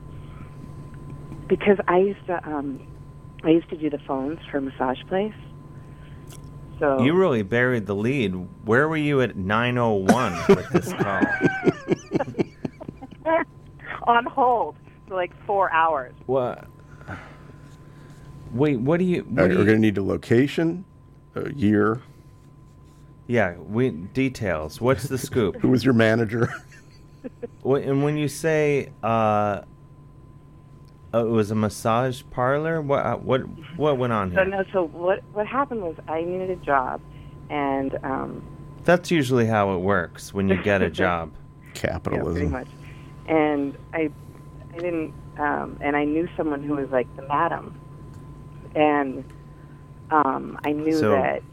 R: Because I used to, um, I used to do the phones for massage place. So
I: You really buried the lead. Where were you at 9:01 with this call?
R: on hold for like four hours.
I: What? Wait, what do you? What
M: All right,
I: do
M: we're
I: you-
M: going to need a location, a year.
I: Yeah, we details. What's the scoop?
M: Who was your manager?
I: Wh- and when you say uh, uh, it was a massage parlor, what uh, what what went on
R: So
I: here?
R: no, so what what happened was I needed a job, and um,
I: That's usually how it works when you get a job.
R: Yeah, pretty
M: Capitalism.
R: much. And I, I didn't, um, and I knew someone who was like the madam, and um, I knew
I: So-
R: that,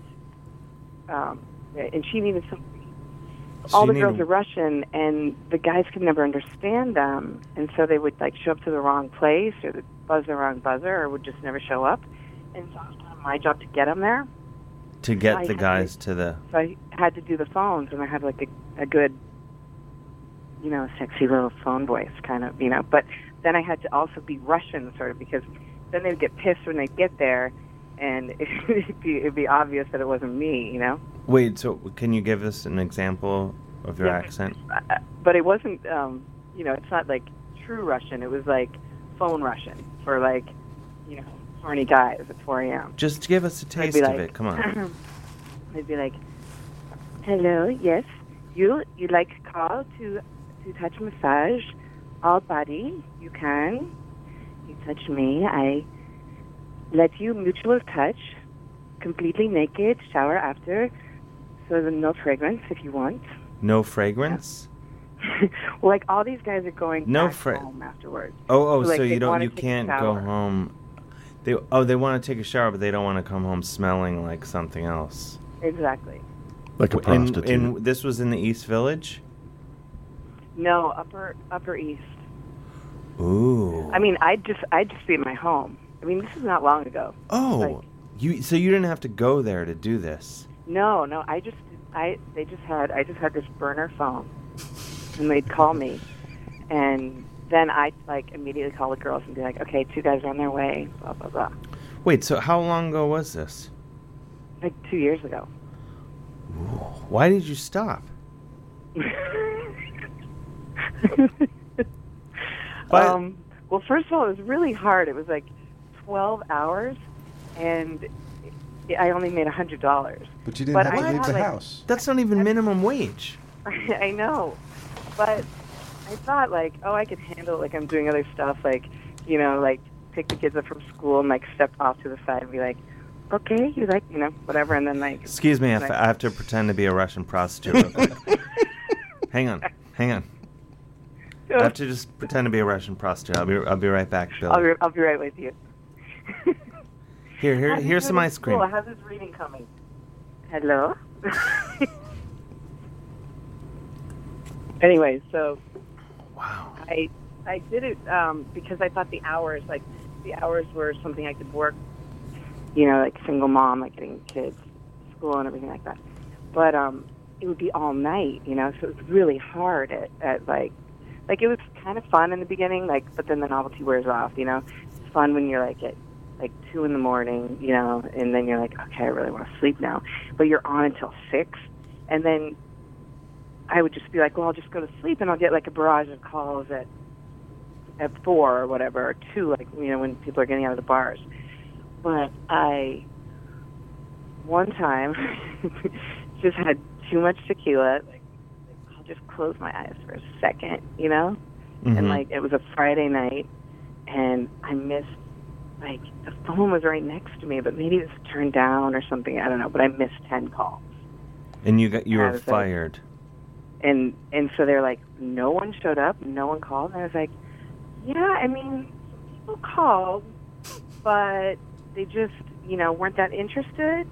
R: um, and she needed some. All
I: She
R: the
I: needed-
R: girls are Russian, and the guys could never understand them, and so they would like show up to the wrong place, or the buzz the wrong buzzer, or would just never show up. And so it was kind of my job to get them there.
I: to
R: I
I: get the
R: had
I: guys to the
R: So I had to do the phones, and I had like a, a good, you know, sexy little phone voice kind of, you know. But then I had to also be Russian, sort of, because then they'd get pissed when they get there, and it'd be, it'd be obvious that it wasn't me, you know.
I: Wait, so can you give us an example of your
R: Yeah.
I: accent?
R: Uh, But it wasn't, um, you know, it's not like true Russian. It was like phone Russian for like, you know, horny guys at 4 a.m.
I: Just give us a
R: I'd
I: taste
R: be
I: of
R: like-
I: it. Come on.
R: I'd be like, "Hello, yes, you you like call to to touch massage all body? You can. You touch me. I let you mutual touch, completely naked. Shower after, so then no fragrance if you want.
I: No fragrance.
R: Well, like all these guys are going
I: No
R: back
I: fra-
R: home afterwards.
I: Oh, oh, so,
R: like, they
I: you don't,
R: wanna
I: you
R: take a
I: can't go
R: shower.
I: home. They oh, they want to take a shower, but they don't want to come home smelling like something else.
R: Exactly.
M: Like a
I: W- in-
M: prostitute.
I: in- this was in the East Village.
R: No, upper upper east.
I: Ooh.
R: I mean, I'd just I'd just be in my home. I mean, this is not long ago.
I: Oh, you so you didn't have to go there to do this.
R: No, no. I just, I they just had, I just had this burner phone, and they'd call me, and then I'd like immediately call the girls and be like, okay, two guys are on their way, blah blah blah.
I: Wait, so how long ago was this?
R: Like two years ago.
I: Why did you stop? But-
R: um, well, first of all, it was really hard. It was like twelve hours, and I only made a hundred dollars.
S: But you didn't
R: But
S: have to
R: I
S: leave
R: had,
S: the
R: like-
S: house.
I: That's not even minimum wage.
R: I know, but I thought like, oh, I could handle it. Like I'm doing other stuff, like you know, like pick the kids up from school and like step off to the side and be like, okay, you like, you know, whatever, and then like.
I: Excuse me, I
R: like,
I: f- I have to pretend to be a Russian prostitute. Real quick. hang on, hang on. I have to just pretend to be a Russian prostitute. I'll be I'll be right back, Bill.
R: I'll be, I'll be right with you.
I: Here, here,
R: How's it
I: here's some
R: going to
I: ice cream.
R: School? How's this reading coming? Hello. anyway, so wow, I I did it um, because I thought the hours like the hours were something I could work, you know, like single mom, like getting kids, school, and everything like that. But um, it would be all night, you know, so it was really hard at, at like like it was kind of fun in the beginning, like but then the novelty wears off, you know. It's fun when you're like at like two in the morning, you know, and then you're like, okay, I really want to sleep now, but you're on until six, and then I would just be like, well, I'll just go to sleep, and I'll get like a barrage of calls at at four or whatever, or two, like you know, when people are getting out of the bars. But I one time just had too much tequila. Like, I'll just close my eyes for a second, you know,
I: Mm-hmm.
T: Mm-hmm.
R: and like it was a Friday night, and I missed like the phone was right next to me, but maybe it was turned down or something. I don't know, but I missed ten calls.
I: and you got you
R: I
I: were
R: was like-
I: fired.
R: and and so they're like, no one showed up, no one called, and I was like, yeah, I mean, people called, but they just you know weren't that interested.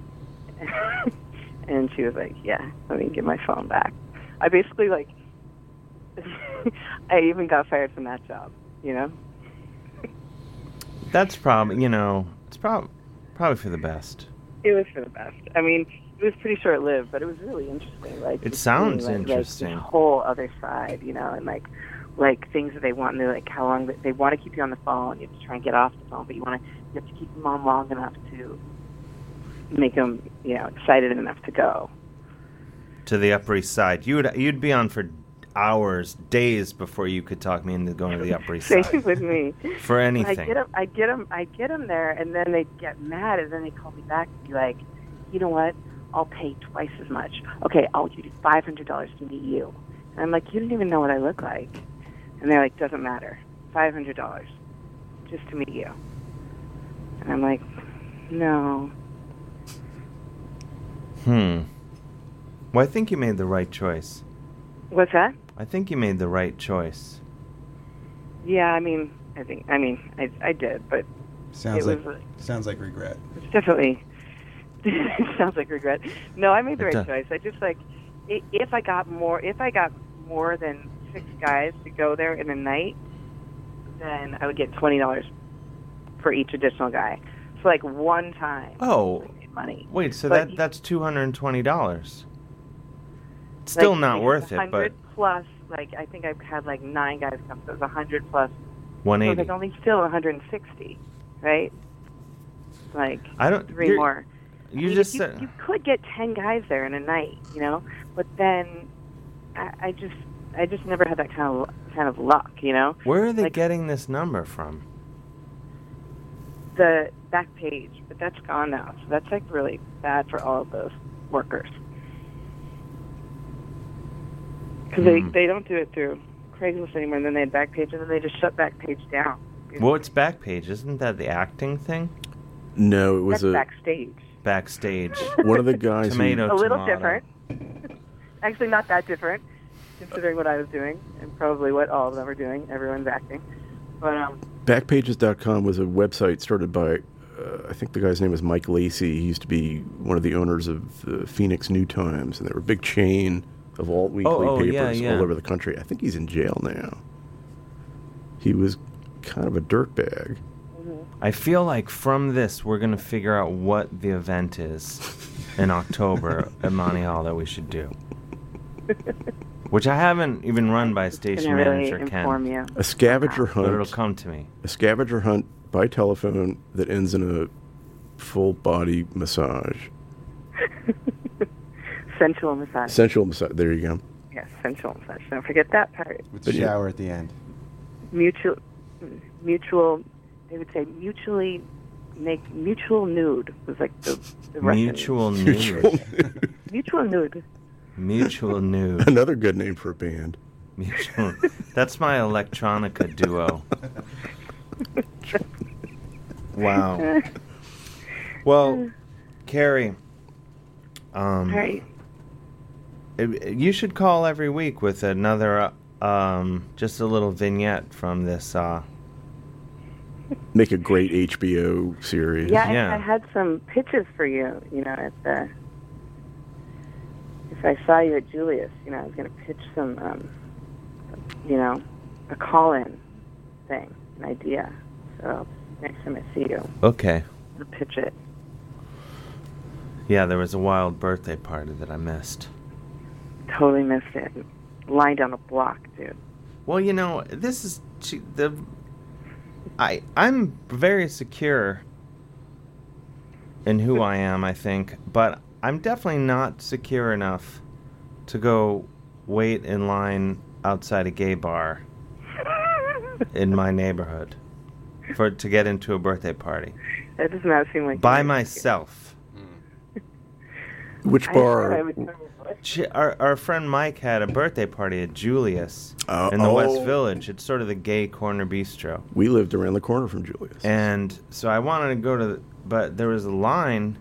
R: and she was like, yeah, let me get my phone back. I basically like, I even got fired from that job, you know.
I: That's probably you know it's probably probably for the best.
R: It was for the best. I mean, it was pretty short lived, but it was really interesting. Like
I: It
R: to see,
I: sounds
R: like, like,
I: interesting.
R: the whole other side, you know, and like like things that they want. And they're like how long they, they want to keep you on the phone. You have to try and get off the phone, but you want to you have to keep them on long enough to make them you know excited enough to go.
I: to the Upper East Side. You would you'd be on for hours, days before you could talk me into going to the Upper East
R: Same
I: Side
R: with me.
I: for
R: I
I: anything.
R: get them. I get them. I get them there, and then they get mad, and then they call me back and be like, "You know what? I'll pay twice as much. Okay, I'll give you five hundred dollars to meet you." And I'm like, "You don't even know what I look like," and they're like, "Doesn't matter. Five hundred dollars just to meet you." And I'm like, "No."
I: Hmm. Well, I think you made the right choice.
R: What's that?
I: I think you made the right choice.
R: Yeah, I mean, I think. I mean, I I did, but
S: Sounds
R: it
S: like
R: was
S: sounds like regret.
R: It's definitely. it sounds like regret. No, I made
S: It
R: the right
S: does.
R: choice. I just like i- if I got more, if I got more than six guys to go there in a night, then I would get twenty dollars for each additional guy. So like one time,
I: Oh,
R: money.
I: wait. So
R: But
I: that that's two hundred and twenty dollars. Still
R: like,
I: not
R: because
I: worth it,
R: $100
I: but
R: plus like I think I've had like nine guys come, so it was a hundred plus.
I: one
R: So
I: eighty.
R: there's only still one hundred and sixty, right? Like
I: I don't.
R: three
I: you're-
R: more. I
I: You
R: mean,
I: just
R: you,
I: said
R: you could get ten guys there in a night, you know, but then I, I just I just never had that kind of kind of luck, you know.
I: where are they getting this number from?
R: The back page, but that's gone now, so that's like really bad for all of those workers because
I: Hmm.
R: they they don't do it through Craigslist anymore, and then they had Backpage, and then they just shut Backpage down.
I: Well, it's Backpage, isn't that the acting thing?
M: No, it was
R: That's backstage.
I: a backstage.
M: One of the guys who-
I: Tomato,
R: a little
I: tomato.
R: different. Actually, not that different, considering what I was doing and probably what all of them are doing. Everyone's acting, but um,
M: Backpages.com was a website started by, uh, I think the guy's name was Mike Lacey. He used to be one of the owners of the Phoenix New Times, and they were a big chain of alt weekly
I: oh,
M: papers
I: yeah, yeah.
M: all over the country. I think he's in jail now. He was kind of a dirtbag.
I: I feel like from this, we're going to figure out what the event is in October at Monty Hall that we should do. Which I haven't even run by station
R: really
I: manager
R: inform
I: Ken.
R: you.
M: A scavenger hunt.
I: But it'll come to me.
M: A scavenger hunt by telephone that ends in a full body massage.
R: sensual massage.
M: Sensual massage. There you go.
R: yes, sensual massage. Don't forget that part.
S: With
M: But yeah.
S: shower at the end.
R: Mutual, mutual. They would say mutually make mutual nude was like the, the Russian
I: Mutual nude.
R: mutual nude.
I: Mutual nude.
M: Another good name for a band.
I: Mutual. That's my electronica duo. Wow. Well, Carrie, um,
R: Right.
I: it- you should call every week with another, uh, um, just a little vignette from this. Uh,
M: Make a great HBO series.
R: Yeah, I, I had some pitches for you. You know, at the if I saw you at Julius, you know, I was going to pitch some, um, you know, a call-in thing, an idea. So next time I see you,
I: Okay.
R: I'll pitch it.
I: Yeah, there was a wild birthday party that I missed.
R: Totally missed it. Lined on a block, dude.
I: Well, you know, this is she, the. I I'm very secure in who I am, I think, but I'm definitely not secure enough to go wait in line outside a gay bar in my neighborhood for to get into a birthday party
R: That does not seem like
I: by myself.
M: Which
R: I bar- thought I would tell
I: She- our, our friend Mike had a birthday party at Julius in the
M: oh.
I: West Village. It's sort of the gay corner bistro.
M: We lived around the corner from Julius.
I: And so I wanted to go to, the, but there was a line,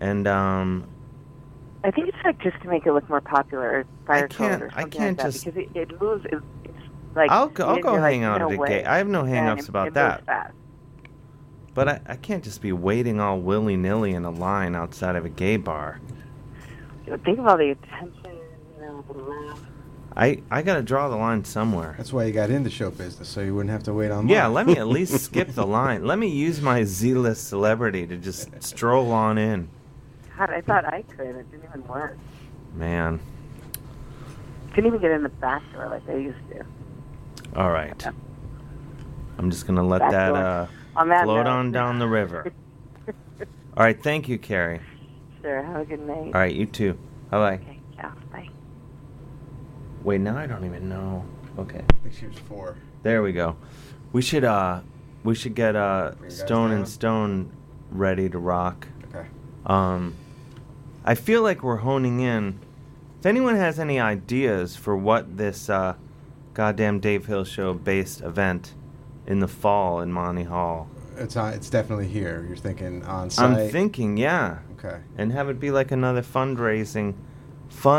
I: and um,
R: I think it's like just to make it look more popular, or fire
I: can't-
R: code or
I: I
R: something
I: can't
R: like that,
I: just-
R: because it, it moves. It, it's like
I: I'll go, I'll
R: you
I: go
R: know, like,
I: hang out
R: no
I: at a
R: way.
I: gay. I have no
R: Yeah,
I: hang
R: and
I: ups
R: it-
I: about
R: it moves
I: that,
R: fast.
I: but I, I can't just be waiting all willy nilly in a line outside of a gay bar.
R: You know, Think of all the attention, you know, the laugh.
I: I I gotta draw the line somewhere.
S: That's why you got into show business, so you wouldn't have to wait on.
I: Yeah, let me at least skip the line. Let me use my Z list celebrity to just stroll on in.
R: God, I thought I could. It didn't even work.
I: Man,
R: Couldn't even get in the back door like I used to.
I: all right. I'm just gonna let
R: Back
I: that
R: door.
I: uh,
R: On that
I: float
R: note.
I: on down the river. All right, thank you, Carrie.
R: Sure. Have a good night.
I: All right, you too. Bye bye.
R: Yeah. Bye.
I: Wait, now I don't even know. Okay.
S: I think she was four.
I: There we go. We should uh we should get uh
S: guys
I: Stone
S: down.
I: and Stone ready to rock.
S: Okay.
I: Um I feel like we're honing in. If anyone has any ideas for what this uh goddamn Dave Hill show based event in the fall in Monty Hall.
S: It's on, it's definitely here. You're thinking on site.
I: I'm thinking, yeah.
S: Okay.
I: And have it be like another fundraising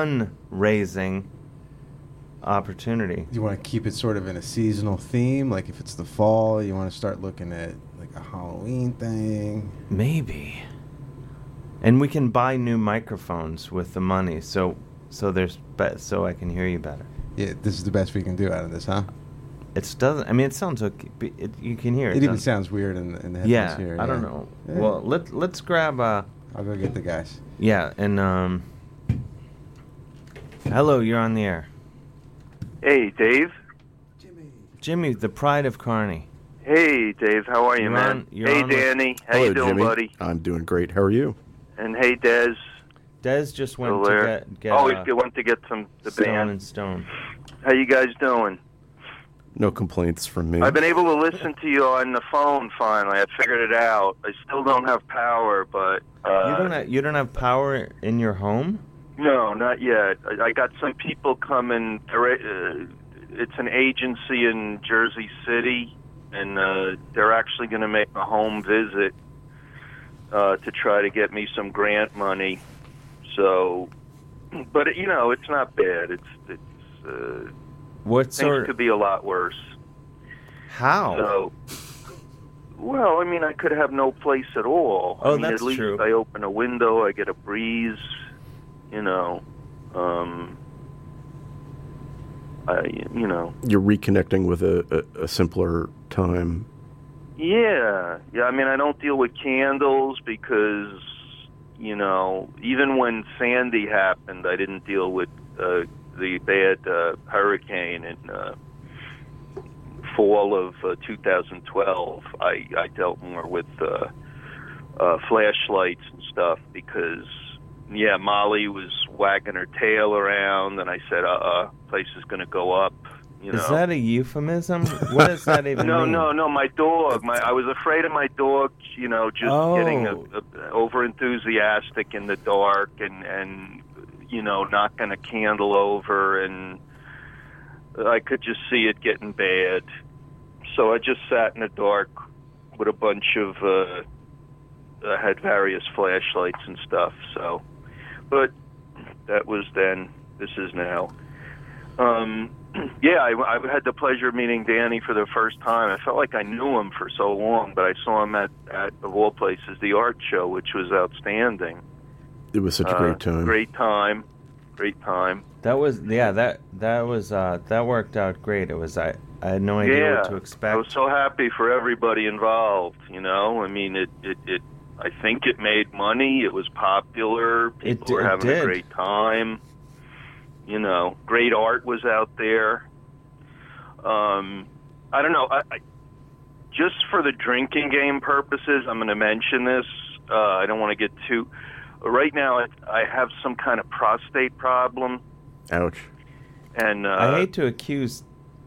I: fundraising opportunity.
S: You want to keep it sort of in a seasonal theme, like if it's the fall, you want to start looking at like a Halloween thing.
I: Maybe. And we can buy new microphones with the money, so so there's be- so I can hear you better.
S: Yeah, this is the best we can do out of this, huh?
I: It doesn't. I mean, it sounds okay. but It, you can hear it.
S: It even
I: doesn't-
S: sounds weird in the, in the headphones
I: yeah,
S: here.
I: I don't know.
S: Yeah.
I: Well, let let's grab. Uh,
S: I'll go get the guys.
I: yeah, and um. Hello, you're on the air,
U: Hey, Dave.
I: Jimmy, the pride of Carney.
U: Hey, Dave. How are you,
I: You're
U: man?
I: on- you're
U: hey,
I: on with-
U: Danny. How you doing,
M: Jimmy.
U: buddy?
M: I'm doing great. How are you?
U: And hey, Dez.
I: Dez just went
U: Hilaire.
I: to get get.
U: Always
I: uh,
U: good went to get some the
I: Stone
U: band.
I: and Stone.
U: How you guys doing?
M: No complaints from me.
U: I've been able to listen to you on the phone. Finally, I figured it out. I still don't have power, but uh,
I: you don't have, you don't have power in your home.
U: No, not yet. I, I got some people coming. They're, uh, it's an agency in Jersey City, and uh, they're actually going to make a home visit uh, to try to get me some grant money. So, but you know, it's not bad. It's it's uh,
I: What
U: things
I: sort? Oh.
U: could be a lot worse.
I: How?
U: So, well, I mean, I could have no place at all.
I: Oh,
U: I mean, at
I: that's
U: least
I: true.
U: I open a window, I get a breeze, you know. Um, I, you know,
M: You're reconnecting with a, a, a simpler time.
U: yeah, yeah. I mean, I don't deal with candles because, you know, even when Sandy happened, I didn't deal with uh, the bad uh, hurricane in uh, fall of uh, 2012. I, I dealt more with uh, uh, flashlights and stuff because, yeah, Molly was wagging her tail around, and I said, uh-uh, place is going to go up. You know.
I: Is that a euphemism? what does that even
U: No,
I: mean?
U: no, no. My dog. My, I was afraid of my dog. You know, just
I: Oh.
U: getting a, a, over enthusiastic in the dark, and and you know, knocking a candle over, and I could just see it getting bad. So I just sat in the dark with a bunch of. Uh, I uh, had various flashlights and stuff. So, but that was then. This is now. Um, yeah, I, I had the pleasure of meeting Danny for the first time. I felt like I knew him for so long, but I saw him at, at of all places, the art show, which was outstanding.
M: It was such a
U: Uh,
M: great time.
U: Great time. great time.
I: That was yeah that that was uh, that worked out great. It was I I had no idea
U: yeah,
I: what to expect.
U: I was so happy for everybody involved. You know, I mean, it it, it I think it made money. It was popular. People
I: It d-
U: were
I: it
U: having
I: did.
U: a great time. You know, great art was out there. Um, I don't know. I, I, just for the drinking game purposes, I'm going to mention this. Uh, I don't want to get too. Right now, I, I have some kind of prostate problem,
M: Ouch.
U: and uh,
I: I hate to accuse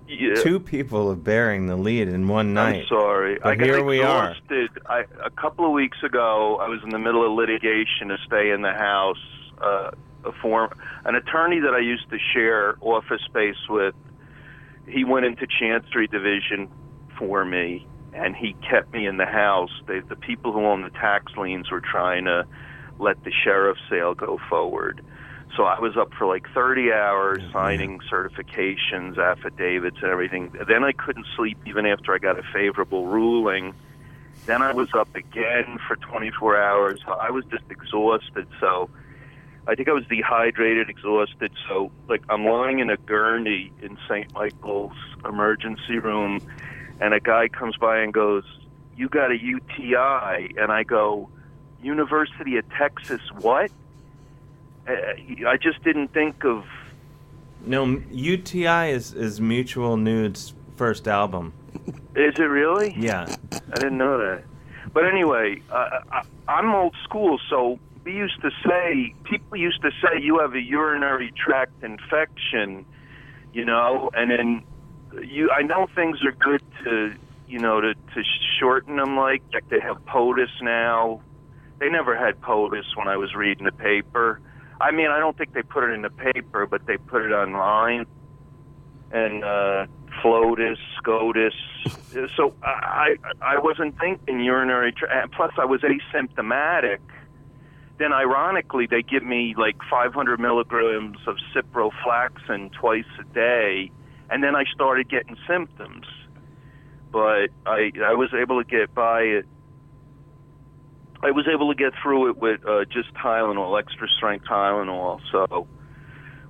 U: Yeah.
I: two people of bearing the lead in one night.
U: I'm sorry.
I: But
U: I got
I: here we are.
U: exhausted. I, a couple of weeks ago, I was in the middle of litigation to stay in the house. Uh, a form, an attorney that I used to share office space with, he went into Chancery Division for me, and he kept me in the house. They, the people who own the tax liens were trying to let the sheriff's sale go forward. So I was up for like 30 hours signing certifications, affidavits, and everything. Then I couldn't sleep even after I got a favorable ruling. Then I was up again for 24 hours. So I was just exhausted. So I think I was dehydrated, exhausted. So like I'm lying in a gurney in St. Michael's emergency room, and a guy comes by and goes, "You got a UTI?" And I go, "University of Texas, what?" Uh, I just didn't think of
I: No, m- UTI is is Mutual Nude's first album.
U: Is it really?
I: Yeah.
U: I didn't know that. But anyway, uh, I, I'm old school, so we used to say people used to say you have a urinary tract infection, you know, and then you. I know things are good to you know to to shorten them. Like, like they have POTUS now. They never had POTUS when I was reading the paper. I mean, I don't think they put it in the paper, but they put it online and uh, Flotus, Scotus. So I, I I wasn't thinking urinary. Tra- and plus, I was asymptomatic. Then, ironically, they give me like 500 milligrams of ciproflaxin twice a day, and then I started getting symptoms. But I I was able to get by it. I was able to get through it with uh, just Tylenol, extra strength Tylenol. So.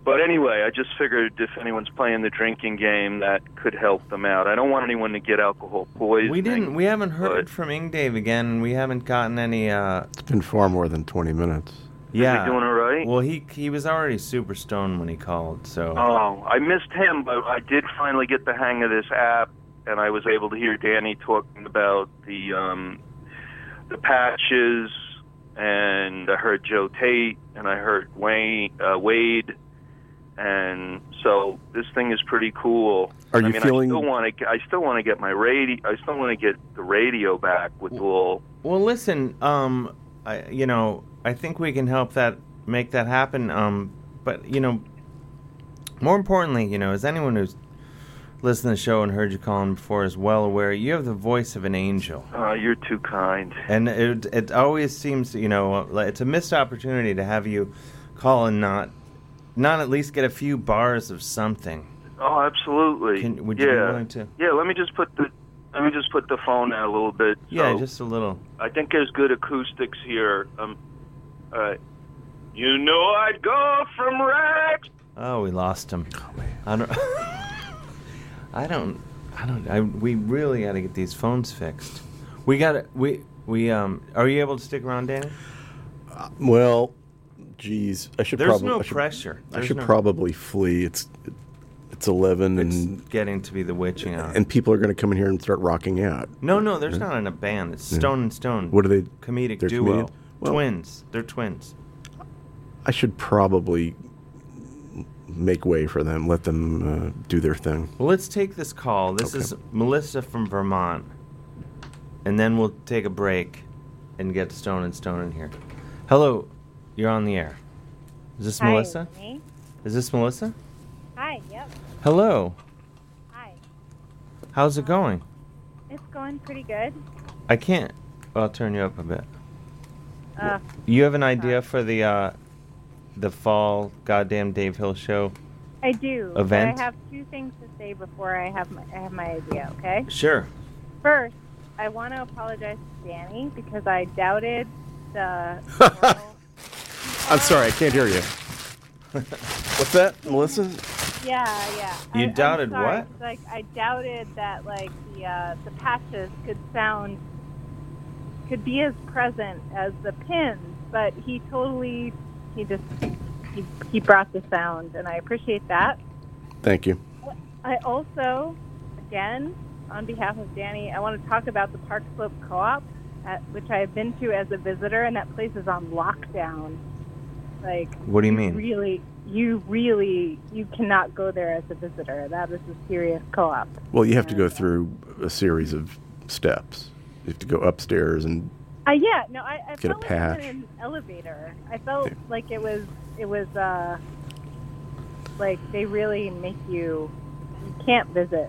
U: But anyway, I just figured if anyone's playing the drinking game, that could help them out. I don't want anyone to get alcohol poisoning.
I: We didn't. We haven't heard from Ingdave again. We haven't gotten any. Uh,
M: It's been far more than 20 minutes.
I: yeah.
U: doing all right?
I: Well, he he was already super stoned when he called. So.
U: Oh, I missed him, but I did finally get the hang of this app, and I was able to hear Danny talking about the um, the patches, and I heard Joe Tate, and I heard Wayne uh, Wade, and so this thing is pretty cool.
M: Are you
U: I mean,
M: feeling-
U: I still want to. I still want to get my radio. I still want to get the radio back with all.
I: Well, listen. Um, I, you know, I think we can help that make that happen. Um, but you know, more importantly, you know, as anyone who's listened to the show and heard you calling before is well aware, you have the voice of an angel.
U: Uh, you're too kind.
I: And it it always seems you know like it's a missed opportunity to have you call and not not at least get a few bars of something.
U: Oh, absolutely.
I: Can- would
U: yeah.
I: you be willing to-
U: Yeah, let me just put the let me just put the phone out a little bit.
I: Yeah,
U: so
I: just a little.
U: I think there's good acoustics here. Um, all right. You know I'd go from rags.
I: Oh, we lost him. I don't. I don't. I don't. I, we really got to get these phones fixed. We got to. We we um. Are you able to stick around, Danny?
M: Uh, Well, geez, I should.
I: There's
M: probably,
I: no
M: I should,
I: pressure.
M: I
I: There's
M: should
I: no-
M: probably flee. It's it's eleven, and
I: Getting to be the witching hour.
M: and people are going to come in here and start rocking out.
I: No, no. There's not in a band. It's
M: Yeah.
I: Stone and Stone.
M: What are they-
I: Comedic
M: they're
I: duo.
M: comedian? Well-
I: twins. They're twins.
M: I should probably make way for them. Let them uh, do their thing.
I: Well, let's take this call. This is Melissa from Vermont, and then we'll take a break and get Stone and Stone in here. Hello, you're on the air. Is this
T: Hi,
I: Melissa?
T: me?
I: Is this Melissa?
T: Hi, yep.
I: Hello.
T: Hi.
I: How's it going?
T: It's going pretty good.
I: I can't. I'll turn you up a bit.
T: Uh,
I: You have an idea for the uh, the fall goddamn Dave Hill show?
T: I do.
I: Event?
T: But I have two things to say before I have my, I have my idea, okay?
I: Sure.
T: First, I want to apologize to Danny because I doubted the.
M: I'm sorry, I can't hear you. What's that, Melissa?
T: Yeah, yeah.
I: You
T: I'm
I: doubted
T: sorry.
I: what?
T: It's Like I doubted that like the uh, the patches could sound could be as present as the pins, but he totally he just he, he brought the sound, and I appreciate that.
M: Thank you.
T: I also, again, on behalf of Danny, I want to talk about the Park Slope Co-op, at, which I have been to as a visitor, and that place is on lockdown. Like,
I: What do you mean?
T: Really, you really you cannot go there as a visitor. That is a serious co-op.
M: Well, you have to go through a series of steps. You have to go upstairs and
T: Uh, yeah, no, I, I
M: Get a
T: felt like I was
M: patch.
T: in an elevator. I felt like it was it was uh like they really make you you can't visit.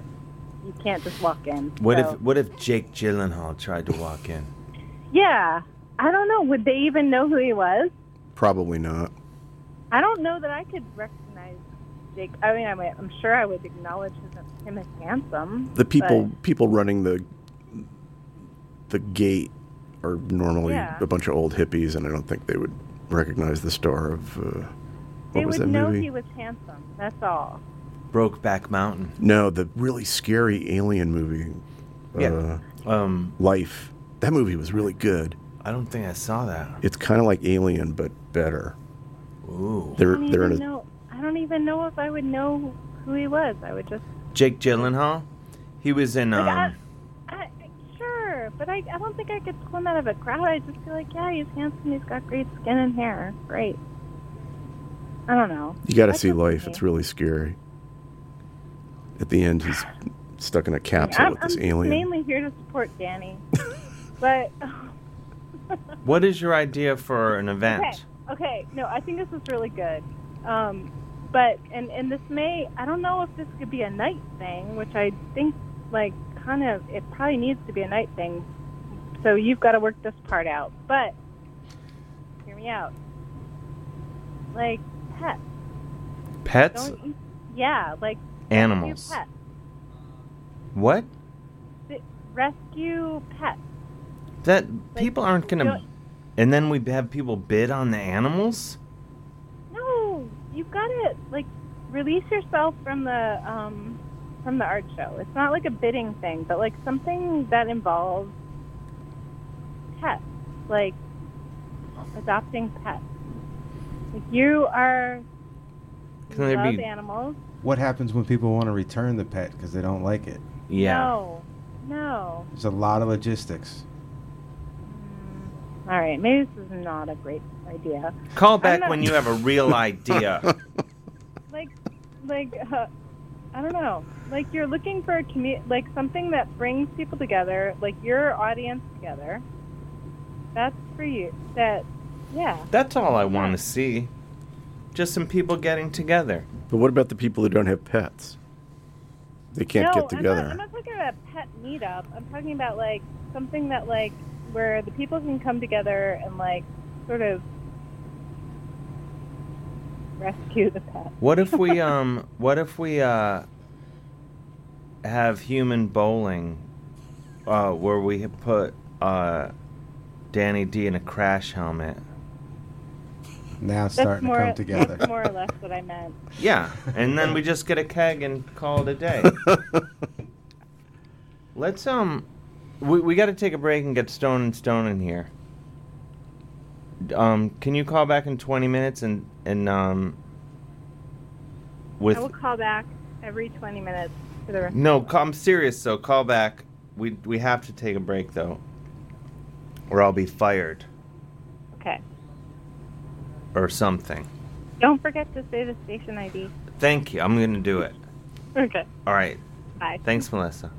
T: You can't just walk in.
I: What
T: so-
I: if what if Jake Gyllenhaal tried to walk in?
T: Yeah. I don't know. Would they even know who he was?
M: probably not.
T: I don't know that I could recognize Jake. I mean, I might, I'm sure I would acknowledge his, him as handsome.
M: The people
T: but-
M: people running the the gate are normally
T: Yeah.
M: a bunch of old hippies, and I don't think they would recognize the star of uh, what
T: they
M: was
T: would
M: that
T: know
M: movie?
T: he was handsome. That's all.
I: Brokeback Mountain.
M: No, the really scary alien movie.
I: Yeah.
M: Uh, um, Life. That movie was really good.
I: I don't think I saw that.
M: It's kind of like Alien, but better.
I: Ooh.
M: They're
T: I don't
M: they're
T: even
M: in a,
T: know. I don't even know if I would know who he was. I would just
I: Jake Gyllenhaal. He was in.
T: Like, I-
I: Um,
T: I, sure, but I, I don't think I could pull him out of a crowd. I just feel like, yeah, he's handsome. He's got great skin and hair. Great. I don't know.
M: you got to
T: That's
M: see
T: okay.
M: Life. It's really scary. At the end, he's stuck in a capsule
T: I'm,
M: with this
T: I'm
M: alien.
T: mainly here to support Danny, but oh,
I: what is your idea for an event?
T: okay, okay. No, I think this is really good. Um, but and and this may I don't know if this could be a night thing, which I think like kind of it probably needs to be a night thing. So you've got to work this part out. But hear me out. Like pets.
I: Pets?
T: Don't you- yeah, like
I: Animals.
T: Rescue
I: What?
T: pets. Rescue pets.
I: That people aren't gonna.
T: don't-
I: And then we have people bid on the animals.
T: No, you've got to like release yourself from the um, from the art show. It's not like a bidding thing, but like something that involves pets, like adopting pets. Like you are you
S: Can they
T: love
S: be-
T: animals.
S: What happens when people want to return the pet because they don't like it?
T: No, no.
S: There's a lot of logistics.
T: All right, maybe this is not a great idea.
I: Call
T: I'm
I: back
T: not-
I: when you have a real idea.
T: like like uh, I don't know. Like you're looking for a commu- like something that brings people together, like your audience together. That's for you. That yeah.
I: That's all I want to see. Just some people getting together.
M: But what about the people who don't have pets? They can't
T: no,
M: get together.
T: I'm not, I'm not talking about a pet meetup. I'm talking about like something that like where the people can come together and like sort of rescue the pet.
I: What if we um? What if we uh? Have human bowling, uh, where we put uh, Danny D in a crash helmet.
S: Now it's
T: That's
S: starting
T: more
S: to come together.
T: that's more or less what I meant.
I: Yeah, and then we just get a keg and call it a day. Let's um, we we got to take a break and get Stone and Stone in here. Um, can you call back in twenty minutes and and um, with
T: I will call back every 20 minutes for the rest.
I: no, ca- I'm serious. So call back. We we have to take a break though, or I'll be fired
T: Okay.
I: or something.
T: Don't forget to say the station ID.
I: Thank you. I'm gonna do it.
T: Okay.
I: All right.
T: Bye.
I: Thanks, Melissa.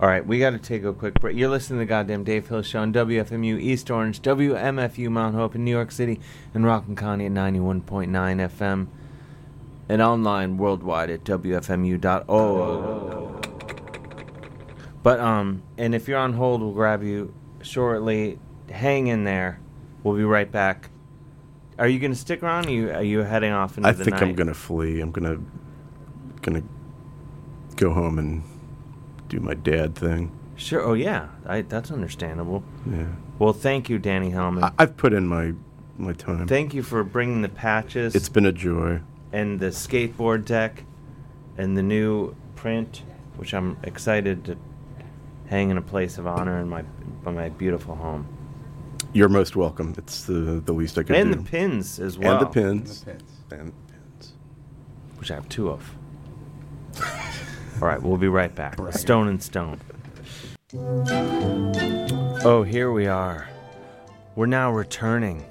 I: All right, we got to take a quick break. You're listening to the Goddamn Dave Hill Show on WFMU East Orange, WMFU Mount Hope in New York City, and Rockin' Connie at 91.9 FM, and online worldwide at WFMU.org. But, um, and if you're on hold, we'll grab you shortly. Hang in there. We'll be right back. Are you going to stick around? Or you, are you heading off into
M: I
I: the
M: think
I: night?
M: I'm gonna flee. I'm gonna gonna go home and do my dad thing.
I: Sure. Oh, yeah. I, that's understandable.
M: Yeah.
I: Well, thank you, Danny Hellman.
M: I, I've put in my my time.
I: Thank you for bringing the patches.
M: It's been a joy.
I: and the skateboard deck and the new print, which I'm excited to hang in a place of honor in my in my beautiful home.
M: You're most welcome. It's the, the least I could
I: And
M: do.
I: the pins as well.
M: And the pins. And
I: Which I have two of. All right, we'll be right back. Stone and Stone. Oh, here we are. We're now returning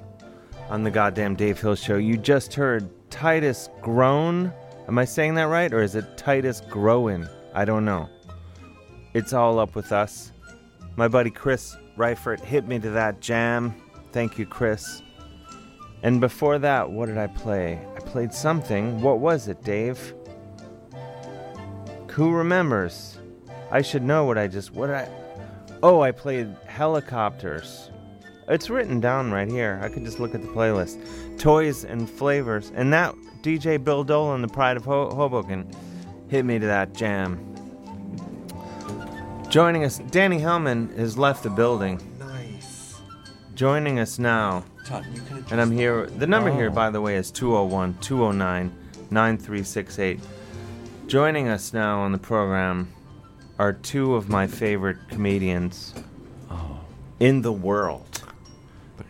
I: on the goddamn Dave Hill show. You just heard Titus Groan. Am I saying that right? Or is it Titus Groen? I don't know. It's all up with us. My buddy Chris Reifert hit me to that jam. Thank you, Chris. And before that, what did I play? I played something. What was it, Dave? Who remembers? I should know what I just what I Oh, I played helicopters. It's written down right here. I could just look at the playlist. Toys and flavors. And that DJ Bill Dolan, the Pride of Ho- Hoboken, hit me to that jam. Joining us, Danny Hellman has left the building.
C: Nice.
I: Joining us now,
C: Todd, you can adjust
I: and I'm here. The number here,
C: Oh.
I: by the way, is 201 209 9368. Joining us now on the program are two of my favorite comedians in the world.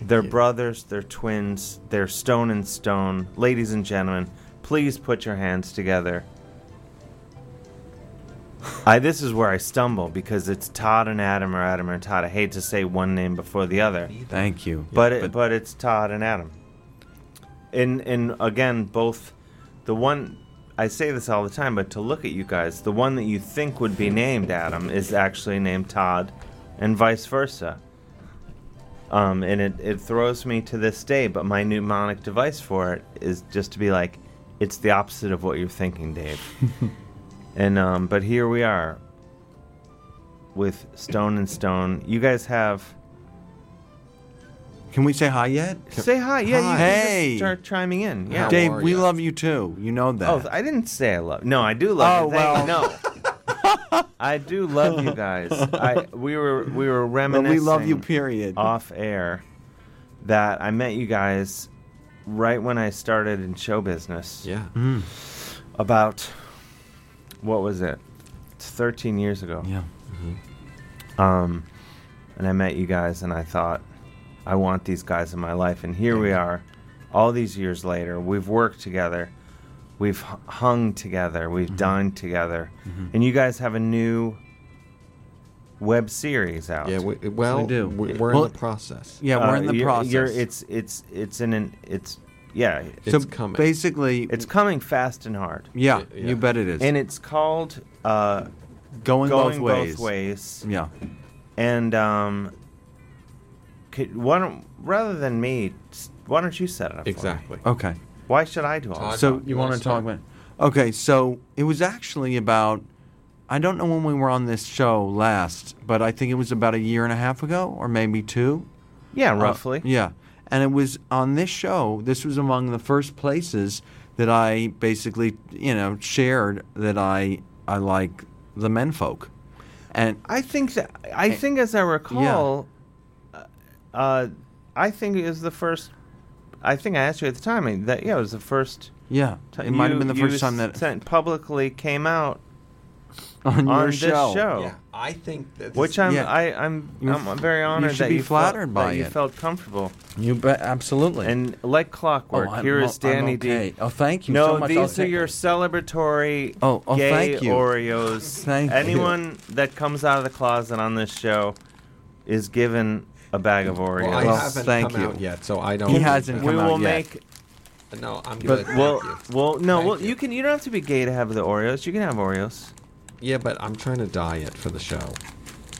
I: They're brothers, they're twins, they're stone and stone. Ladies and gentlemen, please put your hands together. I this is where I stumble because it's Todd and Adam or Adam and Todd. I hate to say one name before the other.
B: Thank you.
I: But it, but it's Todd and Adam. And and again, both the one I say this all the time, but to look at you guys, the one that you think would be named Adam is actually named Todd, and vice versa. Um, and it, it throws me to this day, but my mnemonic device for it is just to be like, it's the opposite of what you're thinking, Dave. and um, but here we are with Stone and Stone. You guys have
B: Can we say hi yet?
I: say hi, yeah. You can just
B: Hey.
I: start chiming in, yeah.
B: Dave, we love you too. You know that.
I: Oh, I didn't say I love. No, I do love.
B: Oh,
I: you. Thank- no. I do love you guys. I we were we were reminiscing.
B: we love you, Period.
I: Off air, that I met you guys right when I started in show business. Yeah.
B: Mm.
I: About what was it? It's thirteen years ago. Yeah. Um, and I met you guys, and I thought, I want these guys in my life. And here we are, all these years later. We've worked together, we've h- hung together, we've dined together,
B: Mhm.
I: and you guys have a new web series out.
V: Yeah, we, well,
I: We do.
V: we- we're
I: Well,
V: in the process.
B: Yeah, we're in the
I: you're- you're-
B: process.
I: it's it's it's in an it's yeah.
V: It's So coming.
B: basically,
I: it's coming fast and hard.
B: Yeah, you bet it is.
I: And it's called uh,
B: Going Both
I: going
B: Ways.
I: Both ways.
B: Yeah.
I: And um, could, why don't rather than me, s- why don't you set it up?
V: Exactly.
B: Okay.
I: Why should I do all this?
B: so you want to talk about? Okay, so it was actually about. I don't know when we were on this show last, but I think it was about a year and a half ago, or maybe two.
I: Yeah,
B: Uh,
I: roughly.
B: yeah, and it was on this show. This was among the first places that I basically, you know, shared that I I like the men folk, and
I: I think that I think, as I recall, uh, uh, I think it was the first. I think I asked you at the time that yeah, it was the first.
B: Yeah,
I: ti-
B: it might have
I: you-
B: been the
I: you
B: first time that-
I: sent- publicly came out
B: On your
I: this
B: show.
I: show.
V: Yeah, I think that this-
I: which I'm
V: Yeah.
I: I, I'm
V: You
I: I'm
V: f-
I: very
V: you
I: honored
V: should
I: that
V: be
I: you felt-
V: flattered by
I: that you
V: it.
I: felt comfortable.
B: You bet, absolutely.
I: And like clockwork,
B: Oh, I'm
I: here
B: o-
I: is
B: I'm
I: Danny
B: okay.
I: D.
B: Oh, thank you
I: No,
B: so much. I'll
I: these are
B: take
I: your celebratory
B: Oh, oh,
I: gay
B: thank you.
I: Oreos.
B: Thank you.
I: Anyone that comes out of the closet on this show is given a bag of Oreos.
V: Well, I haven't come out yet, so I don't.
I: He hasn't We come out will yet. make
V: No, I'm good.
I: But
V: thank
I: well,
V: you.
I: well, no, well, you. can. You don't have to be gay to have the Oreos. You can have Oreos.
V: Yeah, but I'm trying to diet for the show.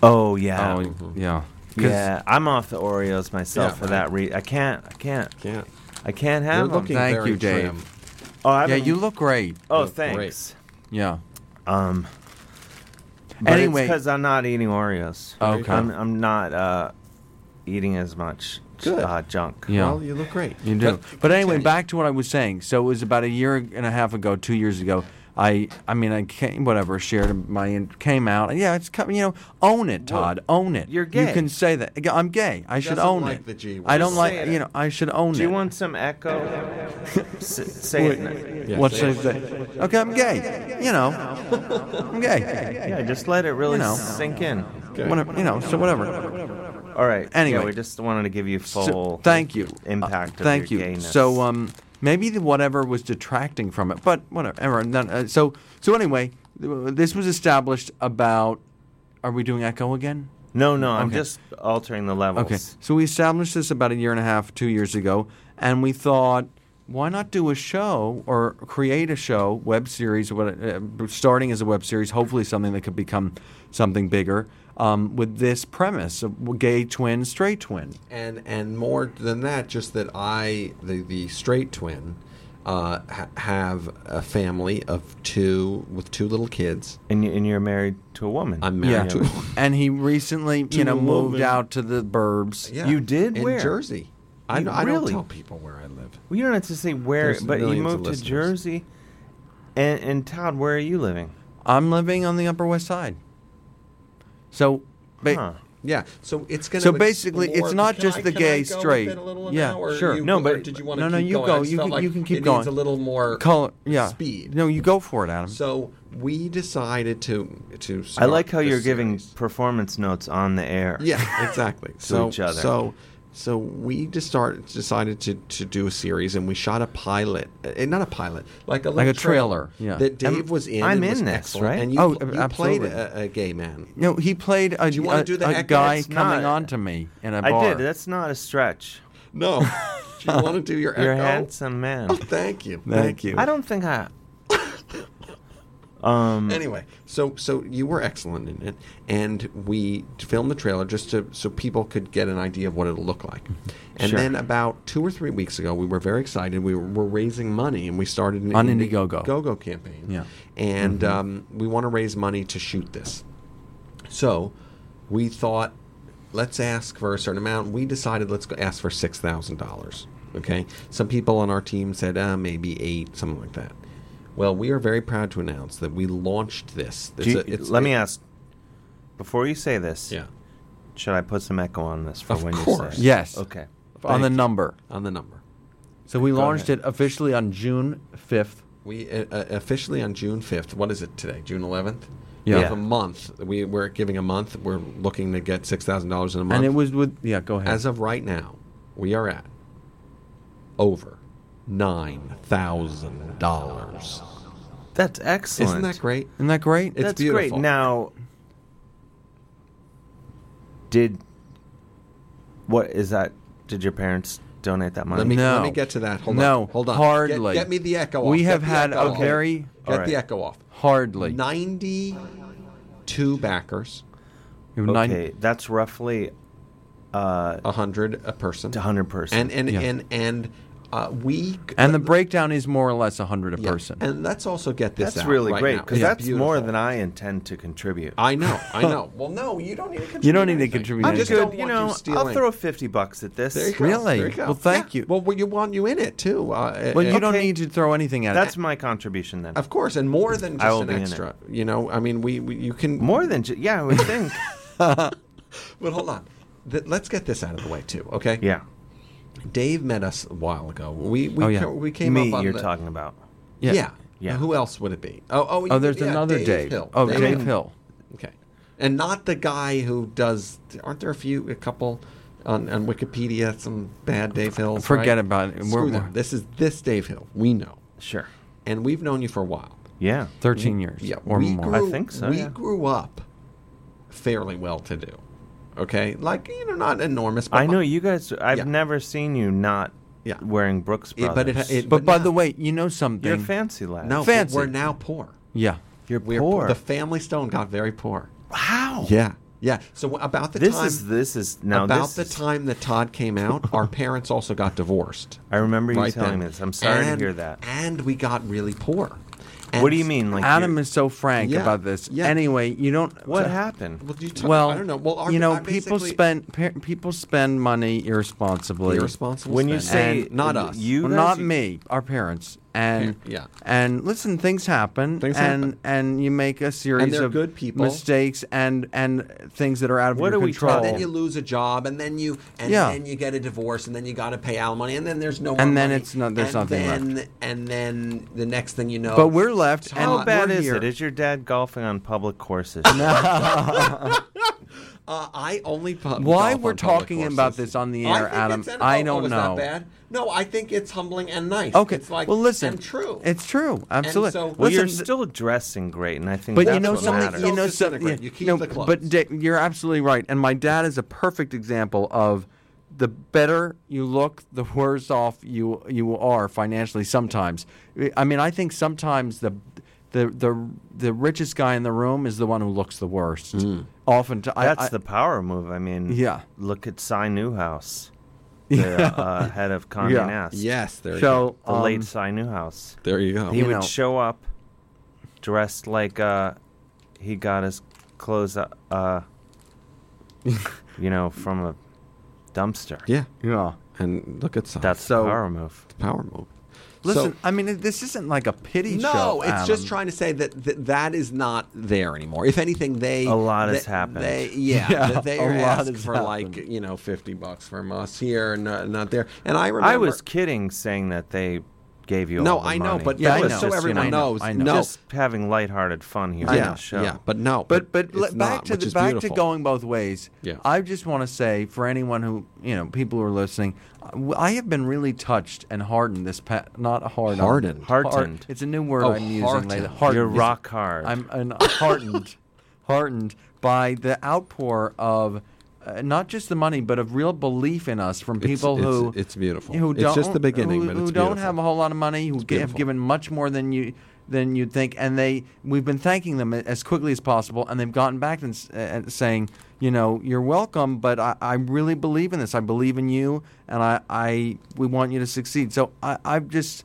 I: Oh yeah.
V: Oh,
B: yeah.
V: 'Cause-
I: Yeah, I'm off the Oreos myself
V: Yeah,
I: for that reason. I can't. I can't.
V: Can't.
I: I can't
B: You're
I: have them.
B: looking Thank very you, Dave. trim.
I: Oh, I've
B: Yeah,
I: been-
B: you look great.
I: Oh,
B: Look great.
I: thanks.
B: Yeah.
I: Um.
B: Anyway-
I: because I'm not eating Oreos.
B: Okay.
I: I'm, I'm not uh, eating as much
B: Good.
I: Uh, junk.
B: Yeah. Well, you
V: look great.
B: You do. But, anyway, back to what I was saying. So it was about a year and a half ago, two years ago. I I mean I came whatever shared my in- came out. Yeah, it's co- you know own it, Todd. Own it.
I: You're
B: You
I: gay.
B: can say that. G- I'm gay. I
I: He
B: should
I: doesn't
B: own
I: like
B: it.
I: the G word.
B: I don't
I: Just
B: like
I: say it.
B: you know. I should own
I: Do
B: it.
I: you want some echo? S- say it. Nick.
B: What should I say? Okay, I'm gay. You know, I'm gay.
I: Yeah, just let it really
B: You know.
I: sink in.
B: Whatever, you know, so whatever.
I: All right.
B: Anyway.
I: yeah, we just wanted to give you full.
B: So, thank you.
I: Impact. of
B: Uh, thank
I: your
B: you.
I: gayness.
B: So um, maybe the whatever was detracting from it, but whatever. Ever- none- uh, So so anyway, th- this was established about. Are we doing echo again?
I: No, no, I'm
B: Okay.
I: just altering the levels.
B: Okay. So we established this about a year and a half, two years ago, and we thought, why not do a show or create a show, web series, what, uh, starting as a web series, hopefully something that could become something bigger, um, with this premise of gay twin, straight twin.
V: and and more than that, just that I, the the straight twin, uh, ha- have a family of two with two little kids.
I: And you, and you're married to a woman.
V: I'm married to. A,
B: and he recently,
V: To
B: you know,
V: a
B: moved
V: woman.
B: out to the burbs.
V: Yeah. You did?
B: in
V: Where?
B: Jersey.
V: I,
I: You
V: I don't
I: really-
V: tell people where I live.
I: Well, you don't have to say where,
V: There's
I: but you
V: millions of
I: moved to
V: listeners.
I: Jersey. And, and Todd, where are you living?
B: I'm living on the Upper West Side. So, ba-
V: Yeah, so it's going to.
B: So basically, it's not just the gay, straight. yeah, sure.
V: no, but did you want to?
B: no, no,
V: keep
B: you
V: going? I
B: go.
V: just
B: You
V: felt
B: can,
V: like
B: you can keep
V: it
B: going.
V: Needs a little more
B: color. Yeah,
V: speed.
B: No, you go for it, Adam.
V: So we decided to to.
I: I
V: start
I: like how
V: this
I: you're giving performance notes on the air.
V: Yeah, exactly.
I: to
V: so
I: each other.
V: so so we just start decided to, to do a series, and we shot a pilot, eh, not a pilot, like a
B: Like
V: little
B: a trailer, yeah.
V: that Dave
B: I'm-
V: was in.
B: I'm
V: and
B: in
V: was
B: this,
V: excellent,
B: right?
V: And you,
B: Oh,
V: pl- you
B: absolutely.
V: played a, a gay man.
B: No, he played a,
V: Do you wanna
B: a-
V: do the
B: a
V: echo?
B: guy
V: It's
B: coming
V: not-
B: on to me in a
I: I
B: bar.
I: did. That's not a stretch.
V: No. Do you want to do your
I: You're a
V: echo?
I: handsome man.
V: Oh, thank you.
I: Thank
V: Thank you.
I: I don't think I. Um.
V: anyway, so so you were excellent in it, and we filmed the trailer just to so people could get an idea of what it'll look like. And
B: Sure.
V: then about two or three weeks ago, we were very excited. We were, were raising money, and we started an
B: On Indiegogo.
V: Indiegogo campaign.
B: Yeah.
V: and
I: Mm-hmm.
B: Mhm.
V: um, we want to raise money to shoot this. So we thought, let's ask for a certain amount. We decided let's go ask for six thousand dollars. Okay. Some people on our team said uh, maybe eight, something like that. Well, we are very proud to announce that we launched this.
I: do you- let me ask. Before you say this,
V: yeah,
I: should I put some echo on this for
B: Of
I: when you
B: course.
I: say? it?
B: Yes.
I: Okay.
B: On the
V: Thank you.
B: number.
V: On the number.
B: So we
V: Go
B: launched it officially on June 5th.
V: We uh, uh, officially on June fifth. What is it today? June eleventh.
B: Yeah.
V: We have a month. We we're giving a month. We're looking to get six thousand dollars in a month.
B: And it was with yeah, go ahead.
V: As of right now, we are at over nine thousand dollars.
I: That's excellent.
V: Isn't that great?
B: Isn't that great?
V: It's
I: That's
V: beautiful.
I: great. Now, did what is that? Did your parents donate that money?
V: Let me, let me get to that. Hold
I: no,
V: on. Hold on.
I: hardly.
V: Get, get me the echo off.
B: We
V: Get
B: have
V: the
B: had
V: echo
B: a
V: off.
B: very-
V: Get
B: Alright.
V: the echo off.
B: Hardly.
V: 92 backers.
I: Okay, that's roughly uh,
V: hundred a person.
I: hundred person.
V: And and
B: Yeah.
V: and and uh, we
B: And the breakdown is more or less 100 a
V: Yeah.
B: person.
V: And let's also get this.
I: that's
V: out
I: really
V: right
I: great
V: now.
I: because
V: It's
I: that's
V: beautiful.
I: more than I intend to contribute.
V: I know. I know. Well, no, you don't need to contribute.
B: You don't need to
V: anything.
B: contribute
V: I
B: anything.
V: just
B: I'm
V: don't
I: good, you
V: want
I: know, I'll
V: stealing.
I: throw 50 bucks at this.
V: There you go.
B: Really?
V: There you go.
B: Well, thank you.
V: Well, we want you in it too. Uh,
B: Well, you
V: uh,
B: don't need to throw anything at
I: That's
B: it.
I: my contribution then.
V: Of course, and more than
I: I
V: just
I: will
V: an
I: be in it.
V: extra. You know, I mean, we, we you can
I: more than ju- yeah, I would think.
V: but hold on. Th- let's get this out of the way too, okay?
I: Yeah.
V: Dave met us a while ago. We we
B: Oh, yeah.
V: ca- we came
I: Me,
V: up on
I: you're
V: the-
I: talking about.
B: Yeah.
V: Yeah. Now, Who else would it be? Oh, oh,
B: Oh, there's
V: yeah,
B: another
V: Dave
B: Dave.
V: Hill.
B: Oh,
V: Dave
B: Dave
V: Hill.
B: Hill.
V: Okay. And not the guy who does aren't there a few a couple on, on Wikipedia some bad Dave Hills.
B: Forget
V: right?
B: about it.
V: Screw
B: We're-
V: them.
B: we're-
V: This is this Dave Hill. We know.
I: Sure.
V: And we've known you for a while.
I: Yeah.
B: 13 years
V: Yeah,
B: or
V: we
B: more.
V: Grew,
I: I think so,
V: We
I: yeah.
V: grew up fairly well to do. Okay, like you know, not enormous. But
I: I know you guys. I've
V: Yeah.
I: never seen you not wearing Brooks
V: It-
I: Brothers.
V: but it- it-
B: But
V: But
B: by
V: now-
B: the way, you know something.
I: you're a fancy lad.
V: No, but
B: Fancy.
V: we're now poor.
B: Yeah.
I: You're
V: We're
I: poor.
V: The family stone got very poor.
I: Wow.
V: Yeah, yeah. So wh- about the
I: This
V: time
I: is- this is- now
V: about
I: this
V: the
I: is-
V: time that Todd came out, our parents also got divorced.
I: I remember you
V: right
I: telling
V: then.
I: me this. I'm sorry
V: And-
I: to hear that.
V: And we got really poor.
I: What do you mean, like
B: Adam
I: you're-
B: is so frank
V: Yeah,
B: about this.
V: yeah.
B: Anyway, you don't.
I: What happened?
V: Well, you talk,
B: Well,
V: I don't know. Well, our,
B: you know,
V: I
B: people
V: basically-
B: spend pa- people spend money irresponsibly.
V: Irresponsible
I: When you
V: spending.
I: say
V: And not us.
I: you
B: Well,
I: guys-
B: not me, our parents. and
V: Yeah.
B: and listen, things happen,
V: Things
B: and
V: happen.
B: and you make a series
V: they're
B: of
V: good people.
B: mistakes and and things that are out of
V: What
B: your
V: are we
B: control.
V: talking? Then you lose a job, and then you and
B: Yeah.
V: then you get a divorce, and then you got to pay alimony, and then there's no.
B: And
V: more
B: then
V: money.
B: it's not- there's
V: and
B: nothing
V: then, left. And then the next thing you know,
B: But we're left
V: Todd-
I: How bad
V: we're
I: is
V: here.
I: it? Is your dad golfing on public courses?
V: Uh, I only. Pu-
B: Why
V: golf
B: we're
V: on public
B: talking
V: courses.
B: about this on the
V: I
B: air,
V: think
B: Adam?
V: it's-
B: I
V: oh,
B: don't
V: oh, is
B: know.
V: That bad? No, I think it's humbling and nice.
B: Okay.
V: It's like
B: well, listen.
V: And true.
B: It's true. Absolutely.
V: so-
I: well, you're
B: Listen,
I: still dressing great, and I think.
B: But
I: that's
B: you know
I: what
B: something.
I: matters.
B: You know something.
V: disintegrate.
B: yeah,
V: You keep
B: no,
V: the clothes.
B: But Dick, you're absolutely right. And my dad is a perfect example of the better you look, the worse off you you are financially. Sometimes, I mean, I think sometimes the the the the richest guy in the room is the one who looks the worst. Often, t- I-
I: Hmm. That's
B: I-
I: the power move. I mean,
B: Yeah.
I: Look at Cy Newhouse, the uh, head of Condé
B: Yeah.
I: Nast.
V: Yes, there you
B: So, go.
I: the late
B: um,
I: Cy Newhouse.
V: There you go.
I: He
V: You
I: would
V: know.
I: show up dressed like uh, he got his clothes uh, uh, you know, from a dumpster.
V: Yeah.
B: Yeah.
V: And look at some.
I: That's
B: So-
I: the power move.
V: power move.
B: Listen, I mean, it- this isn't like a pity
V: no,
B: show.
V: it's
B: Adam.
V: just trying to say that th- that is not there anymore. If anything, they
I: A lot
V: they,
I: has happened.
V: They, yeah,
I: Yeah,
V: th- they
I: a
V: are
I: lot
V: asked
I: has
V: for like you know fifty bucks from us here and not, not there. And I remember
I: I was kidding saying that they gave you
V: No,
I: all the
V: I know,
I: money.
V: but-
I: That
V: Yeah, I
I: was
V: know.
I: just,
V: Everyone
I: you know,
V: knows. I know.
I: Just having lighthearted fun here
B: I
I: on
B: know,
I: the show.
V: yeah, but no,
B: but but
V: it's
B: le- back
V: not,
B: to
V: which
B: the
V: is
B: back to
V: beautiful.
B: going both ways.
V: Yeah.
B: I just want to say for anyone who you know people who are listening, I- I have been really touched and hardened this past not hard
V: Hardened.
B: Hard,
V: Heartened.
B: it's a new word
V: Oh,
B: I'm using
V: heartened.
B: lately.
V: You're
B: is-
V: rock hard.
B: I'm an heartened, heartened by the outpour of. Uh, not just the money, but of real belief in us from
V: It's-
B: people
V: it's-
B: who
V: it's beautiful.
B: Who
V: It's
B: don't,
V: just the beginning,
B: who,
V: but
B: who
V: it's
B: don't
V: beautiful.
B: have a whole lot of money, who g- have
V: beautiful.
B: given much more than you than you'd think, and they we've been thanking them as quickly as possible, and they've gotten back and s- uh, saying, you know, you're welcome, but I, I really believe in this. I believe in you, and I, I we want you to succeed. So I, I've just.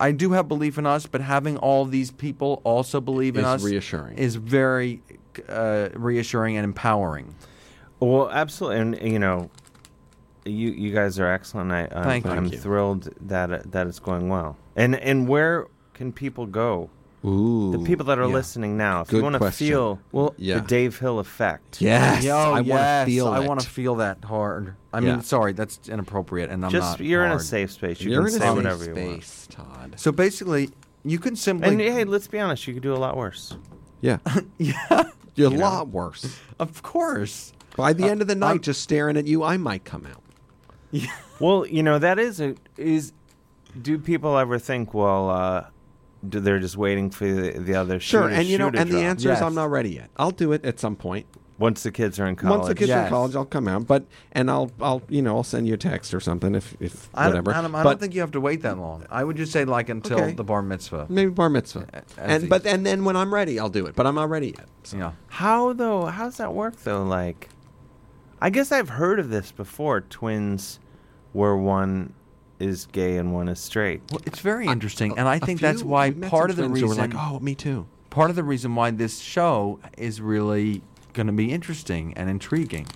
B: I do have belief in us, but having all these people also believe in
V: Is
B: us
V: reassuring.
B: is very uh, reassuring and empowering.
I: Well, absolutely, and you know, you you guys are excellent. I I'm,
B: Thank you.
I: I'm
B: Thank you.
I: thrilled that it- that it's going well. And and where can people go?
V: Ooh,
I: the people that are
V: yeah.
I: listening now, if you
V: Good
I: want to
V: question.
I: feel
V: Well, yeah.
I: the Dave Hill effect,
V: Yes,
B: Yo,
V: I
B: yes,
V: want to feel.
B: I
V: it.
B: want to feel that hard. I
V: Yeah.
B: mean, sorry, that's inappropriate, and I'm
I: Just-
B: not.
I: you're in a
B: hard.
I: safe space. You
V: You're
I: can
V: in
I: say
V: a
I: whatever you
V: safe
I: want.
V: space, Todd.
B: So basically, you can simply
I: And hey, let's be honest, you could do a lot worse.
V: Yeah,
B: yeah,
V: you're a lot worse.
B: Of course.
V: By the
I: Uh,
V: end of the night, just staring at you, I might come out.
I: Well, you know that is a is. Do people ever think, well, uh, do they're just waiting for the, the other
V: Sure,
I: shoe to
V: and you know,
I: shoe to
V: and the
I: drop?
V: answer is I'm not ready yet. I'll do it at some point.
I: Once the kids are in college,
V: Once the kids are in college, I'll come out. But and I'll I'll you know I'll send you a text or something if if
B: I don't,
V: whatever.
B: Adam, I
V: but
B: don't think you have to wait that long. I would just say like until
V: Okay.
B: the bar mitzvah.
V: maybe bar mitzvah. And
B: the-
V: but and then when I'm ready, I'll do it. But I'm not ready yet. So.
B: Yeah.
I: How though? How does that work though? Like, I guess I've heard of this before. Twins, where one is gay and one is straight.
B: Well, it's very interesting, and I think that's why part of the reason
V: were like, oh, me too.
B: part of the reason why this show is really going to be interesting and intriguing.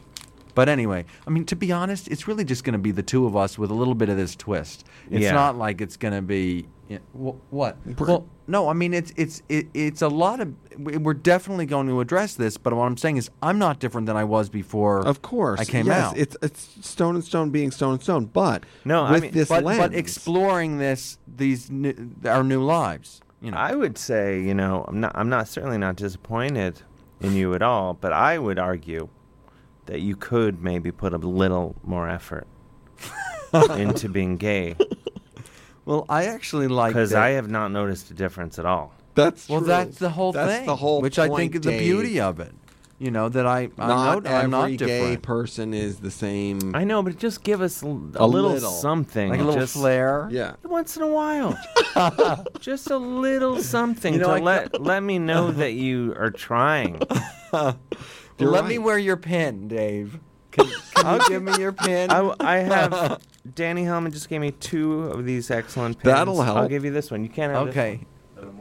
B: But anyway, I mean, to be honest, it's really just going to be the two of us with a little bit of this twist. It's
I: Yeah.
B: not like it's going to be you know, wh- what. Well, no, I mean it's it's it, it's a lot of. we- We're definitely going to address this, but what I'm saying is, I'm not different than I was before.
V: Of course,
B: I came
V: yes,
B: out.
V: It's it's stone and stone being stone and stone. But
I: No, I
V: with
I: mean-
V: this
B: but,
V: lens,
B: but exploring this these new, our new lives. You know,
I: I would say, you know, I'm not. I'm not certainly not disappointed in you at all. But I would argue that you could maybe put a little more effort into being gay
B: Well, I actually like
I: because
B: that-
I: I have not noticed a difference at all.
V: That's
B: well,
V: true.
B: that's the whole
V: That's
B: thing.
V: the whole
B: which I
V: point,
B: think is the
V: Dave.
B: beauty of it. You know that I I'm
V: not
B: not, I'm not
V: every gay
B: different.
V: person is the same.
I: I know, but just give us l- a,
V: A
I: little,
V: little.
I: something,
B: Like a little
I: just-
B: flair.
V: yeah.
I: once in a while. just a little something
B: You know,
I: to
B: I-
I: let let me know that you are trying.
B: Well,
I: You're
B: let
I: right.
B: me wear your pin, Dave. Can, can you give me your pin?
I: I, I have Danny Hellman just gave me two of these excellent pins.
V: That'll
I: I'll
V: help.
I: give you this one. You can't have
B: okay.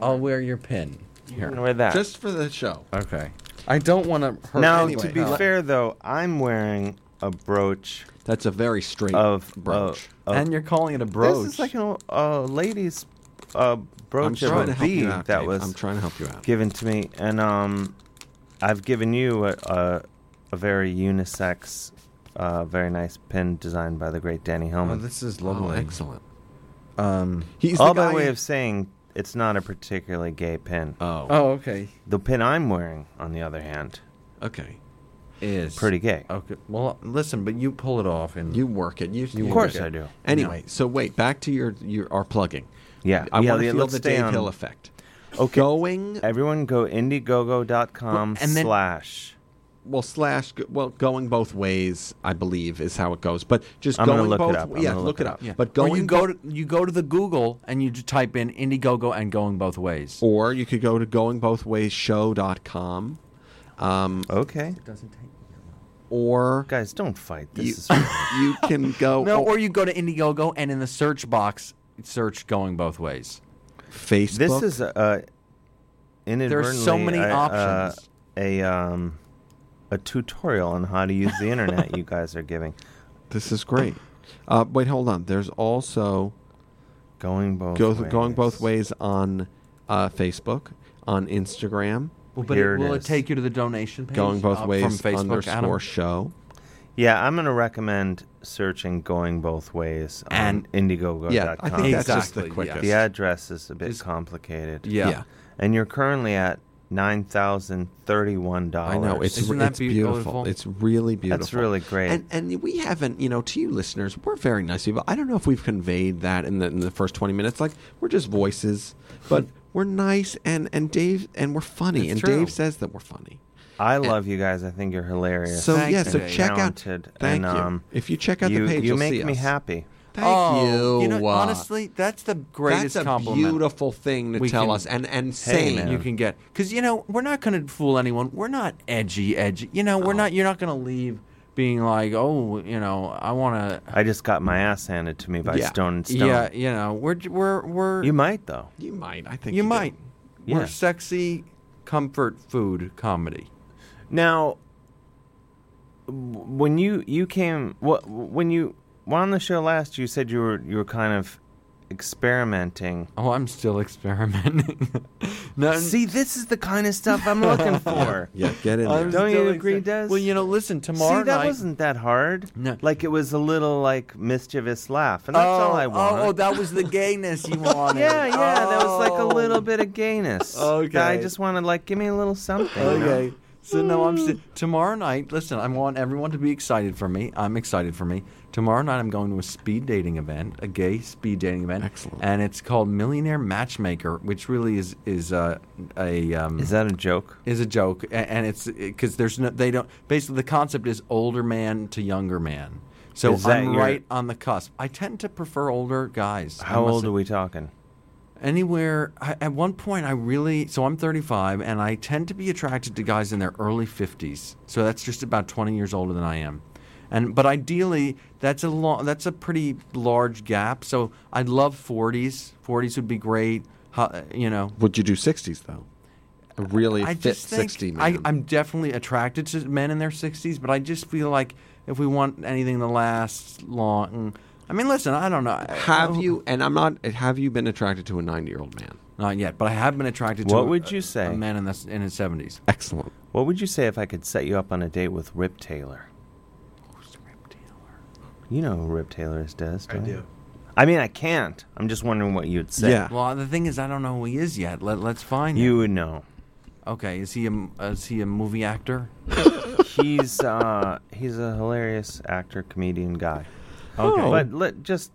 B: I'll wear your pin.
I: this one. You can wear that.
V: just for the show.
B: Okay. I don't want to hurt.
I: now,
B: anyway,
I: to be
V: uh,
B: huh?
I: fair though, I'm wearing a brooch
V: That's a very straight
I: of
V: brooch.
I: of- of-
B: and you're calling it a
I: This
B: brooch.
I: is like a, a lady's a
V: I'm
I: brooch
V: trying
I: of
V: to
I: a
V: help you
I: bee
V: out,
I: that
V: Dave.
I: was
V: I'm trying to help you out.
I: given to me, and um, I've given you a, a, a very unisex, uh, very nice pin designed by the great Danny Hellman.
B: Oh, this is lovely.
V: excellent.
I: Um,
B: He's
I: all
B: the
I: by
B: guy-
I: way of saying it's not a particularly gay pin.
V: Oh.
B: Oh, okay.
I: The pin I'm wearing, on the other hand,
V: okay, is
I: pretty gay.
B: Okay. Well, listen, but you pull it off and
V: you work it. You, you
I: Of
V: work
I: course
V: it.
I: I do.
V: Anyway, so wait back to your your our plugging.
I: Yeah,
V: I
I: yeah,
V: want to
I: yeah,
V: feel
I: let's
V: the
I: stay
V: Dave
I: on-
V: Hill effect.
I: Okay.
V: Going.
I: Everyone go indiegogo.com
V: Well, and then-
I: slash.
V: Well, slash. g- Well, going both ways, I believe, is how it goes. But just
I: I'm gonna
V: going
I: look it
V: both.
I: up. I'm
V: Yeah,
I: gonna
V: look it up.
B: Yeah.
V: But
B: or
V: going
B: you go to you go to the Google and you just type in Indiegogo and going both ways.
V: Or you could go to goingbothwaysshow.com. Um,
I: okay. It
V: doesn't take Or
I: guys, don't fight.
V: This is you can go
B: no, or you go to Indiegogo and in the search box search going both ways.
V: Facebook.
I: This is uh, inadvertently
B: so many
I: I, uh,
B: options.
I: a um, a tutorial on how to use the internet. you guys are giving.
V: This is great. Uh, wait, hold on. There's also
I: going both
V: go,
I: ways.
V: going both ways on uh, Facebook, on Instagram.
B: Well, but it, will it take you to the donation page?
V: Going both
B: uh,
V: ways
B: from Facebook
V: underscore
B: Adam?
V: show.
I: Yeah, I'm going to recommend searching "Going Both Ways" on Indiegogo.com.
V: Yeah, I think that's just the Exactly, quickest.
I: The
V: yes.
I: address is a bit complicated.
V: Yeah. Yeah.
I: and you're currently at nine thousand thirty-one dollars.
V: I know it's it's It's really beautiful.
I: That's really great.
V: And and we haven't, you know, to you listeners, we're very nice people. I don't know if we've conveyed that in the in the first twenty minutes. Like we're just voices, but we're nice and and Dave and we're funny.
I: It's
V: and
I: true.
V: Dave says that we're funny.
I: I love you guys. I think you're hilarious.
V: So
I: Thanks,
V: yeah, so
I: Dave.
V: check out.
I: Talented.
V: Thank
I: And,
V: you.
I: um,
V: if you check out
I: you-
V: the page,
I: you
V: will
I: make
V: see
I: me
V: us.
I: happy.
V: Thank
B: oh,
V: you.
B: know,
V: Uh,
B: honestly, that's the greatest
V: that's a
B: compliment.
V: beautiful thing to
B: we
V: tell
B: can-
V: us, and and saying
B: you can get because you know we're not going to fool anyone. We're not edgy, edgy. You know, we're not. You're not going to leave being like, oh, you know, I
V: Uh,
B: want to.
I: I just got my ass handed to me by
B: Yeah.
I: Stone and Stone.
B: Yeah, you know, we're j- we're we're.
I: You might though.
V: You might. I think
B: You might.
I: Yeah.
B: We're sexy comfort food comedy.
I: Now, w- when you you came, what when you were on the show last, you said you were you were kind of experimenting.
B: Oh, I'm still experimenting. no,
I: See, this is the kind of stuff I'm looking for.
V: Yeah, get in there.
I: Don't you agree, Des?
B: Well, you know, listen, tomorrow
I: See, that
B: night.
I: wasn't that hard. No. Like it was a little like mischievous laugh, and that's
B: oh,
I: all I want.
B: Oh, oh, that was the gayness you wanted. Oh.
I: yeah, yeah, that was like a little bit of gayness.
B: Okay.
I: I just wanted like give me a little something. you know? Hmm.
B: Okay. So no, I'm si- tomorrow night. Listen, I want everyone to be excited for me. I'm excited for me. Tomorrow night, I'm going to a speed dating event, a gay speed dating event. Excellent. And it's called Millionaire Matchmaker, which really is is uh, a um,
I: is that a joke?
B: Is a joke, A- and it's because there's no they don't. Basically, the concept is older man to younger man. So
I: Is that
B: I'm
I: your-
B: right on the cusp. I tend to prefer older guys. I
I: How
B: must
I: old
B: say
I: are we talking?
B: anywhere I, at one point i really so i'm 35 and i tend to be attracted to guys in their early 50s so that's just about 20 years older than i am and but ideally that's a long that's a pretty large gap so i'd love 40s 40s would be great Ho- you know
V: Would you do sixties though? A really
B: I
V: fit
B: just think
V: sixty man.
B: I, I'm definitely attracted to men in their 60s, but I just feel like if we want anything to last long, I mean, listen, I don't know.
V: have you? And I'm not. Have you been attracted to a ninety year old man?
B: Not yet, but I have been attracted to.
I: What
B: a-
I: would you
B: a-
I: say?
B: A man in the s- in his seventies.
V: Excellent.
I: What would you say if I could set you up on a date with Rip Taylor? Who's Rip Taylor? You know who Rip Taylor is, Des?
B: I
I: don't you?
B: do.
I: I mean, I can't. I'm just wondering what you'd say.
B: Well, the thing is, I don't know who he is yet. Let, let's find
I: You
B: him.
I: would know.
B: Okay, is he a m- is he a movie actor?
I: He's uh, he's a hilarious actor, comedian guy.
B: Okay. Oh.
I: but let just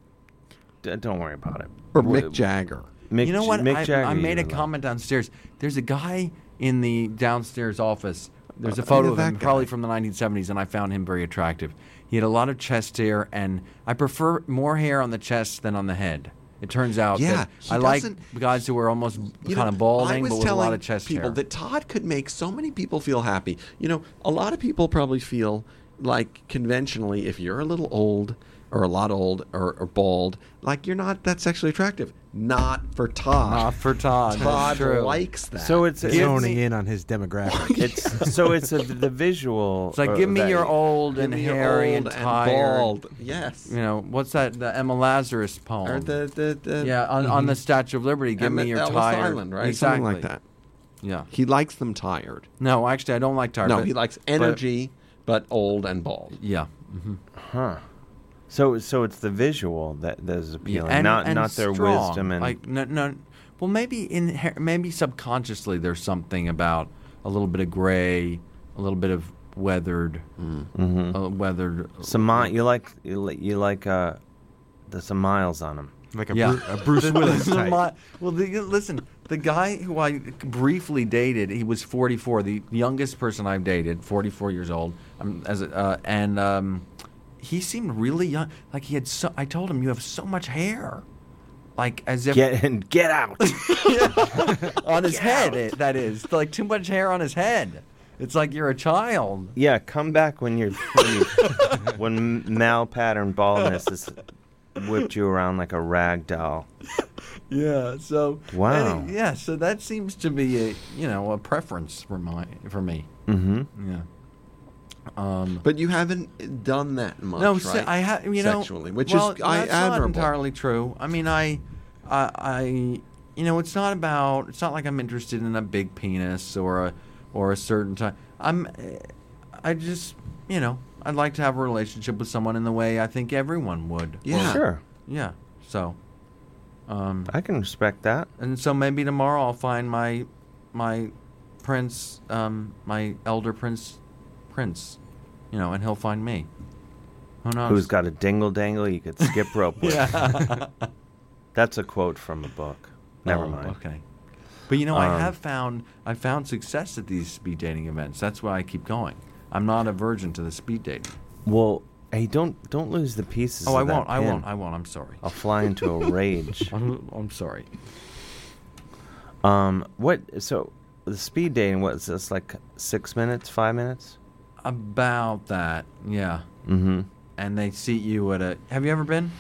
I: d- don't worry about it.
V: Or
I: W-
V: Mick Jagger.
I: Mick,
B: you know what?
I: Mick
B: I,
I: Jagger.
B: I made a
I: you would
B: comment downstairs. There's a guy in the downstairs office. There's a photo
V: yeah,
B: of him,
V: Uh, that
B: probably from the 1970s, and I found him very attractive. He had a lot of chest hair, and I prefer more hair on the chest than on the head. It turns out
V: Yeah,
B: that
V: he
B: I like
V: doesn't-
B: guys who are almost
V: You
B: kind
V: know,
B: of balding,
V: I was
B: but with a
V: telling
B: lot of chest
V: people
B: hair.
V: that Todd could make so many people feel happy. You know, a lot of people probably feel like conventionally, if you're a little old or a lot old or, or bald, like you're not that sexually attractive. Not for Todd. Not
B: for Todd.
S: That's
V: Todd
S: true.
V: likes that.
S: So it's
V: Gives
S: zoning
V: me-
S: in on his demographic.
I: It's so it's a, the visual.
B: It's like,
I: uh,
B: give me
I: that-
B: your old
I: Give
B: and
I: me your
B: hairy
I: old
B: and
I: and
B: tired.
I: bald. Yes.
B: You know what's that? The Emma Lazarus poem.
V: Or the- the- the-
B: yeah on, on the
V: Mhm.
B: Statue of Liberty. Give
V: Emmett
B: me your
V: Ellis
B: tired
V: Island, right?
B: Exactly.
V: Something like that.
B: Yeah.
V: He likes them tired.
B: No, actually, I don't like tired.
V: No,
B: but-
V: he likes
B: but-
V: energy, but, old and bald.
B: Yeah. Mm-hmm.
I: Huh. So so it's the visual that that is appealing,
B: and,
I: not
B: and
I: not their
B: strong.
I: wisdom and
B: like no no. Well, maybe in maybe subconsciously there's something about a little bit of gray, a little bit of weathered,
V: Hmm.
B: uh, weathered.
I: Mm-hmm. some mi- you like you like, you like uh, there's some miles on them,
B: Yeah. The- the mi- well, the, listen, the guy who I briefly dated, he was 44, the youngest person I've dated, 44 years old. Um, as a, uh, and um, he seemed really young. Like he had so. I told him, "You have so much hair." Like as if
I: Get and get out
B: on his head. It, that is like too much hair on his head. It's like you're a child.
I: Yeah, come back when you're when, you, when mal pattern baldness has whipped you around like a rag doll.
B: Yeah. So
I: Wow.
B: any- yeah. So that seems to be a you know a preference for my for me.
I: Mm-hmm.
B: Yeah. Um,
V: but you haven't done that much.
B: no,
V: right?
B: se- I have you know
V: sexually, which
B: well,
V: is I,
B: that's not
V: admirable.
B: entirely true. I mean, I, I, I, you know, it's not about. It's not like I'm interested in a big penis or a or a certain type. I'm, eh, I just you know, I'd like to have a relationship with someone in the way I think everyone would.
V: Yeah. Sure.
B: Yeah. So, um,
I: I can respect that.
B: And so maybe tomorrow I'll find my my prince, um, my elder prince, prince, you know, and he'll find me. Who knows?
I: Who's got a dingle dangle you could skip rope with?
B: Yeah.
I: That's a quote from a book. Never
B: Oh,
I: mind.
B: Okay. But you know, I
I: Um,
B: have found I found success at these speed dating events. That's why I keep going. I'm not a virgin to the speed dating.
I: Well, hey, don't don't lose the pieces.
B: Oh, I
I: of that
B: won't. I
I: pin.
B: won't. I won't. I'm sorry.
I: I'll fly into a rage.
B: I'm, I'm sorry.
I: Um, what? So the speed dating was this like six minutes, five minutes?
B: About that, yeah.
I: Mm-hmm.
B: And they seat you at a. Have you ever been?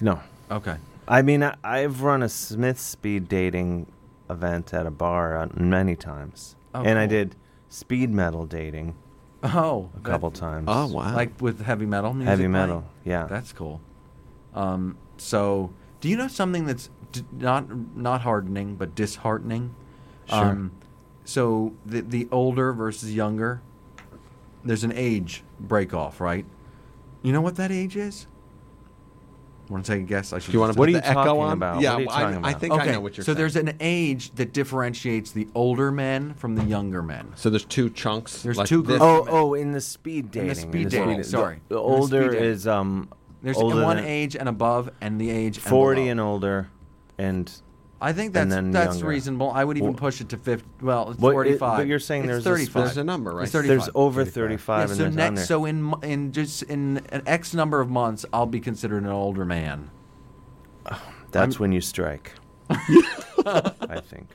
I: No.
B: Okay.
I: I mean, I, I've run a Smith speed dating event at a bar uh, many times,
B: Oh,
I: and I
B: cool.
I: did speed metal dating
B: Oh,
I: a
B: that-
I: couple times.
B: Like with heavy metal music.
I: Heavy
B: playing?
I: metal, yeah.
B: That's cool. Um, so, do you know something that's d- not not hardening but disheartening?
I: Sure.
B: Um, so the the older versus younger, there's an age break off, right? You know what that age is? Want to take a guess? I should.
V: you wanna
B: just-
V: put What are you the echo talking on? about? Yeah, What are you
B: well, I-
V: talking
B: I,
V: about?
B: think I know what you're. So there's an age that differentiates the older men from the younger men.
V: So there's two chunks.
B: There's
V: like
B: two
V: this.
B: groups.
I: Oh, oh, in the speed
B: In
I: dating.
B: the speed
I: is-
B: dating,
I: the-
B: sorry.
I: The
B: In the
I: older
B: speed dating.
I: is um.
B: There's
I: older
B: one
I: than
B: age and above, and the age and
I: forty
B: below.
I: and older, and
B: I
I: and
B: think that's
I: then
B: that's
I: younger.
B: reasonable. I would even
I: Well,
B: push it to 50. Well, it's
I: What- it-
B: 45.
I: but you're saying
B: It's
I: there's a-
B: 35.
I: there's a number, right?
B: It's
I: There's
B: 35.
I: over 35
B: Yeah,
I: and
B: so
I: there's
B: next,
I: under.
B: so in mo- in just in an X number of months, I'll be considered an older man.
I: that's
B: I'm-
I: when you strike. I think.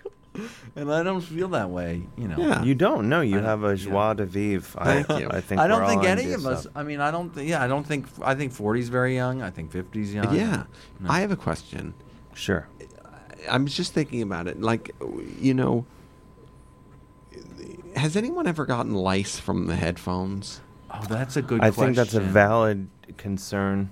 B: And I don't feel that way, you know.
I: You don't. No, you have a joie de vivre.
B: Thank
I: I,
B: you.
I: I think.
B: I don't
I: we're
B: think
I: all
B: any
I: into
B: of us.
I: stuff.
B: I mean, I don't. Th- yeah, I don't think. I think 40 is very young. I think 50 is young.
V: yeah.
B: No.
V: I have a question.
I: Sure.
V: I was just thinking about it. Like, you know, has anyone ever gotten lice from the headphones?
B: Oh, that's a good.
I: I think that's a valid concern.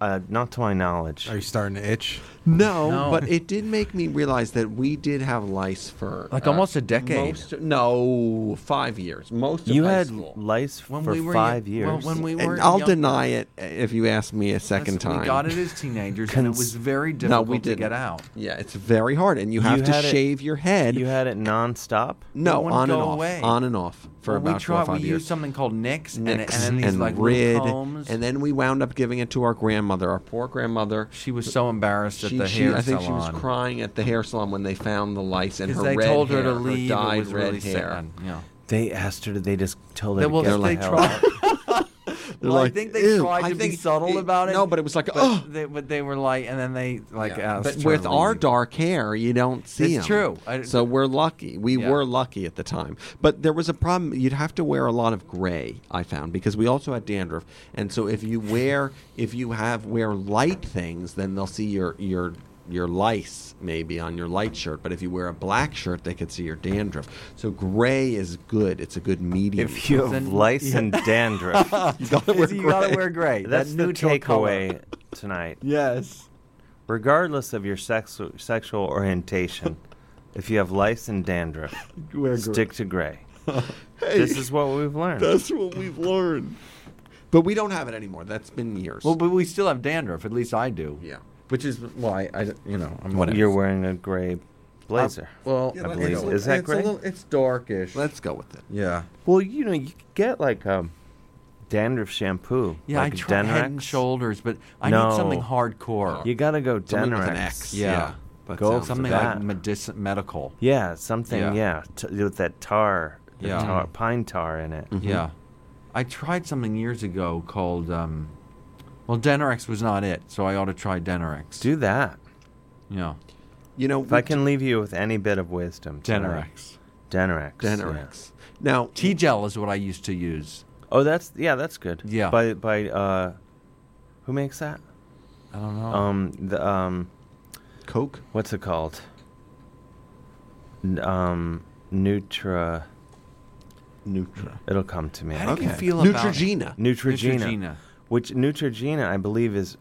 I: Uh, not to my knowledge. Are you starting to itch?
V: No,
I: No.
V: but it did make me realize that we did have lice for uh,
B: Like almost a decade.
V: most- no, five years. Most of
I: You
V: high
I: had
V: school.
I: lice
B: When
I: for
B: we were
I: five
B: y-
I: years.
B: well, when we were
V: And I'll
B: younger-
V: deny it uh, if you ask me a second
B: Listen,
V: time.
B: We got it as teenagers, and it
V: Cons-
B: was very
V: No,
B: difficult
V: we
B: to get
V: didn't.
B: out.
V: Yeah, it's very hard, and you have to
I: had it-
V: shave your head.
I: You had it nonstop.
B: It
V: no,
B: wouldn't
V: on and
B: go
V: off,
B: away.
V: on and off for
B: Well,
V: about
B: we
V: four or
B: tried.
V: five
B: we
V: years.
B: used something called Nix, and, and
V: Nix
B: then these like little
V: Rid,
B: combs.
V: and then we wound up giving it to our grandmother, our poor grandmother.
B: She was so embarrassed at
V: She,
B: the
V: she-
B: hair
V: I think she
B: salon.
V: was crying at the hair salon when they found the lice and her
B: because they
V: red
B: told her
V: hair,
B: to leave.
V: dyed
B: it was
V: red
B: really
V: hair.
B: sad. Yeah.
I: They asked her. to- They just told her.
B: They,
I: to
B: well,
I: get
B: they
I: the hell out.
B: tried. Well, I think they tried to be subtle about it.
V: No, but it was like,
B: but
V: oh.
B: they, but they were like, and then they like uh, asked.
V: But
B: her
V: with
B: to
V: our
B: leave.
V: dark hair, you don't see
B: It's
V: 'em.
B: true. I-
V: so we're lucky. We
B: Yeah.
V: were lucky at the time. But there was a problem. You'd have to wear a lot of gray. I found because we also had dandruff, and so if you wear if you have wear light things, then they'll see your your your lice maybe on your light shirt. But if you wear a black shirt, they could see your dandruff. So gray is good. It's a good medium.
I: If you have lice and dandruff,
V: you gotta wear gray.
I: That's the takeaway tonight.
B: Yes.
I: Regardless of your sexu- sexual orientation, if you have lice and dandruff,
V: Wear gray.
I: stick to gray.
V: Hey,
I: this is what we've learned.
V: That's what we've learned. But we don't have it anymore. That's been years.
B: Well, but we still have dandruff. At least I do.
V: Yeah.
B: Which is why I, you know, I'm
I: What You're wearing a gray blazer.
V: Uh,
B: well,
I: I believe. Is that gray?
B: it's darkish.
V: Let's go with it.
B: Yeah.
I: Well, you know, you could get like a dandruff shampoo.
B: Yeah,
I: like
B: I
I: a
B: try
I: Denrex.
B: head and shoulders, but I
I: no.
B: need something hardcore.
I: You gotta go
B: Something with an
I: Denrex.
B: X, yeah. That Go with sounds something about- like medic- medical.
I: Yeah, something.
B: Yeah.
I: Yeah, t- with that tar, the
B: Yeah.
I: tar, pine tar in it.
B: Yeah. I tried something years ago called, um, well, Denarex was not it, so I ought to try Denarex.
I: Do that.
B: Yeah.
V: You know,
I: if I can leave you with any bit of wisdom, tonight- Denarex,
V: Denarex. Now,
B: T gel is what I used to use.
I: Oh, that's yeah, that's good.
B: Yeah.
I: By by, uh, who makes that?
B: I don't know.
I: Um, the um,
V: Coke.
I: What's it called? N- um, Nutra.
V: Nutra.
I: It'll come to me.
V: How do you Okay. feel about- Neutrogena.
I: Neutrogena.
V: Neutrogena.
I: Which Neutrogena, I believe, is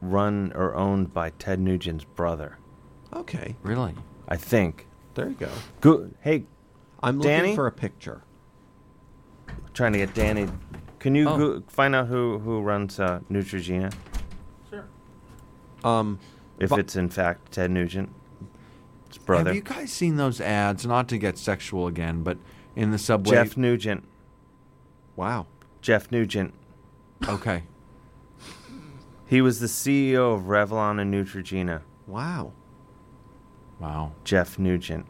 I: run or owned by Ted Nugent's brother.
V: Okay.
B: Really?
I: I think.
V: There you go.
I: Good. Hey,
V: I'm looking
I: Danny?
V: for a picture.
I: Trying to get Danny. Can you
V: Oh.
I: go- find out who who runs uh, Neutrogena?
V: Sure. Um,
I: if
B: but-
I: it's in fact Ted Nugent, it's brother.
B: Have you guys seen those ads? Not to get sexual again, but in the subway.
I: Jeff Nugent.
V: Wow.
I: Jeff Nugent.
B: Okay.
I: He was the CEO of Revlon and Neutrogena.
V: Wow.
B: Wow.
I: Jeff Nugent.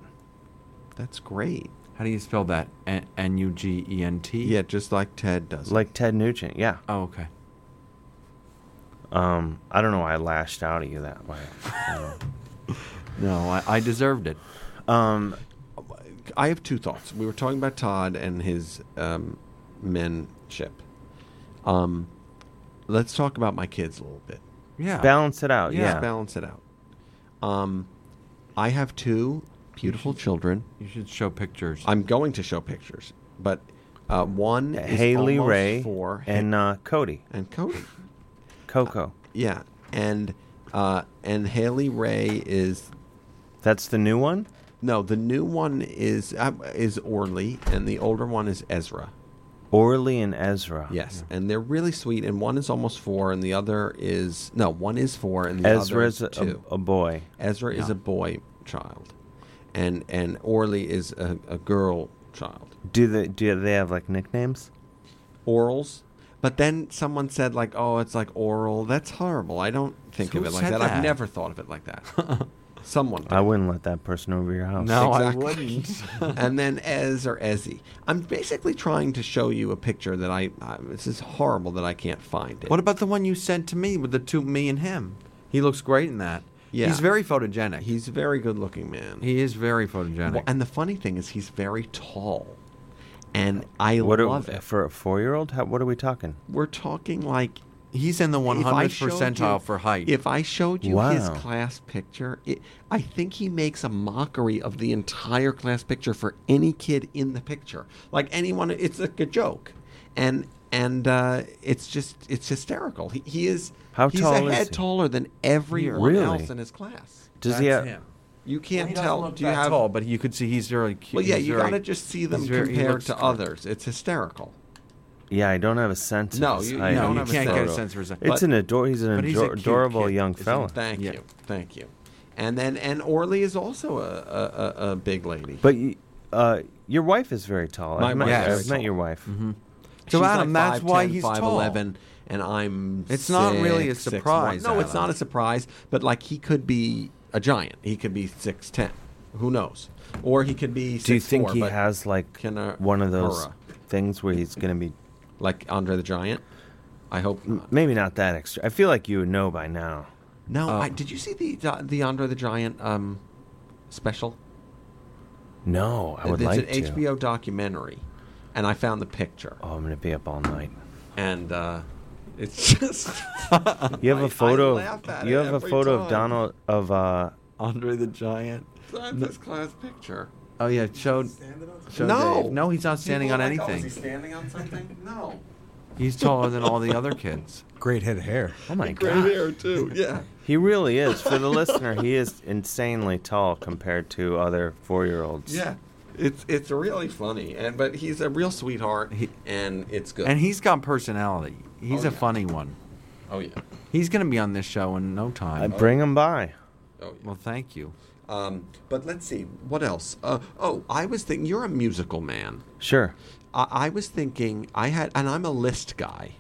V: That's great.
B: How do you spell that? N U G E N T?
V: Yeah, just like Ted does.
I: Like Ted Nugent, yeah.
B: Oh, okay.
I: Um, I don't know why I lashed out at you that way.
B: No, I, I deserved it.
I: Um,
V: I have two thoughts. We were talking about Todd and his um, menship. Um, let's talk about my kids a little bit.
B: Yeah.
I: Balance it out, yeah.
V: Just balance it out. Um, I have two beautiful children.
B: You should show pictures.
V: I'm going to show pictures, but uh, one is
I: Haley
V: almost
I: Ray
V: four,
I: and uh, Cody.
V: and Cody.
I: Coco.
V: Uh, Yeah, and uh, and Haley Ray is
I: That's the new one?
V: no, the new one is uh, is Orly, and the older one is Ezra.
I: Orly and Ezra.
V: Yes, and they're really sweet. And one is almost four, and the other is no, one is four, and the
I: Ezra's
V: other
I: a,
V: is two.
I: a boy.
V: Ezra is
B: Yeah.
V: a boy child, and and Orly is a, a girl child.
I: Do they do they have like nicknames?
V: Orals, but then someone said like, oh, it's like oral. That's horrible. I don't think
B: Who
V: of it like
B: said
V: that.
B: that?
V: I've never thought of it like that. someone.
I: I wouldn't let that person over your house.
B: No, I
V: Exactly.
B: wouldn't.
V: and then Ez or Ezzy. I'm basically trying to show you a picture that I. Uh, this is horrible that I can't find it.
B: What about the one you sent to me with the two me and him? He looks great in that.
V: Yeah.
B: He's very photogenic. He,
V: He's a very good looking man.
B: is very photogenic.
V: Well, and the funny thing is, he's very tall, and I
I: What are,
V: love it.
I: for a four year old? What are we talking?
V: We're talking like
B: He's in the
V: if I
B: 100th
V: showed
B: percentile
V: you-
B: for height.
V: If I showed you his
I: Wow.
V: class picture, it, I think he makes a mockery of the entire class picture for any kid in the picture. Like anyone, it's like a joke, and and uh, it's just it's hysterical. He, he is
I: How
V: he's
I: tall
V: a
I: is
V: head
I: he?
V: taller than everyone
I: Really?
V: else in his class.
I: Does
B: That's
I: he have?
B: him.
V: You can't
B: He doesn't
V: tell.
B: look
V: Do you
B: that
V: have?
B: tall, but you could see he's very cute.
V: Well, yeah,
B: he's
V: you
B: very-
V: gotta just see them
B: he's very- he
V: compared
B: looks
V: to
B: great.
V: others. It's hysterical.
I: Yeah, I don't have a sense.
V: No,
I: of his
V: you-
I: height.
V: you
B: No,
V: don't
B: you
V: have a
B: can't get a
V: photo.
B: sense for his.
I: It's an ador- he's an
B: but he's a
I: ador-
B: cute
I: adorable
B: kid,
I: young
B: isn't
I: fella.
V: Thank
B: Yeah.
V: you, thank you. And then and Orly is also a a, a, a big lady.
I: But you, uh, your wife is very tall.
V: My
I: I've met,
V: wife
B: is
I: I've
V: very
I: met
V: tall.
I: your wife.
B: Mm-hmm. So
V: She's
B: Adam,
V: like
B: that's why
V: 5'10",
B: he's
V: 5'11", and I'm.
B: It's not really a
V: six, six, one.
B: surprise,
V: no, it's
B: Adam.
V: not a surprise. But like he could be a giant. He could be six ten. Who knows? Or he could be.
I: Do you
V: 6'4",
I: think he
V: but
I: has like
V: can, uh,
I: one of those
V: hurrah.
I: things where he's going to be?
V: like Andre the Giant?
B: I hope
I: Maybe not that extra. I feel like you would know by now.
B: No,
I: Um,
B: I, did you see the the Andre the Giant um, special?
I: No, I would
B: it's
I: like
B: an
I: to.
B: HBO documentary, and I found the picture.
I: Oh, I'm gonna be up all night.
B: And uh, it's just
I: You have
B: I-
I: a
B: I
I: photo.
B: laugh at
I: Of, you
B: it
I: have a
B: every
I: photo of
B: time.
I: Donald of uh,
B: Andre the Giant. So I have
I: No.
B: this class picture.
I: Oh yeah, showed.
B: showed No. Dave. No, he's not standing
V: People
B: on
V: are like, "Oh, is he
B: anything."
V: standing on something? No.
B: He's taller than all the other kids.
S: Great head of hair.
I: Oh my
V: Great
I: god.
V: hair too. Yeah.
I: He really is. For the listener, he is insanely tall compared to other four-year-olds.
V: Yeah. It's it's really funny, and but he's a real sweetheart, and it's good.
B: And he's got personality. He's
V: Oh,
B: a
V: yeah.
B: funny one.
V: oh yeah.
B: He's going to be on this show in no time.
I: I bring him by.
V: Oh, yeah.
B: Well, thank you.
V: Um, but let's see what else. Uh, oh, I was thinking you're a musical man.
I: Sure.
V: I, I was thinking I had, and I'm a list guy,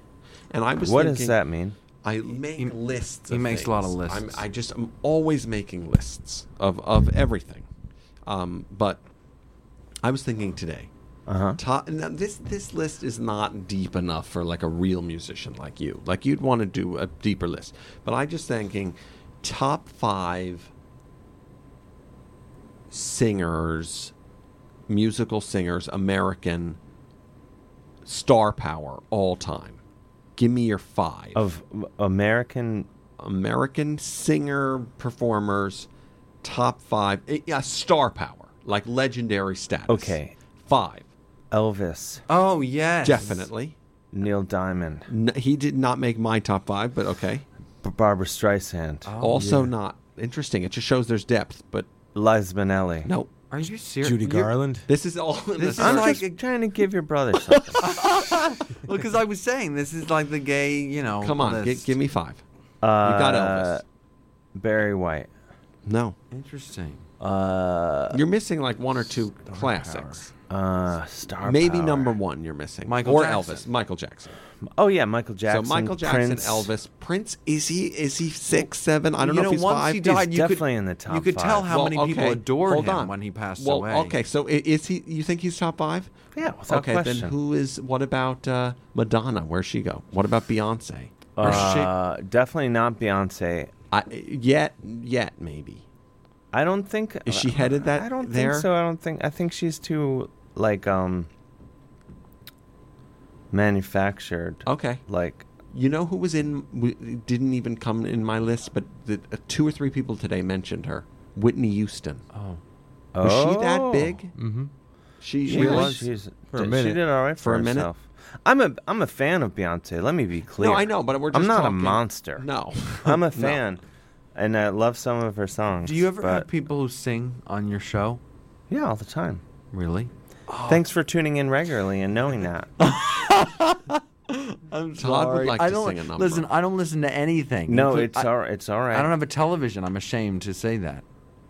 V: and I was.
I: What
V: thinking,
I: does that mean?
V: I make lists.
B: he
V: of
B: makes a lot of
V: things.
B: lists.
V: I'm, I just am always making lists of of everything. Um, but I was thinking today.
I: Uh-huh.
V: To- now this this list is not deep enough for like a real musician like you. Like you'd want to do a deeper list. But I just thinking top five singers, musical singers, American star power all time. Give me your five
I: of American
V: American singer performers top five. eh, Yeah, star power like legendary status.
I: Okay.
V: five.
I: Elvis.
B: Oh yes,
V: Definitely.
I: Neil Diamond.
V: N- he did not make my top five, but okay.
I: B- Barbara Streisand.
B: Oh,
V: also not interesting. It just shows there's depth, but
I: Liza Minnelli.
V: no.
B: Are you serious?
S: Judy Garland.
V: This is all. In
B: This
V: this
B: is
V: is
I: I'm
B: like
I: just trying to give your brother something.
B: Well, because I was saying this is like the gay, you know.
V: Come on, gi-
B: list.
V: give me five.
I: Uh,
V: got Elvis.
I: Barry White.
V: No,
B: Interesting.
I: Uh,
V: you're missing like one or two classics.
I: uh, star
V: Maybe
I: power.
V: number one you're missing.
B: Michael
V: or
B: Jackson.
V: Elvis. Michael Jackson.
I: Oh yeah, Michael Jackson.
V: so Michael Jackson,
I: Prince.
V: Elvis, Prince. Is he is he six, seven? I don't know,
B: You
V: if
B: know,
V: he's
B: once
V: five.
B: he died,
I: He's
B: you could,
I: definitely in the top
B: You could tell
I: five.
B: how
V: Well,
B: many people
V: okay,
B: adored
V: hold
B: him
V: on.
B: when he passed
V: well,
B: away.
V: Okay, so i- is he? You think he's top five?
I: Yeah, without
V: okay,
I: question.
V: then who is? What about uh, Madonna? Where's she go? What about Beyonce? Or she-
I: Uh, definitely not Beyonce.
V: I, yet, yet maybe.
I: I don't think
V: Is she headed that
I: I don't
V: there?
I: think so. I don't think. I think she's too like um manufactured.
V: Okay,
I: Like
V: you know who was in? w- Didn't even come in my list, but the, uh, two or three people today mentioned her. Whitney Houston.
B: Oh.
V: Was she that
I: Oh.
V: big?
S: Mm-hmm.
V: She,
I: She
V: really?
I: was. She's,
S: For a
I: she
S: minute.
I: did all right for,
V: For a minute.
I: herself. I'm a I'm a fan of Beyonce. Let me be clear.
V: No, I know, but we're just
I: I'm not
V: talking-
I: a monster.
V: No,
I: I'm a
V: No.
I: fan, and I love some of her songs.
B: Do you ever have
I: but-
B: people who sing on your show?
I: Yeah, all the time.
B: Really?
I: Thanks for tuning in regularly and knowing that.
B: I'm
V: Todd would like
B: I
V: to
B: don't
V: sing a number.
B: listen. I don't listen to anything.
I: no,
B: inclu-
I: it's
B: I,
I: all it's all right.
B: I don't have a television. I'm ashamed to say that.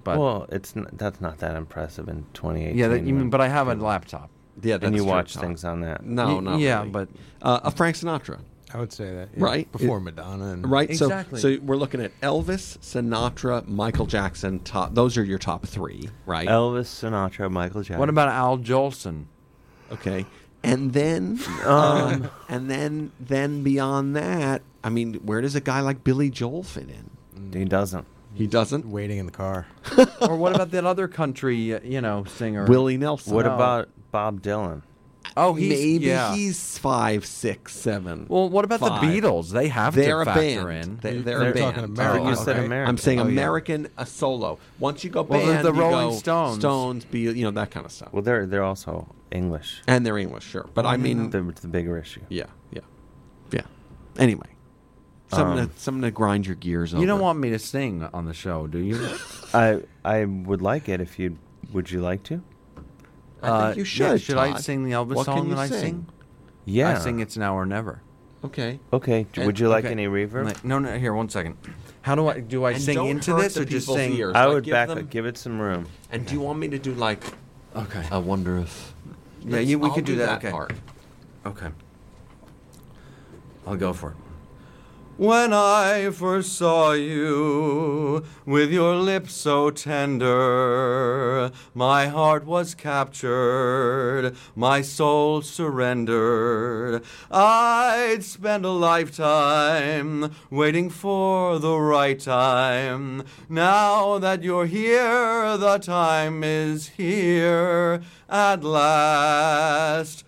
B: But
I: well, it's n- that's not that impressive in 2018.
B: yeah, that, you
I: when-
B: mean, but I have a laptop.
V: Yeah, that's
I: and you
V: true,
I: watch
V: Tom.
I: things on that.
B: Y-
V: No, no.
B: yeah,
V: really.
B: but-
V: uh, a Frank Sinatra.
S: I would say that.
V: Right?
S: Before
V: It-
S: Madonna and
V: Right.
B: Exactly.
V: So, so we're looking at Elvis, Sinatra, Michael Jackson. Top. Those are your top three, right?
I: Elvis Sinatra, Michael Jackson.
B: What about Al Jolson?
V: okay. And then, um, and then, then beyond that, I mean, where does a guy like Billy Joel fit in?
I: he doesn't?
V: He doesn't.
S: waiting in the car.
B: or what about that other country, uh, you know, singer?
V: Willie Nelson.
I: What about Bob Dylan?
B: Oh, he's,
V: Maybe
B: yeah.
V: he's five, six, seven.
B: Well, what about
V: Five.
B: the Beatles? They have
V: They're
B: to
V: a
B: factor
V: band.
B: in.
V: They, they're
S: You're
V: a band.
S: talking
I: But
S: American.
I: you said
S: right?
I: American.
V: I'm saying
B: Oh, yeah.
V: American a solo. Once you go
B: Well,
V: band,
B: there's the
V: you
B: Rolling
V: go
B: Stones.
V: Stones, be you know that kind of stuff.
I: Well, they're they're also English.
V: and they're English, sure, but
B: Mm-hmm.
V: I mean,
I: the, the bigger issue.
V: yeah, yeah, yeah. Anyway, something
I: Um,
V: to something to grind your gears.
B: You don't
V: over.
B: want me to sing on the show, do you?
I: I I would like it if you would you like to?
V: I
B: Uh,
V: think you should.
B: yeah, should I
V: Todd.
B: sing the Elvis
V: What
B: song
V: can you
B: that I
V: sing?
B: sing?
I: Yeah.
B: I sing "It's Now or Never."
V: Okay.
I: Okay.
V: And-
I: would you like
B: Okay.
I: any reverb?
B: Like- No, no. Here, one second. How do I do? I
V: And
B: sing
V: don't
B: into
V: hurt
B: this
V: the
B: or just
V: people's
B: sing?
V: ears.
I: I
V: Like,
I: would
V: give
I: back
V: them-
I: give it some room.
V: And do you want me to do like?
B: Okay.
V: I wonder if.
B: yeah, you, we
V: I'll
B: could do, that. okay.
V: part.
B: Okay. I'll go for it.
W: When I first saw you with your lips so tender, my heart was captured, my soul surrendered. I'd spend a lifetime waiting for the right time. Now that you're here, the time is here at last.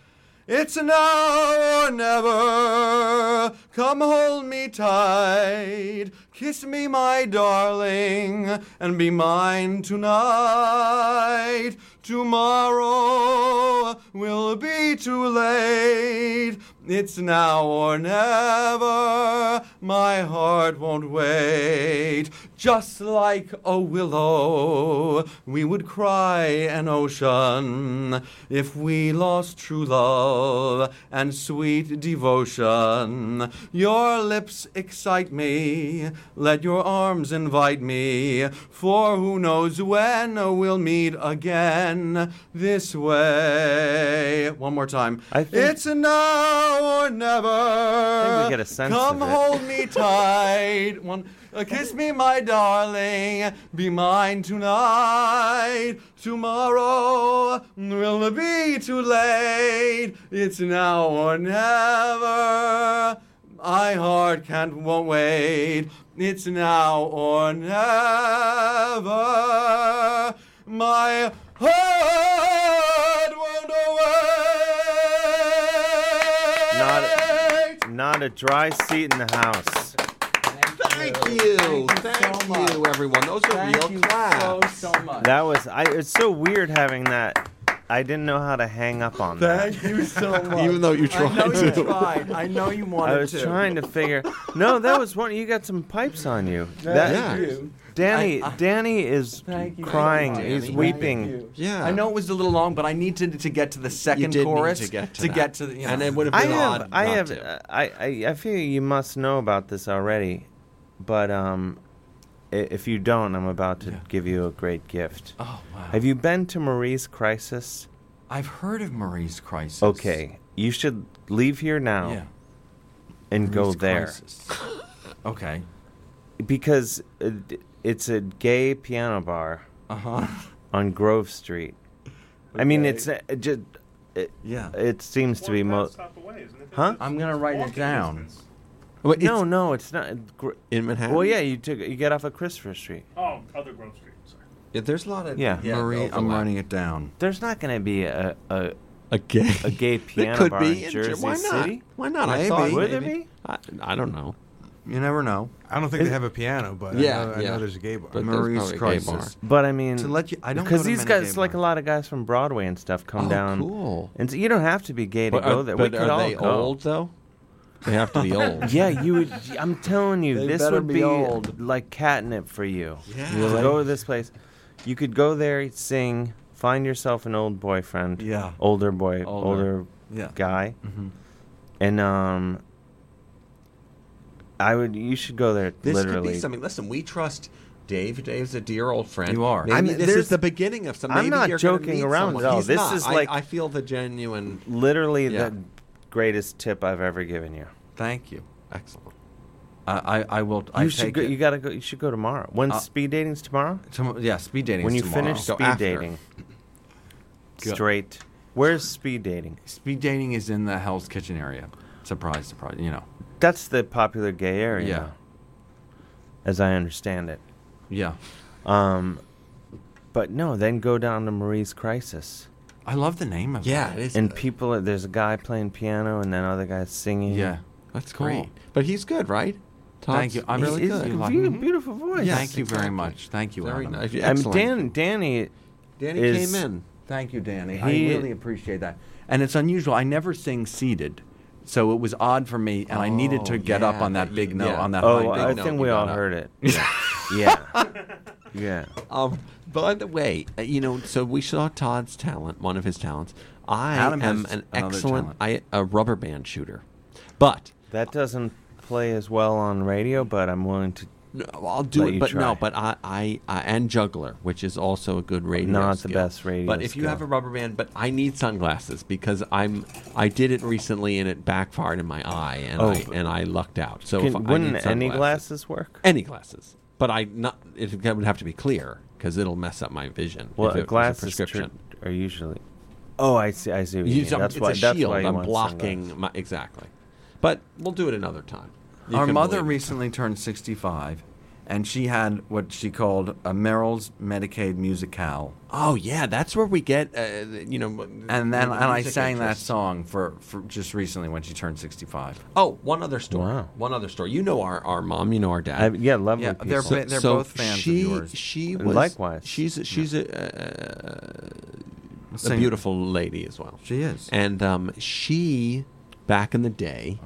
W: It's now or never. Come hold me tight. Kiss me, my darling, and be mine tonight. Tomorrow will be too late. It's now or never. My heart won't wait. Just like a willow, we would cry an ocean if we lost true love and sweet devotion. Your lips excite me. Let your arms invite me. For who knows when we'll meet again this way. One more time. it's now or never.
I: we get a sense
W: Come
I: of it.
W: hold me tight. One, uh, kiss me, my darling. Be mine tonight. Tomorrow will be too late. It's now or never. My heart can't won't wait. It's now or never. My heart won't
I: Not a, not a dry seat in the house.
V: Thank you. Thank, you, everyone. Those are real claps.
W: so, so much.
I: That was I. It's so weird having that. I didn't know how to hang up on that.
W: Thank you so much.
I: Even though you
W: I know
I: tried to.
W: you tried. I know you wanted
I: I
W: to.
I: was trying to figure. No, that was one. You got some pipes on you.
W: Thank
I: That-
W: you.
I: Danny,
W: I- I-
I: Danny is
W: Thank you so
I: crying.
W: much.
I: He's
W: Thank
I: weeping.
W: you. I know it was a little long, but I needed to get to the second
V: did need
W: chorus
V: to get to
W: to
V: that.
W: get to the. You know.
V: And it would have
I: I
V: been
I: have,
V: odd
I: I
V: not
I: have,
V: to.
I: uh, I, I, I feel you must know about this already, but um, i- if you don't, I'm about to give you a great gift.
W: Oh, wow.
I: Have you been to Marie's Crisis?
W: I've heard of Marie's Crisis.
I: Okay, you should leave here now.
W: Yeah.
I: And go
W: Marie's
I: there.
W: Crisis. okay.
I: because uh, d- it's a gay piano bar
W: Uh-huh.
I: on Grove Street. I mean, it's uh, just it,
W: yeah.
I: It seems to be most. Huh?
W: I'm gonna write it down.
I: no, no, it's not Gr-
V: in Manhattan.
I: Well, yeah, you took you get off of Christopher Street.
D: Oh, other Grove Street. Sorry.
V: Yeah, there's a lot of
I: Yeah,
V: Marie. I'm running.
W: it down.
I: There's not going to be a a,
V: a gay
I: a gay piano
V: could
I: bar
V: be
I: in
V: in Jer-
I: Jersey
V: why not?
I: City.
V: Why not? I thought
I: would there
V: maybe.
I: be?
V: I, I don't know.
W: You never know.
B: I don't think they have a piano, but
V: Yeah,
B: I know, I
V: yeah.
B: know there's a gay bar.
V: But there's
B: Marie's
V: probably a gay
B: Crisis.
I: But I mean,
B: To let you- I don't go
I: because
B: to
I: these
B: many
I: guys,
B: gay
I: like a lot of guys from Broadway and stuff, come
V: Oh,
I: down.
V: cool.
I: And so you don't have to be gay to
V: But
I: go
V: are-
I: there.
V: but
I: we could
V: are
I: all
V: they
I: go.
V: old, though? They have to be old.
I: yeah, you would. I'm telling you,
V: They
I: this
V: better
I: would
V: be
I: be,
V: old.
I: like catnip for you.
V: Yeah.
I: You
V: Really?
I: go to this place. You could go there, sing, find yourself an old boyfriend.
W: Yeah.
I: Older boy,
W: Older.
I: older,
W: Yeah.
I: guy.
V: Mm-hmm.
W: Mhm.
I: And um, I would. You should go there.
V: This
I: literally.
V: could be something. Listen, we trust Dave. Dave's a dear old friend.
I: You are.
V: Maybe
I: I'm-
V: this
I: there's-
V: is the beginning of something.
I: I'm not joking around
V: someone.
I: at all.
V: He's
I: This
V: not.
I: is
V: I-
I: like-
V: I feel the genuine.
I: literally
V: Yeah.
I: the greatest tip I've ever given you.
W: Thank you. Excellent.
V: uh,
W: I, I, I will.
I: You
W: I
I: should
W: take
I: go,
W: it.
I: You gotta go. You should go tomorrow. When
W: Uh,
I: speed dating's tomorrow.
W: Tomo- yeah, speed dating.
I: When
W: is
I: you
W: tomorrow.
I: finish
W: So
I: speed
W: after.
I: dating,
W: Go.
I: straight. Where's speed dating?
W: Speed dating is in the Hell's Kitchen area. Surprise, surprise. You know.
I: That's the popular gay area.
W: Yeah.
I: now, as I understand it.
W: Yeah.
I: Um, but no, then go down to Marie's Crisis.
W: I love the name
B: Oh.
W: of
V: Yeah,
W: it.
V: it is.
I: And people, are- there's a guy playing piano, and then other guys singing.
W: Yeah, that's cool.
I: Great.
V: But he's good, right?
W: Thank you. I'm
I: He's-
W: really
I: he's
W: good.
I: a beau-
B: mm-hmm.
I: beautiful voice.
W: Yes, Thank you very much. Thank you,
V: Very
W: Adam.
V: nice.
I: I mean,
V: Excellent.
I: Dan, Danny,
V: Danny
I: is-
V: came in.
W: Thank you, Danny.
I: He-
W: I really appreciate that. And it's unusual. I never sing seated, so it was odd for me, and I needed to
I: Oh,
W: get up
I: yeah,
W: on that
I: that
W: big
I: you-
W: note,
I: yeah.
W: on that
I: Oh,
W: high
I: I
W: big note.
I: think we
W: you
I: all
W: got up.
I: heard it. Yeah. Yeah. yeah.
V: Um, by the way, uh, you know, so we saw Todd's talent, one of his talents. I
I: Adam
V: am
I: has
V: an
I: another
V: excellent I, a rubber band shooter, but
I: That doesn't play as well on radio, but I'm willing to
B: No, I'll do
I: Let
B: it,
I: you
B: but no,
I: try.
B: but I, I, I and juggler, which is also a good radio.
I: Not the
B: skill.
I: best radio
B: But if you
I: skill.
B: have a rubber band, but I need sunglasses because I'm I did it recently and it backfired in my eye and
I: Oh,
B: I
I: but-
B: and I lucked out. So
I: Can-
B: if I need
I: wouldn't any
B: sunglasses.
I: glasses work?
B: Any glasses, but I not it would have to be clear because it'll mess up my vision.
I: Well,
B: if
I: a
B: it was
I: glasses
B: prescription.
I: tr- are usually. Oh, I see. I see. What you
B: You-
I: mean.
B: so
I: that's
B: it's
I: why.
B: a
I: that's
B: shield.
I: why you
B: I'm
I: want
B: blocking my, exactly. But we'll do it another time. You Our can mother believe me. recently turned 65, and she had what she called a Merrill's Medicaid musicale. Oh yeah, that's where we get uh, you know. And then and I
V: music
B: sang that
V: interest.
B: song for, for just recently when she turned 65.
V: Oh, one other story.
B: Wow.
V: One other story. You know our, our mom, you know our dad.
B: I- yeah,
I: lovely
B: Yeah, they're people. ba- they're both fans of
V: she,
B: yours.
V: She
B: And
V: was
B: likewise.
V: She's a- she's a, uh, a
B: Singer.
V: beautiful lady as well.
B: She is.
V: and um, she back in the day,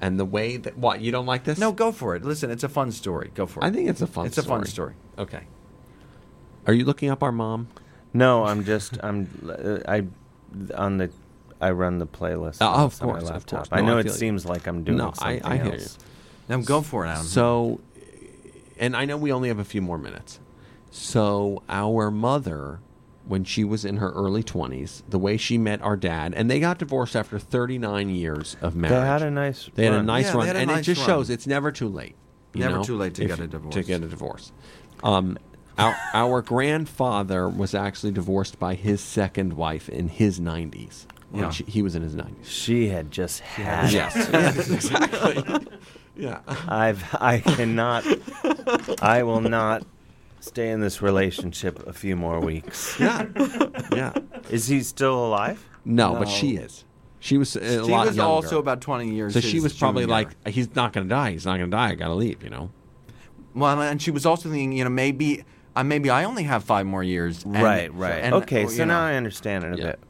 V: and the way that what you don't like this?
B: Oh. No, go for it. Listen, it's a fun story. Go for it.
V: I think it's a fun.
B: It's a fun story.
V: Okay. Are you looking up our mom?
I: No, I'm just. I'm. uh, I on the. I run the playlist.
V: Oh,
I: on
V: of
I: this on my
V: course, of
I: laptop.
V: course.
I: I
V: No,
I: know
V: I
I: it
V: feel you.
I: seems like I'm doing
V: No, I-
I: something
V: I hear
I: else.
B: Now go for it, Adam.
V: So, and I know we only have a few more minutes. So, our mother, when she was in her early 20s, the way she met our dad, and they got divorced after 39 years of marriage.
I: had a nice
V: They had a
I: run.
V: nice
I: Yeah, they
V: run.
I: had a
V: and
I: nice
V: it just
I: run.
V: shows it's never too late. you
B: Never
V: know,
B: too late to
V: if-
B: get a divorce.
V: To get a divorce. Um, our, our grandfather was actually divorced by his second wife in his 90s. when
I: Yeah.
V: she- he was in his 90s.
I: She had just had.
V: had- Yes, yes, exactly. Yeah.
I: I've. I cannot. I will not stay in this relationship a few more weeks.
V: Yeah. Yeah.
I: Is he still alive?
V: No, but she is. She was uh, a
B: She
V: lot
B: was
V: younger.
B: also about 20 years
V: So she
B: his
V: was probably
B: junior.
V: like, "He's not going to die. He's not going to die. I got to leave." You know.
B: Well, and she was also thinking, you know, maybe I maybe I only have five more years. and-
I: Right, right.
B: and-
I: Okay,
B: well,
I: so
B: you know.
I: now I understand it a bit.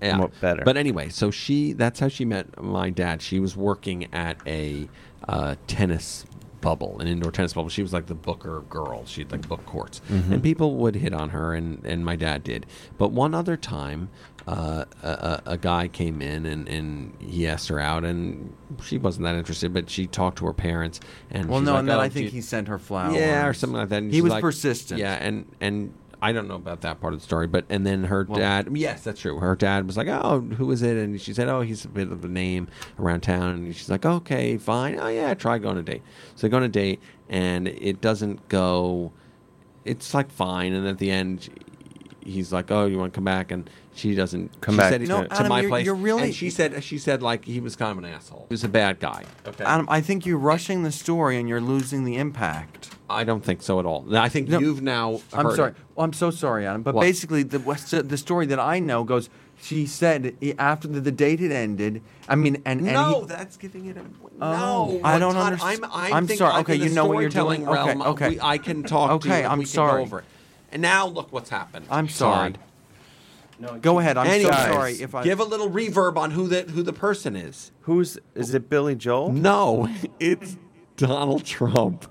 V: yeah.
I: Mo- better.
V: But anyway, so she that's how she met my dad. She was working at a uh, tennis bubble, an indoor tennis bubble. She was like the booker girl. She'd like book courts,
I: Mhm.
V: and people would hit on her, and and my dad did. But one other time. Uh, a, a- a guy came in and, and he asked her out and she wasn't that interested, but she talked to her parents and
B: Well,
V: she's
B: no,
V: like,
B: and then
V: "Oh,
B: I
V: do
B: think
V: you-"
B: he sent her flowers.
V: yeah, or something like that. and
B: He
V: she's
B: was
V: like-
B: persistent.
V: Yeah, and and I don't know about that part of the story, but and then her dad, yes, that's true. Her dad was like, "Oh, who is it?" And she said, "Oh, he's a bit of a name around town." And she's like, "Okay, fine. Oh yeah, try going on a date." So they go on a date, and it doesn't go. It's like fine, and at the end, he's like, "Oh, you want to come back?" And she doesn't
I: Come
V: she
I: back
V: said,
I: to- No,
V: to
B: Adam,
V: my
B: you're-
V: place.
B: you're really-
V: And she said she said like he was kind of an asshole. He was a bad guy. Okay.
B: Adam, I think you're rushing the story and you're losing the impact.
V: I don't think so at all. I think
B: No.
V: you've now.
B: I'm
V: heard it.
B: sorry. Well, I'm so sorry, Adam. But
V: What?
B: basically, the what's the the story that I know goes. She said i- after the, the date had ended. I mean, and, and
V: no,
B: he-
V: that's giving it a
B: Oh,
V: no.
B: I don't
V: Todd,
B: underst-
V: I'm, I'm,
B: I'm
V: think
B: sorry.
V: I'm
B: Okay,
V: in
B: you
V: the
B: know what you're doing.
V: storytelling Realm.
B: Okay, okay.
V: We, I can talk to
B: Okay,
V: you. and
B: I'm
V: we
B: sorry.
V: Can go over it. And now look what's happened.
B: I'm sorry. Go ahead. I'm
V: Anyways,
B: so sorry if I
V: give a little reverb on who that who the person is.
I: Who's is it? Billy Joel?
V: No, it's Donald Trump.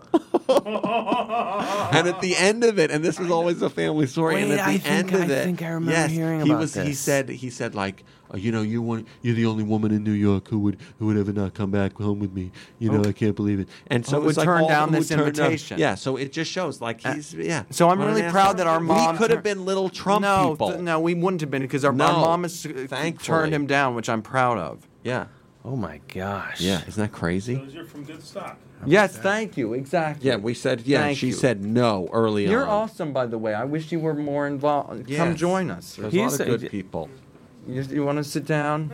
V: and at the end of it, and this is always a family story. and
I: Wait,
V: at the
I: I think-
V: end of
I: I
V: it,
I: think I remember
V: yes,
I: hearing
V: he
I: about
V: was, He
I: this.
V: said, he said, like, oh, you know, you want, you're the only woman in New York who would, who would ever not come back home with me. You know,
B: Oh.
V: I can't believe it. And so
W: Oh,
B: Who
V: it was
B: would
V: like
B: turn
V: all-
B: down
V: who would
B: this
V: turn down-
B: invitation. Uh,
V: yeah. So it just shows, like, he's, yeah.
B: So I'm
V: what an
B: really
V: asshole.
B: proud that our mom
V: We could have been little Trump
B: no,
V: people.
B: th- no, we wouldn't have been because our,
V: No,
B: our mom has uh,
V: thankfully.
B: turned him down, which I'm proud of.
V: Yeah.
I: Oh my gosh.
V: Yeah. Isn't that crazy?
D: Those are from good stock.
B: Yes, thank you. Exactly.
V: Yeah, we said yeah.
B: Thank
V: she
B: you.
V: said no early
B: You're
V: on.
B: awesome, by the way. I wish you were more involved. Come
V: Yes.
B: join us.
V: There's a lot of good people.
B: You, want to sit down?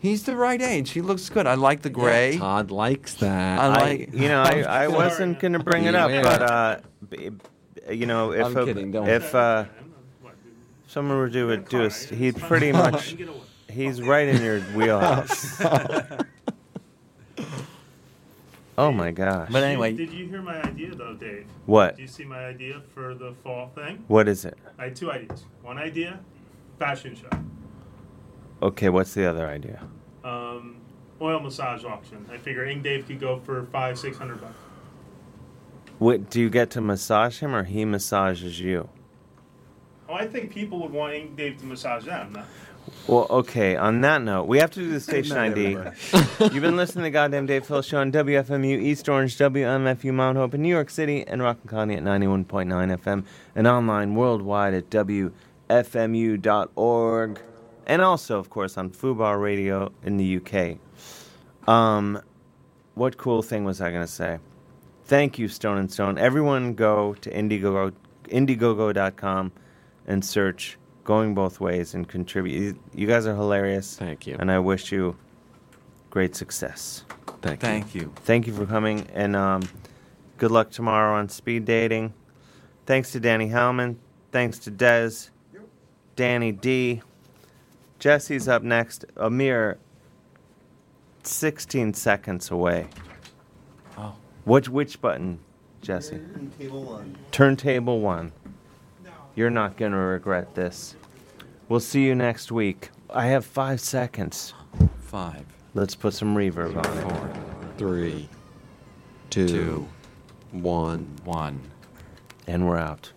B: He's the right age. He looks good. I like the gray.
V: Todd likes that.
B: I
I: I-
B: like.
I: you know, I, I wasn't going to bring it up,
B: Yeah.
I: but uh, b- b- you know, if
B: I'm
I: a-
B: kidding, don't.
I: if uh, someone were to do it, do a, s- he pretty much he's right in your wheelhouse. oh my gosh!
D: Did- did you hear my idea though, Dave?
I: What?
D: Do you see my idea for the fall thing?
I: What is it?
D: I had two ideas. One idea, fashion show,
I: okay, what's the other idea?
D: um, oil massage auction. I figure Ing Dave could go for five, six hundred bucks.
I: What do you get to massage him, or he massages you?
D: Oh, I think people would want Ing Dave to massage them. though.
I: Well, okay. On that note, we have to do the station ID. You've been listening to the Goddamn Dave Phil Show on WFMU East Orange, WMFU Mount Hope in New York City, and Rock and Connie at 91.9 FM, and online worldwide at WFMU.org, and also, of course, on Fubar Radio in the UK. Um, what cool thing was I going to say? Thank you, Stone and Stone. Everyone go to Indiegogo, Indiegogo.com and search Going Both Ways and contribute. You- You guys are hilarious. Thank you. And I wish you great success. Thank
B: you. Thank you.
I: Thank you for coming. And um, good luck tomorrow on speed dating. Thanks to Danny Hellman. Thanks to Dez. Danny D. Jesse's up next. A mere 16 seconds away.
C: Oh.
I: Which, which button, Jesse?
C: Table one.
I: Turntable one. You're not going to regret this. We'll see you next week. I have five seconds.
B: Five.
I: Let's put some reverb on it.
B: Four, three, two, one, one.
I: And we're out.